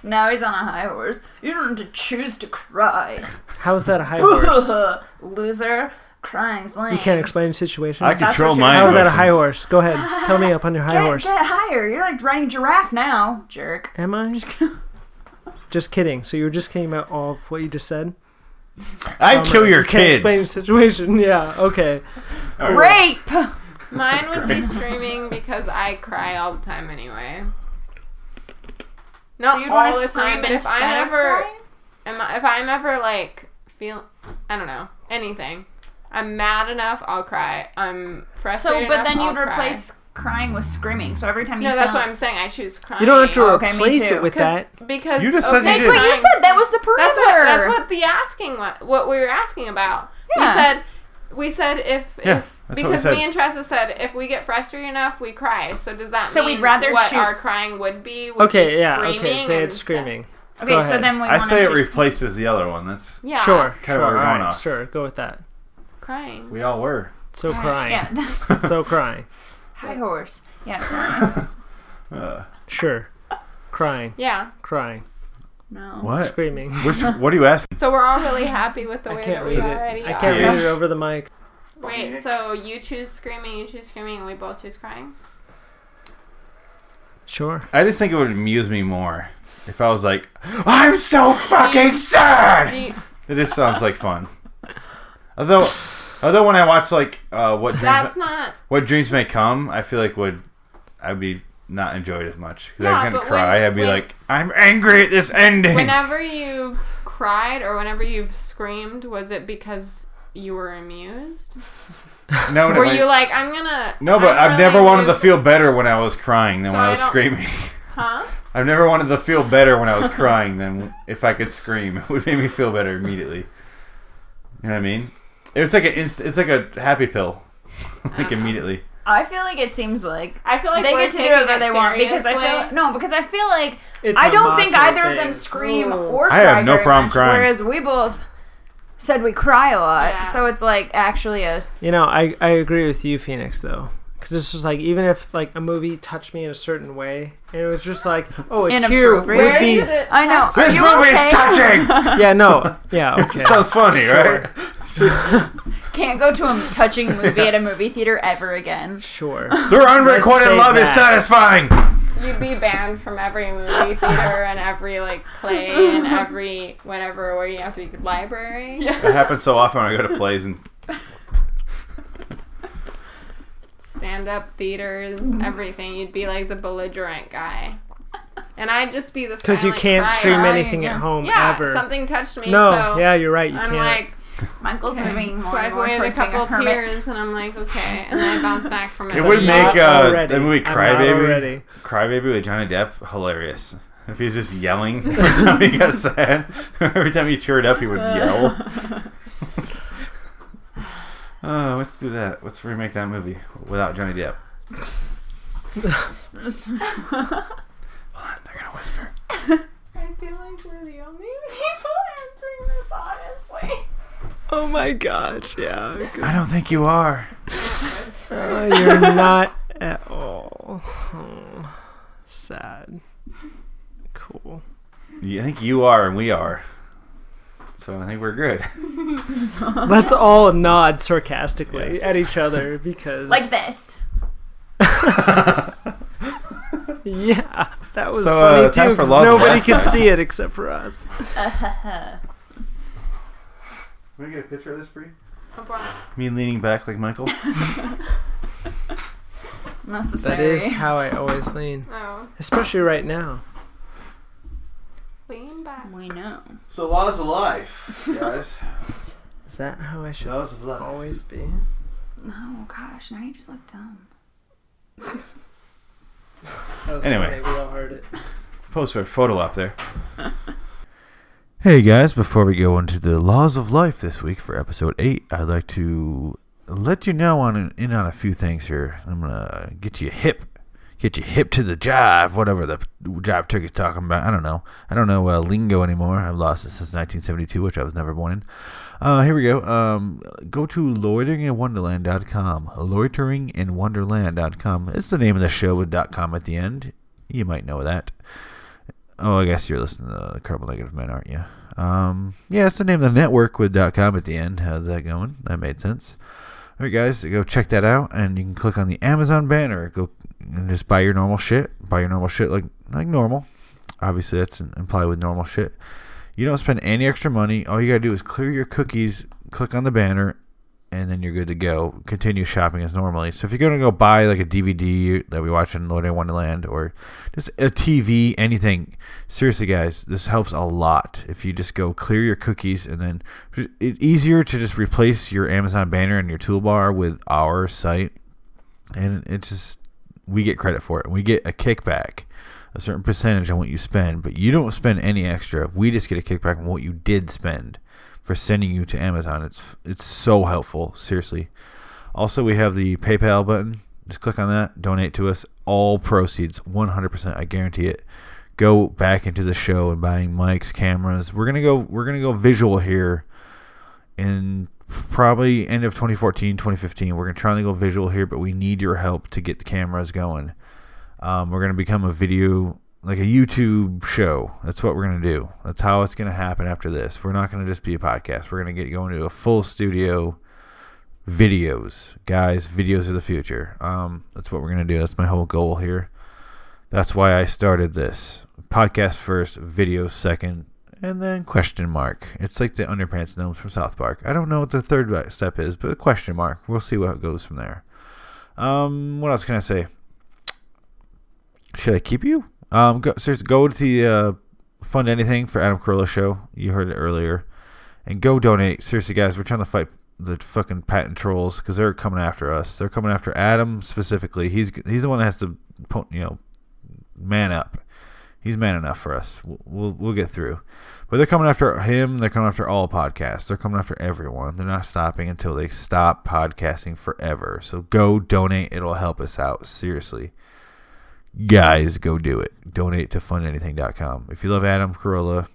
[SPEAKER 7] now he's on a high horse. You don't have to choose to cry.
[SPEAKER 8] How's that a high horse?
[SPEAKER 7] Loser, crying's lame.
[SPEAKER 8] You can't explain the situation.
[SPEAKER 5] I control my
[SPEAKER 8] How's that a
[SPEAKER 5] emotions.
[SPEAKER 8] high horse? Go ahead. Tell me up on your high
[SPEAKER 7] Get,
[SPEAKER 8] horse.
[SPEAKER 7] get higher. You're like riding giraffe now, jerk.
[SPEAKER 8] Am I? Just kidding. So you were just kidding about all of what you just said?
[SPEAKER 5] I'd kill your
[SPEAKER 8] You can't
[SPEAKER 5] kids.
[SPEAKER 8] explain the situation. Yeah, okay.
[SPEAKER 6] Uh,
[SPEAKER 7] Rape.
[SPEAKER 6] Mine would be screaming because I cry all the time anyway. Not
[SPEAKER 7] So you'd
[SPEAKER 6] all
[SPEAKER 7] want
[SPEAKER 6] the
[SPEAKER 7] to
[SPEAKER 6] time,
[SPEAKER 7] scream
[SPEAKER 6] but if
[SPEAKER 7] instead
[SPEAKER 6] I'm
[SPEAKER 7] of
[SPEAKER 6] ever
[SPEAKER 7] crying?
[SPEAKER 6] am I, if I'm ever like feel I don't know anything, I'm mad enough, I'll cry. I'm frustrated.
[SPEAKER 7] So, but then
[SPEAKER 6] enough,
[SPEAKER 7] you'd
[SPEAKER 6] I'll cry.
[SPEAKER 7] replace crying with screaming. So every time you
[SPEAKER 6] No, that's
[SPEAKER 7] feel-
[SPEAKER 6] what I'm saying. I choose crying.
[SPEAKER 8] You don't have to
[SPEAKER 7] Oh, okay, me
[SPEAKER 8] replace
[SPEAKER 7] too.
[SPEAKER 8] it with that.
[SPEAKER 6] because
[SPEAKER 5] You just said
[SPEAKER 6] okay,
[SPEAKER 5] you
[SPEAKER 7] That's
[SPEAKER 5] did.
[SPEAKER 7] what you said. That was the perimeter.
[SPEAKER 6] That's what that's what the asking wa- what we were asking about.
[SPEAKER 7] Yeah.
[SPEAKER 6] We said we said if
[SPEAKER 5] Yeah,
[SPEAKER 6] if
[SPEAKER 5] that's what we
[SPEAKER 6] because
[SPEAKER 5] said.
[SPEAKER 6] me and Tressa said if we get frustrated enough we cry. So does that
[SPEAKER 7] So
[SPEAKER 6] mean
[SPEAKER 7] we'd rather
[SPEAKER 6] what
[SPEAKER 7] choo-
[SPEAKER 6] our crying would be? Would
[SPEAKER 8] Okay,
[SPEAKER 6] be
[SPEAKER 8] yeah,
[SPEAKER 6] screaming
[SPEAKER 8] okay. Say
[SPEAKER 6] and
[SPEAKER 8] it's
[SPEAKER 6] stuff?
[SPEAKER 8] screaming.
[SPEAKER 7] Okay,
[SPEAKER 8] Go
[SPEAKER 7] so
[SPEAKER 8] ahead.
[SPEAKER 7] then we
[SPEAKER 5] I
[SPEAKER 7] want
[SPEAKER 5] say
[SPEAKER 7] to
[SPEAKER 5] it replaces the other one. That's
[SPEAKER 6] Yeah.
[SPEAKER 8] Sure,
[SPEAKER 5] Kinda
[SPEAKER 8] sure.
[SPEAKER 5] what
[SPEAKER 8] All
[SPEAKER 5] we're going
[SPEAKER 8] right,
[SPEAKER 5] off.
[SPEAKER 8] sure. Go with that.
[SPEAKER 6] Crying.
[SPEAKER 5] we all were.
[SPEAKER 8] So crying.
[SPEAKER 7] Yeah,
[SPEAKER 8] So crying.
[SPEAKER 7] high horse. Yeah.
[SPEAKER 8] Sure. Crying.
[SPEAKER 6] Yeah.
[SPEAKER 8] Crying.
[SPEAKER 7] No.
[SPEAKER 5] What?
[SPEAKER 8] Screaming.
[SPEAKER 5] Which? What are you asking?
[SPEAKER 6] So we're all really happy with the
[SPEAKER 8] I
[SPEAKER 6] way
[SPEAKER 8] can't
[SPEAKER 6] that
[SPEAKER 8] read
[SPEAKER 6] we
[SPEAKER 8] it.
[SPEAKER 6] already
[SPEAKER 8] I
[SPEAKER 6] are.
[SPEAKER 8] can't read it over the mic.
[SPEAKER 6] Wait, so you choose screaming, you choose screaming, and we both choose crying?
[SPEAKER 8] Sure.
[SPEAKER 5] I just think it would amuse me more if I was like, I'm so fucking sad.
[SPEAKER 6] Do you,
[SPEAKER 5] It just sounds like fun. Although, although when I watch like uh, what dreams
[SPEAKER 6] that's not.
[SPEAKER 5] what dreams may come, I feel like would I'd be not enjoyed as much because
[SPEAKER 6] Yeah,
[SPEAKER 5] I couldn't
[SPEAKER 6] but
[SPEAKER 5] cry.
[SPEAKER 6] when-
[SPEAKER 5] I'd be
[SPEAKER 6] when-
[SPEAKER 5] like, I'm angry at this ending.
[SPEAKER 6] Whenever you've cried or whenever you've screamed, was it because you were amused?
[SPEAKER 5] no, no,
[SPEAKER 6] Were
[SPEAKER 5] I-
[SPEAKER 6] you like, I'm gonna.
[SPEAKER 5] no, but
[SPEAKER 6] I'm
[SPEAKER 5] I've
[SPEAKER 6] really
[SPEAKER 5] never wanted to
[SPEAKER 6] amused-
[SPEAKER 5] feel better when I was crying than
[SPEAKER 6] So
[SPEAKER 5] when I
[SPEAKER 6] I
[SPEAKER 5] was
[SPEAKER 6] don't-
[SPEAKER 5] screaming.
[SPEAKER 6] Huh?
[SPEAKER 5] I've never wanted to feel better when I was crying than if I could scream. It would make me feel better immediately. You know what I mean? It's like an inst- It's like a happy pill. like immediately.
[SPEAKER 7] I feel like it seems like.
[SPEAKER 6] I feel like
[SPEAKER 7] they
[SPEAKER 6] we're
[SPEAKER 7] get to do
[SPEAKER 6] taking
[SPEAKER 7] whatever they want because I feel
[SPEAKER 6] seriously.
[SPEAKER 7] no because I feel like
[SPEAKER 8] It's
[SPEAKER 7] I
[SPEAKER 8] a
[SPEAKER 7] don't think
[SPEAKER 8] macho
[SPEAKER 7] either of
[SPEAKER 8] thing.
[SPEAKER 7] them scream
[SPEAKER 8] Ooh.
[SPEAKER 7] or
[SPEAKER 5] I
[SPEAKER 7] cry
[SPEAKER 5] have no
[SPEAKER 7] very
[SPEAKER 5] problem
[SPEAKER 7] much,
[SPEAKER 5] crying.
[SPEAKER 7] Whereas we both said we cry a lot,
[SPEAKER 6] Yeah.
[SPEAKER 7] so it's like actually a
[SPEAKER 8] You know, I, I agree with you, Phoenix, though. Because it's just like, even if like a movie touched me in a certain way, and it was just like, oh, a tear would
[SPEAKER 7] Inappropriate.
[SPEAKER 6] Where
[SPEAKER 8] be.
[SPEAKER 6] did it.
[SPEAKER 7] I know.
[SPEAKER 5] This
[SPEAKER 7] Are you
[SPEAKER 5] movie
[SPEAKER 7] okay?
[SPEAKER 5] is touching.
[SPEAKER 8] Yeah, no. Yeah, okay.
[SPEAKER 5] Sounds funny, right?
[SPEAKER 7] Can't go to a touching movie at a movie theater ever again.
[SPEAKER 8] Sure.
[SPEAKER 5] Their unrecorded
[SPEAKER 8] say
[SPEAKER 5] love is
[SPEAKER 8] that.
[SPEAKER 5] satisfying.
[SPEAKER 6] You'd be banned from every movie theater and every, like, play and every whatever where you have to be library. Yeah.
[SPEAKER 5] It happens so often when I go to plays and
[SPEAKER 6] stand up theaters,
[SPEAKER 7] Mm-hmm.
[SPEAKER 6] everything. You'd be like the belligerent guy. And I'd just be the
[SPEAKER 8] Because you
[SPEAKER 6] silent
[SPEAKER 8] can't
[SPEAKER 6] crier.
[SPEAKER 8] stream
[SPEAKER 7] Right,
[SPEAKER 8] anything
[SPEAKER 7] yeah.
[SPEAKER 8] at home
[SPEAKER 6] Yeah,
[SPEAKER 8] ever.
[SPEAKER 6] something touched me.
[SPEAKER 8] no,
[SPEAKER 6] so
[SPEAKER 8] yeah, you're right. You
[SPEAKER 6] I'm
[SPEAKER 8] can't.
[SPEAKER 6] like,
[SPEAKER 7] Michael's moving more
[SPEAKER 6] swipe
[SPEAKER 7] and more
[SPEAKER 6] away a
[SPEAKER 7] towards being
[SPEAKER 6] couple
[SPEAKER 7] a hermit.
[SPEAKER 6] tears, and I'm like, okay. And then I bounce back from it.
[SPEAKER 5] It would
[SPEAKER 6] Yeah.
[SPEAKER 5] make
[SPEAKER 8] Not
[SPEAKER 5] uh,
[SPEAKER 8] already.
[SPEAKER 5] the movie
[SPEAKER 8] I'm not
[SPEAKER 5] Crybaby,
[SPEAKER 8] already.
[SPEAKER 5] Crybaby with Johnny Depp hilarious. If he's just yelling every time he got sad, every time he teared up, he would yell. Oh, let's do that. Let's remake that movie without Johnny Depp. Hold on, they're gonna whisper.
[SPEAKER 6] I feel like we're the only people answering this honestly.
[SPEAKER 8] oh my gosh, yeah.
[SPEAKER 5] I don't think you are.
[SPEAKER 8] Uh, you're not at all. Oh, sad. Cool.
[SPEAKER 5] You- I think you are, and we are. so I think we're good.
[SPEAKER 8] Let's all nod sarcastically at each other because,
[SPEAKER 7] Like this.
[SPEAKER 8] yeah, that was
[SPEAKER 5] So,
[SPEAKER 8] funny
[SPEAKER 5] uh, time
[SPEAKER 8] too.
[SPEAKER 5] for
[SPEAKER 8] 'cause
[SPEAKER 5] Laws of
[SPEAKER 8] nobody
[SPEAKER 5] Laugh
[SPEAKER 8] could
[SPEAKER 5] Track.
[SPEAKER 8] see it except for us.
[SPEAKER 5] Can we get a picture of this, Bree?
[SPEAKER 6] Up on-
[SPEAKER 5] Me leaning back like Michael.
[SPEAKER 8] That
[SPEAKER 7] Necessary.
[SPEAKER 8] is how I always lean,
[SPEAKER 6] Oh,
[SPEAKER 8] especially right now.
[SPEAKER 6] lean back.
[SPEAKER 7] We know.
[SPEAKER 5] So laws of life, guys.
[SPEAKER 8] Is that how I should
[SPEAKER 5] laws of life.
[SPEAKER 8] always be?
[SPEAKER 7] No, Oh, gosh, now you just look dumb.
[SPEAKER 5] Anyway.
[SPEAKER 8] we all heard it.
[SPEAKER 5] post a photo up there. hey guys, before we go into the laws of life this week for episode 8, I'd like to let you know on in on a few things here. I'm going to get you hip. Get you hip to the jive, whatever the jive turkey's talking about. I don't know. I don't know uh, lingo anymore. I've lost it since 1972, which I was never born in. Uh, here we go. Um, go to loiteringinwonderland.com. Loiteringinwonderland.com. It's the name of the show with .com at the end. You might know that. Oh, I guess you're listening to the Carbon Negative Men, aren't you? Um, yeah, it's the name of the network with .com at the end. How's that going? That made sense. All right, guys, go check that out, and you can click on the Amazon banner. Go and just buy your normal shit. Buy your normal shit like like normal. Obviously, that's implied with normal shit. You don't spend any extra money. All you gotta do is clear your cookies. Click on the banner, and then you're good to go. Continue shopping as normally. So if you're gonna go buy like a DVD that we watch in Lord in Wonderland or just a TV, anything, seriously, guys, this helps a lot. If you just go clear your cookies and then it's easier to just replace your Amazon banner and your toolbar with our site, and it just we get credit for it. and We get a kickback, a certain percentage on what you spend, but you don't spend any extra. We just get a kickback on what you did spend for sending you to Amazon. It's it's so helpful, seriously. Also, we have the PayPal button. Just click on that. Donate to us. All proceeds, 100%. I guarantee it. Go back into the show and buying mics, cameras. We're gonna go. We're gonna go visual here in probably end of 2014 2015 we're going to try to go visual here but we need your help to get the cameras going um, we're going to become a video like a youtube show that's what we're going to do that's how it's going to happen after this we're not going to just be a podcast we're going to get going to a full studio videos guys videos of the future um, that's what we're going to do that's my whole goal here that's why i started this podcast first video second and then question mark. It's like the underpants gnomes from South Park. I don't know what the third step is, but question mark. We'll see what goes from there. Um, what else can I say? Should I keep you? Um, go, seriously, go to the uh, fund anything for Adam Carolla show. You heard it earlier, and go donate. Seriously, guys, we're trying to fight the fucking patent trolls because they're coming after us. They're coming after Adam specifically. He's he's the one that has to, po- you know, man up. He's man enough for us. We'll, we'll we'll get through. But they're coming after him. They're coming after all podcasts. They're coming after everyone. They're not stopping until they stop podcasting forever. So go donate. It'll help us out. Seriously. Guys, go do it. Donate to fundanything.com. If you love Adam Carolla,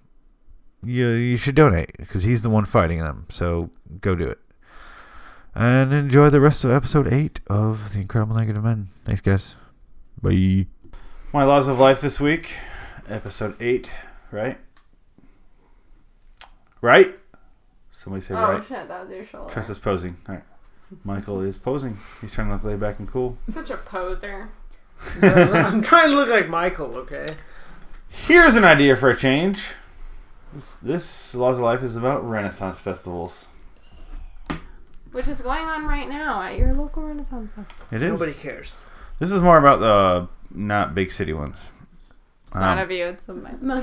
[SPEAKER 5] you, you should donate because he's the one fighting them. So go do it. And enjoy the rest of episode 8 of The Incredible Negative Men. Thanks, guys. Bye. My Laws of Life this week, episode 8, right? Right? Somebody say
[SPEAKER 6] Oh
[SPEAKER 5] right.
[SPEAKER 6] shit, that was your shoulder.
[SPEAKER 5] Trista's posing. All right. Michael is posing. He's trying to look laid back and cool.
[SPEAKER 6] Such a poser.
[SPEAKER 8] I'm trying to look like Michael, okay?
[SPEAKER 5] Here's an idea for a change. This, this Laws of Life is about Renaissance festivals.
[SPEAKER 6] Which is going on right now at your local Renaissance Festival.
[SPEAKER 5] It is.
[SPEAKER 8] Nobody cares.
[SPEAKER 5] This is more about the not big city ones.
[SPEAKER 6] It's not
[SPEAKER 5] Um,
[SPEAKER 6] of you, it's of my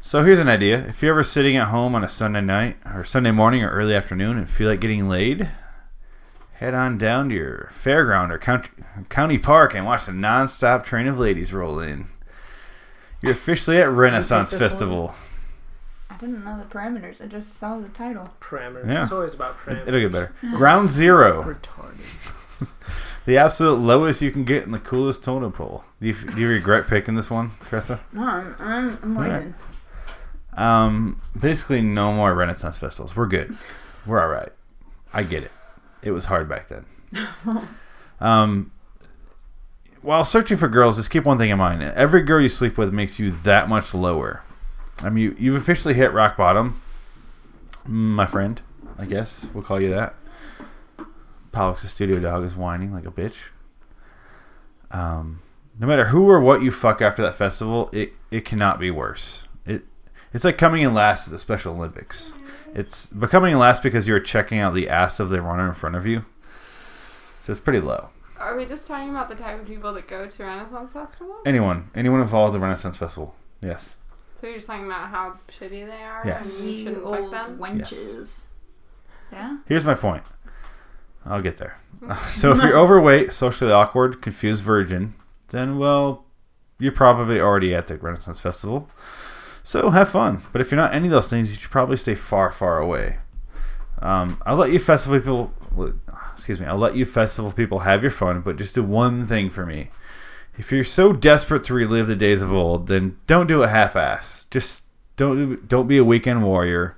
[SPEAKER 5] So here's an idea. If you're ever sitting at home on a Sunday night or Sunday morning or early afternoon and feel like getting laid, head on down to your fairground or county, county park and watch the nonstop train of ladies roll in. You're officially at Renaissance
[SPEAKER 8] this one?
[SPEAKER 5] Festival.
[SPEAKER 7] I didn't know the parameters. I just saw the title.
[SPEAKER 8] Parameters.
[SPEAKER 5] Yeah.
[SPEAKER 8] It's always about parameters.
[SPEAKER 5] It- It'll get better. Ground Zero.
[SPEAKER 8] Retarded.
[SPEAKER 5] The absolute lowest you can get in the coolest totem pole. Do you, do you regret picking this one, Cressa?
[SPEAKER 7] No, I'm, I'm, I'm
[SPEAKER 5] All right.
[SPEAKER 7] waiting.
[SPEAKER 5] Um, basically, no more Renaissance festivals. We're good. We're all right. I get it. It was hard back then. um, while searching for girls, just keep one thing in mind: every girl you sleep with makes you that much lower. I mean, you, you've officially hit rock bottom. my friend, I guess we'll call you that. Pollock's studio dog is whining like a bitch. Um, no matter who or what you fuck after that festival, it, it cannot be worse. It it's like coming in last at the Special Olympics. It's becoming last because you're checking out the ass of the runner in front of you. So it's pretty low.
[SPEAKER 6] Are we just talking about the type of people that go to Renaissance Festival?
[SPEAKER 5] Anyone, anyone involved in the Renaissance Festival? Yes.
[SPEAKER 6] So you're just talking about how shitty they are
[SPEAKER 5] Yes.
[SPEAKER 6] and you
[SPEAKER 7] You
[SPEAKER 6] shouldn't
[SPEAKER 7] old
[SPEAKER 6] fuck them?
[SPEAKER 7] wenches. Yeah.
[SPEAKER 5] Here's my point. I'll get there. so if you're overweight, socially awkward, confused virgin, then well, you're probably already at the Renaissance Festival. So have fun. But if you're not any of those things, you should probably stay far, far away. Um, I'll let you festival people. Excuse me. I'll let you festival people have your fun, but just do one thing for me. If you're so desperate to relive the days of old, then don't do it half-ass. Just don't don't be a weekend warrior.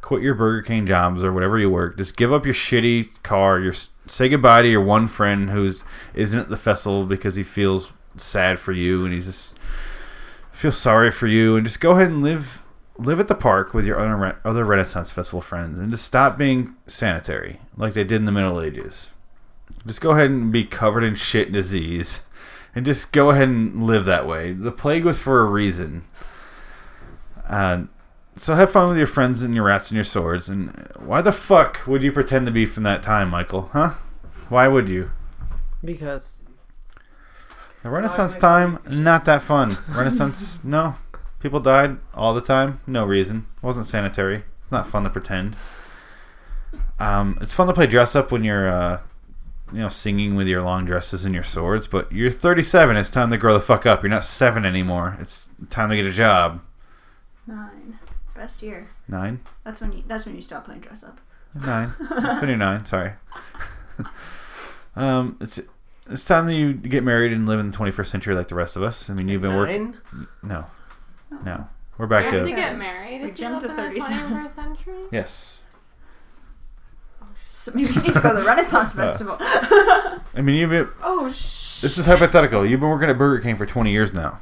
[SPEAKER 5] Quit your Burger King jobs or whatever you work. Just give up your shitty car. Your say goodbye to your one friend who's isn't at the festival because he feels sad for you and he's just feels sorry for you. And just go ahead and live live at the park with your other, other Renaissance Festival friends and just stop being sanitary like they did in the Middle Ages. Just go ahead and be covered in shit and disease and just go ahead and live that way. The plague was for a reason. Uh, so have fun with your friends and your rats and your swords. And why the fuck would you pretend to be from that time, Michael? Huh? Why would you?
[SPEAKER 8] Because
[SPEAKER 5] The Renaissance time, not that fun. Renaissance, no. People died all the time, no reason. Wasn't sanitary. It's not fun to pretend. Um, it's fun to play dress up when you're, uh, you know, singing with your long dresses and your swords. But you're 37. It's time to grow the fuck up. You're not seven anymore. It's time to get a job.
[SPEAKER 7] Nine. Best year.
[SPEAKER 5] Nine,
[SPEAKER 7] That's when you. That's when you stop playing dress up.
[SPEAKER 5] nine. It's when you're nine. Sorry. um, it's it's time that you get married and live in the 21st century like the rest of us. I mean, you've been working.
[SPEAKER 8] nine.
[SPEAKER 5] No. No. We're back
[SPEAKER 6] You
[SPEAKER 5] to.
[SPEAKER 6] have to get married
[SPEAKER 7] We
[SPEAKER 6] if you
[SPEAKER 7] jumped
[SPEAKER 6] live
[SPEAKER 7] to
[SPEAKER 6] in the
[SPEAKER 7] 37.
[SPEAKER 6] 21st century?
[SPEAKER 5] Yes.
[SPEAKER 7] So maybe you need to go to the Renaissance Festival.
[SPEAKER 5] I mean, you've been,
[SPEAKER 6] Oh, shit.
[SPEAKER 5] this is hypothetical. You've been working at Burger King for 20 years now.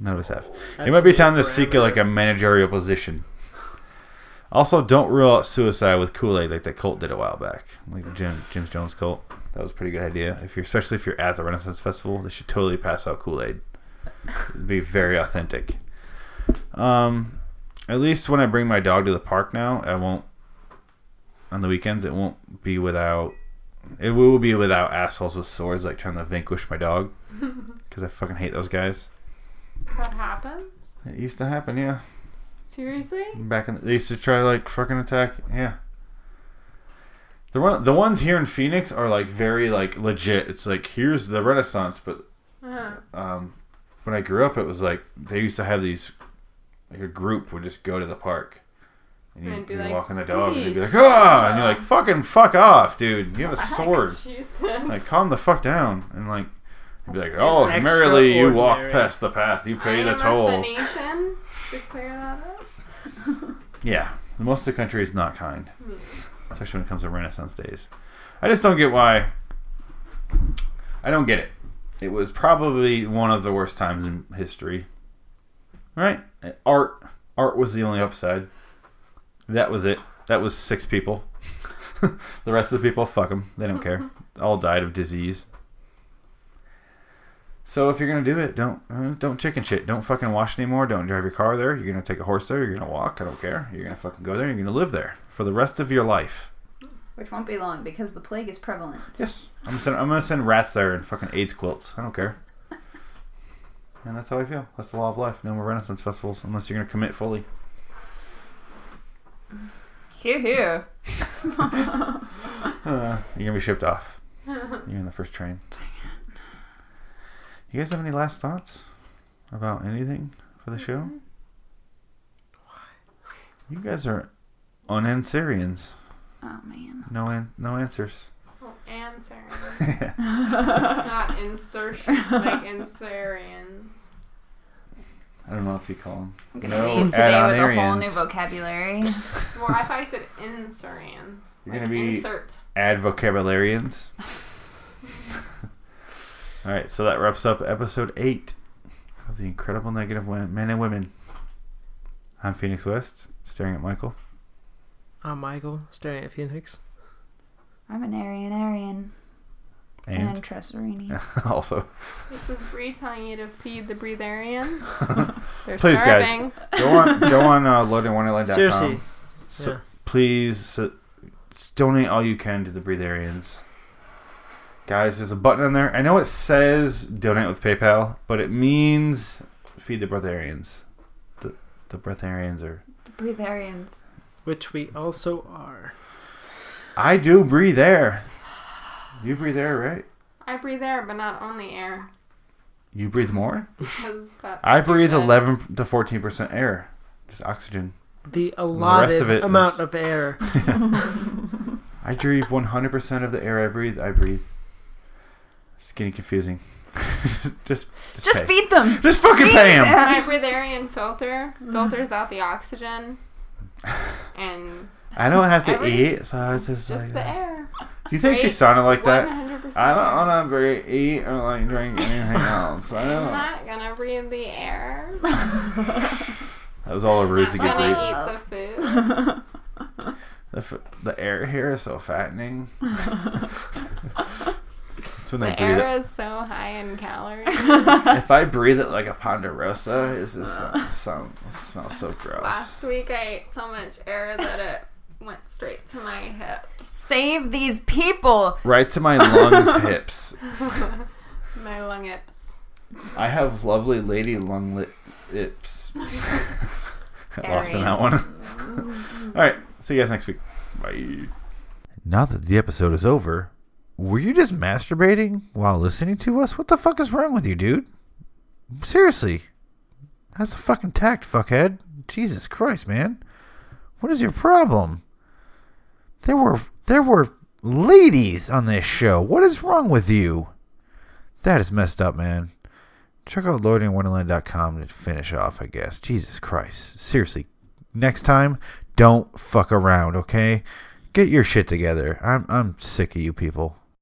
[SPEAKER 5] None of us have. it might be time to seek like a managerial position. Also, don't rule out suicide with Kool Aid like that cult did a while back, like the Jim Jim Jones cult. That was a pretty good idea. If you're especially if you're at the Renaissance Festival, they should totally pass out Kool Aid. It'd be very authentic. Um, at least when I bring my dog to the park now, I won't. On the weekends, it won't be without. It will be without assholes with swords like trying to vanquish my dog, because I fucking hate those guys.
[SPEAKER 6] That happened?
[SPEAKER 5] It used to happen, yeah.
[SPEAKER 6] Seriously?
[SPEAKER 5] Back in the, they used to try to like fucking attack. Yeah. The one, the ones here in Phoenix are like very like legit. It's like here's the Renaissance, but
[SPEAKER 6] Uh,
[SPEAKER 5] um, when I grew up, it was like they used to have these like a group would just go to the park. And you,
[SPEAKER 6] And be
[SPEAKER 5] you're
[SPEAKER 6] like,
[SPEAKER 5] walking the dog, and they'd be like,
[SPEAKER 6] "Peace."
[SPEAKER 5] "Ah!" and you're like, "Fucking fuck off, dude! You have a sword.
[SPEAKER 6] Jesus.
[SPEAKER 5] Like, calm the fuck down." And like, you'd be like, "Oh, merrily you walk
[SPEAKER 8] Extraordinary.
[SPEAKER 5] past the path, you
[SPEAKER 6] I
[SPEAKER 5] pay
[SPEAKER 6] am
[SPEAKER 5] the
[SPEAKER 6] a
[SPEAKER 5] toll."
[SPEAKER 6] Phoenician. To clear that up.
[SPEAKER 5] Yeah, most of the country is not kind, especially when it comes to Renaissance days. I just don't get why. I don't get it. It was probably one of the worst times in history. Right? Art, art was the only upside. That was it. That was six people. the rest of the people, fuck them. They don't care. All died of disease. So if you're gonna do it, don't uh, don't chicken shit. Don't fucking wash anymore. Don't drive your car there. You're gonna take a horse there. You're gonna walk. I don't care. You're gonna fucking go there. You're gonna live there for the rest of your life.
[SPEAKER 7] Which won't be long because the plague is prevalent.
[SPEAKER 5] Yes, I'm gonna send, I'm gonna send rats there and fucking AIDS quilts. I don't care. And that's how I feel. That's the law of life. No more Renaissance festivals unless you're gonna commit fully.
[SPEAKER 7] Here, here.
[SPEAKER 5] Uh, you're gonna be shipped off. You're in the first train. You guys have any last thoughts about anything for the show? You guys are unansarians.
[SPEAKER 7] Oh man.
[SPEAKER 5] No, an- no answers.
[SPEAKER 6] Well, answer. Not insertion, like inserians.
[SPEAKER 5] I don't know what you call them.
[SPEAKER 7] I'm gonna
[SPEAKER 5] No,
[SPEAKER 7] leave today with a whole new
[SPEAKER 5] add-on-arians.
[SPEAKER 7] vocabulary.
[SPEAKER 6] Well, I thought you said inserians.
[SPEAKER 5] You're
[SPEAKER 6] like
[SPEAKER 5] gonna be-
[SPEAKER 6] insert.
[SPEAKER 5] Add vocabularians. All right, so that wraps up episode eight of the Incredible Negative Wo- Men and Women. I'm Phoenix West, staring at Michael.
[SPEAKER 8] I'm Michael, staring at Phoenix.
[SPEAKER 7] I'm an Aryan Aryan. And,
[SPEAKER 5] And
[SPEAKER 7] Tresserini.
[SPEAKER 5] also,
[SPEAKER 6] This is Bree telling you to feed the breatharians. They're
[SPEAKER 5] Please, guys.
[SPEAKER 6] starving.
[SPEAKER 5] go on, go on, uh, loadedwonderland.com.
[SPEAKER 8] Seriously.
[SPEAKER 5] So,
[SPEAKER 8] yeah.
[SPEAKER 5] please uh, donate all you can to the Breatharians. Guys, there's a button on there. I know it says donate with PayPal, but it means feed the Breatharians. The, the Breatharians are.
[SPEAKER 7] the Breatharians.
[SPEAKER 8] Which we also are.
[SPEAKER 5] I do breathe air. You breathe air, right?
[SPEAKER 6] I breathe air, but not only air.
[SPEAKER 5] You breathe more?
[SPEAKER 6] 'cause that's
[SPEAKER 5] I breathe
[SPEAKER 6] stupid.
[SPEAKER 5] 11 to 14% air. Just oxygen.
[SPEAKER 8] The allotted
[SPEAKER 5] of it
[SPEAKER 8] amount
[SPEAKER 5] is-
[SPEAKER 8] of air.
[SPEAKER 5] I breathe 100% of the air I breathe. I breathe. It's getting confusing. just, just,
[SPEAKER 7] Just
[SPEAKER 5] pay.
[SPEAKER 7] feed them!
[SPEAKER 5] Just fucking
[SPEAKER 7] feed
[SPEAKER 5] pay him.
[SPEAKER 6] My breatharian filter filters out the oxygen and
[SPEAKER 5] I don't have to
[SPEAKER 6] Every-
[SPEAKER 5] eat, so it's just,
[SPEAKER 6] it's just
[SPEAKER 5] like
[SPEAKER 6] the
[SPEAKER 5] this.
[SPEAKER 6] air.
[SPEAKER 5] Do you think she
[SPEAKER 6] Straight
[SPEAKER 5] sounded like that?
[SPEAKER 6] 100%.
[SPEAKER 5] I don't want to bre- eat or like drink anything else. I
[SPEAKER 6] I'm
[SPEAKER 5] don't.
[SPEAKER 6] not gonna breathe the air.
[SPEAKER 5] That was all a ruse to
[SPEAKER 6] I'm
[SPEAKER 5] get the
[SPEAKER 6] gonna eat the food.
[SPEAKER 5] the, f- the air here is so fattening. That's when they
[SPEAKER 6] The
[SPEAKER 5] breathe.
[SPEAKER 6] air is so high in calories.
[SPEAKER 5] It. If I breathe it like a ponderosa, it's just some, some it smells so gross.
[SPEAKER 6] Last week I ate so much air that it went straight to my hip.
[SPEAKER 7] Save these people!
[SPEAKER 5] Right to my lungs, hips.
[SPEAKER 6] My lung hips.
[SPEAKER 5] I have lovely lady lung lit hips. Got lost in that one. All right. See you guys next week. Bye.
[SPEAKER 10] Now that the episode is over, were you just masturbating while listening to us? What the fuck is wrong with you, dude? Seriously. That's a fucking tact, fuckhead. Jesus Christ, man. What is your problem? There were there were ladies on this show. What is wrong with you? That is messed up, man. Check out loadingwonderland.com to finish off, I guess. Jesus Christ. Seriously. Next time, don't fuck around, okay? Get your shit together. I'm I'm sick of you people.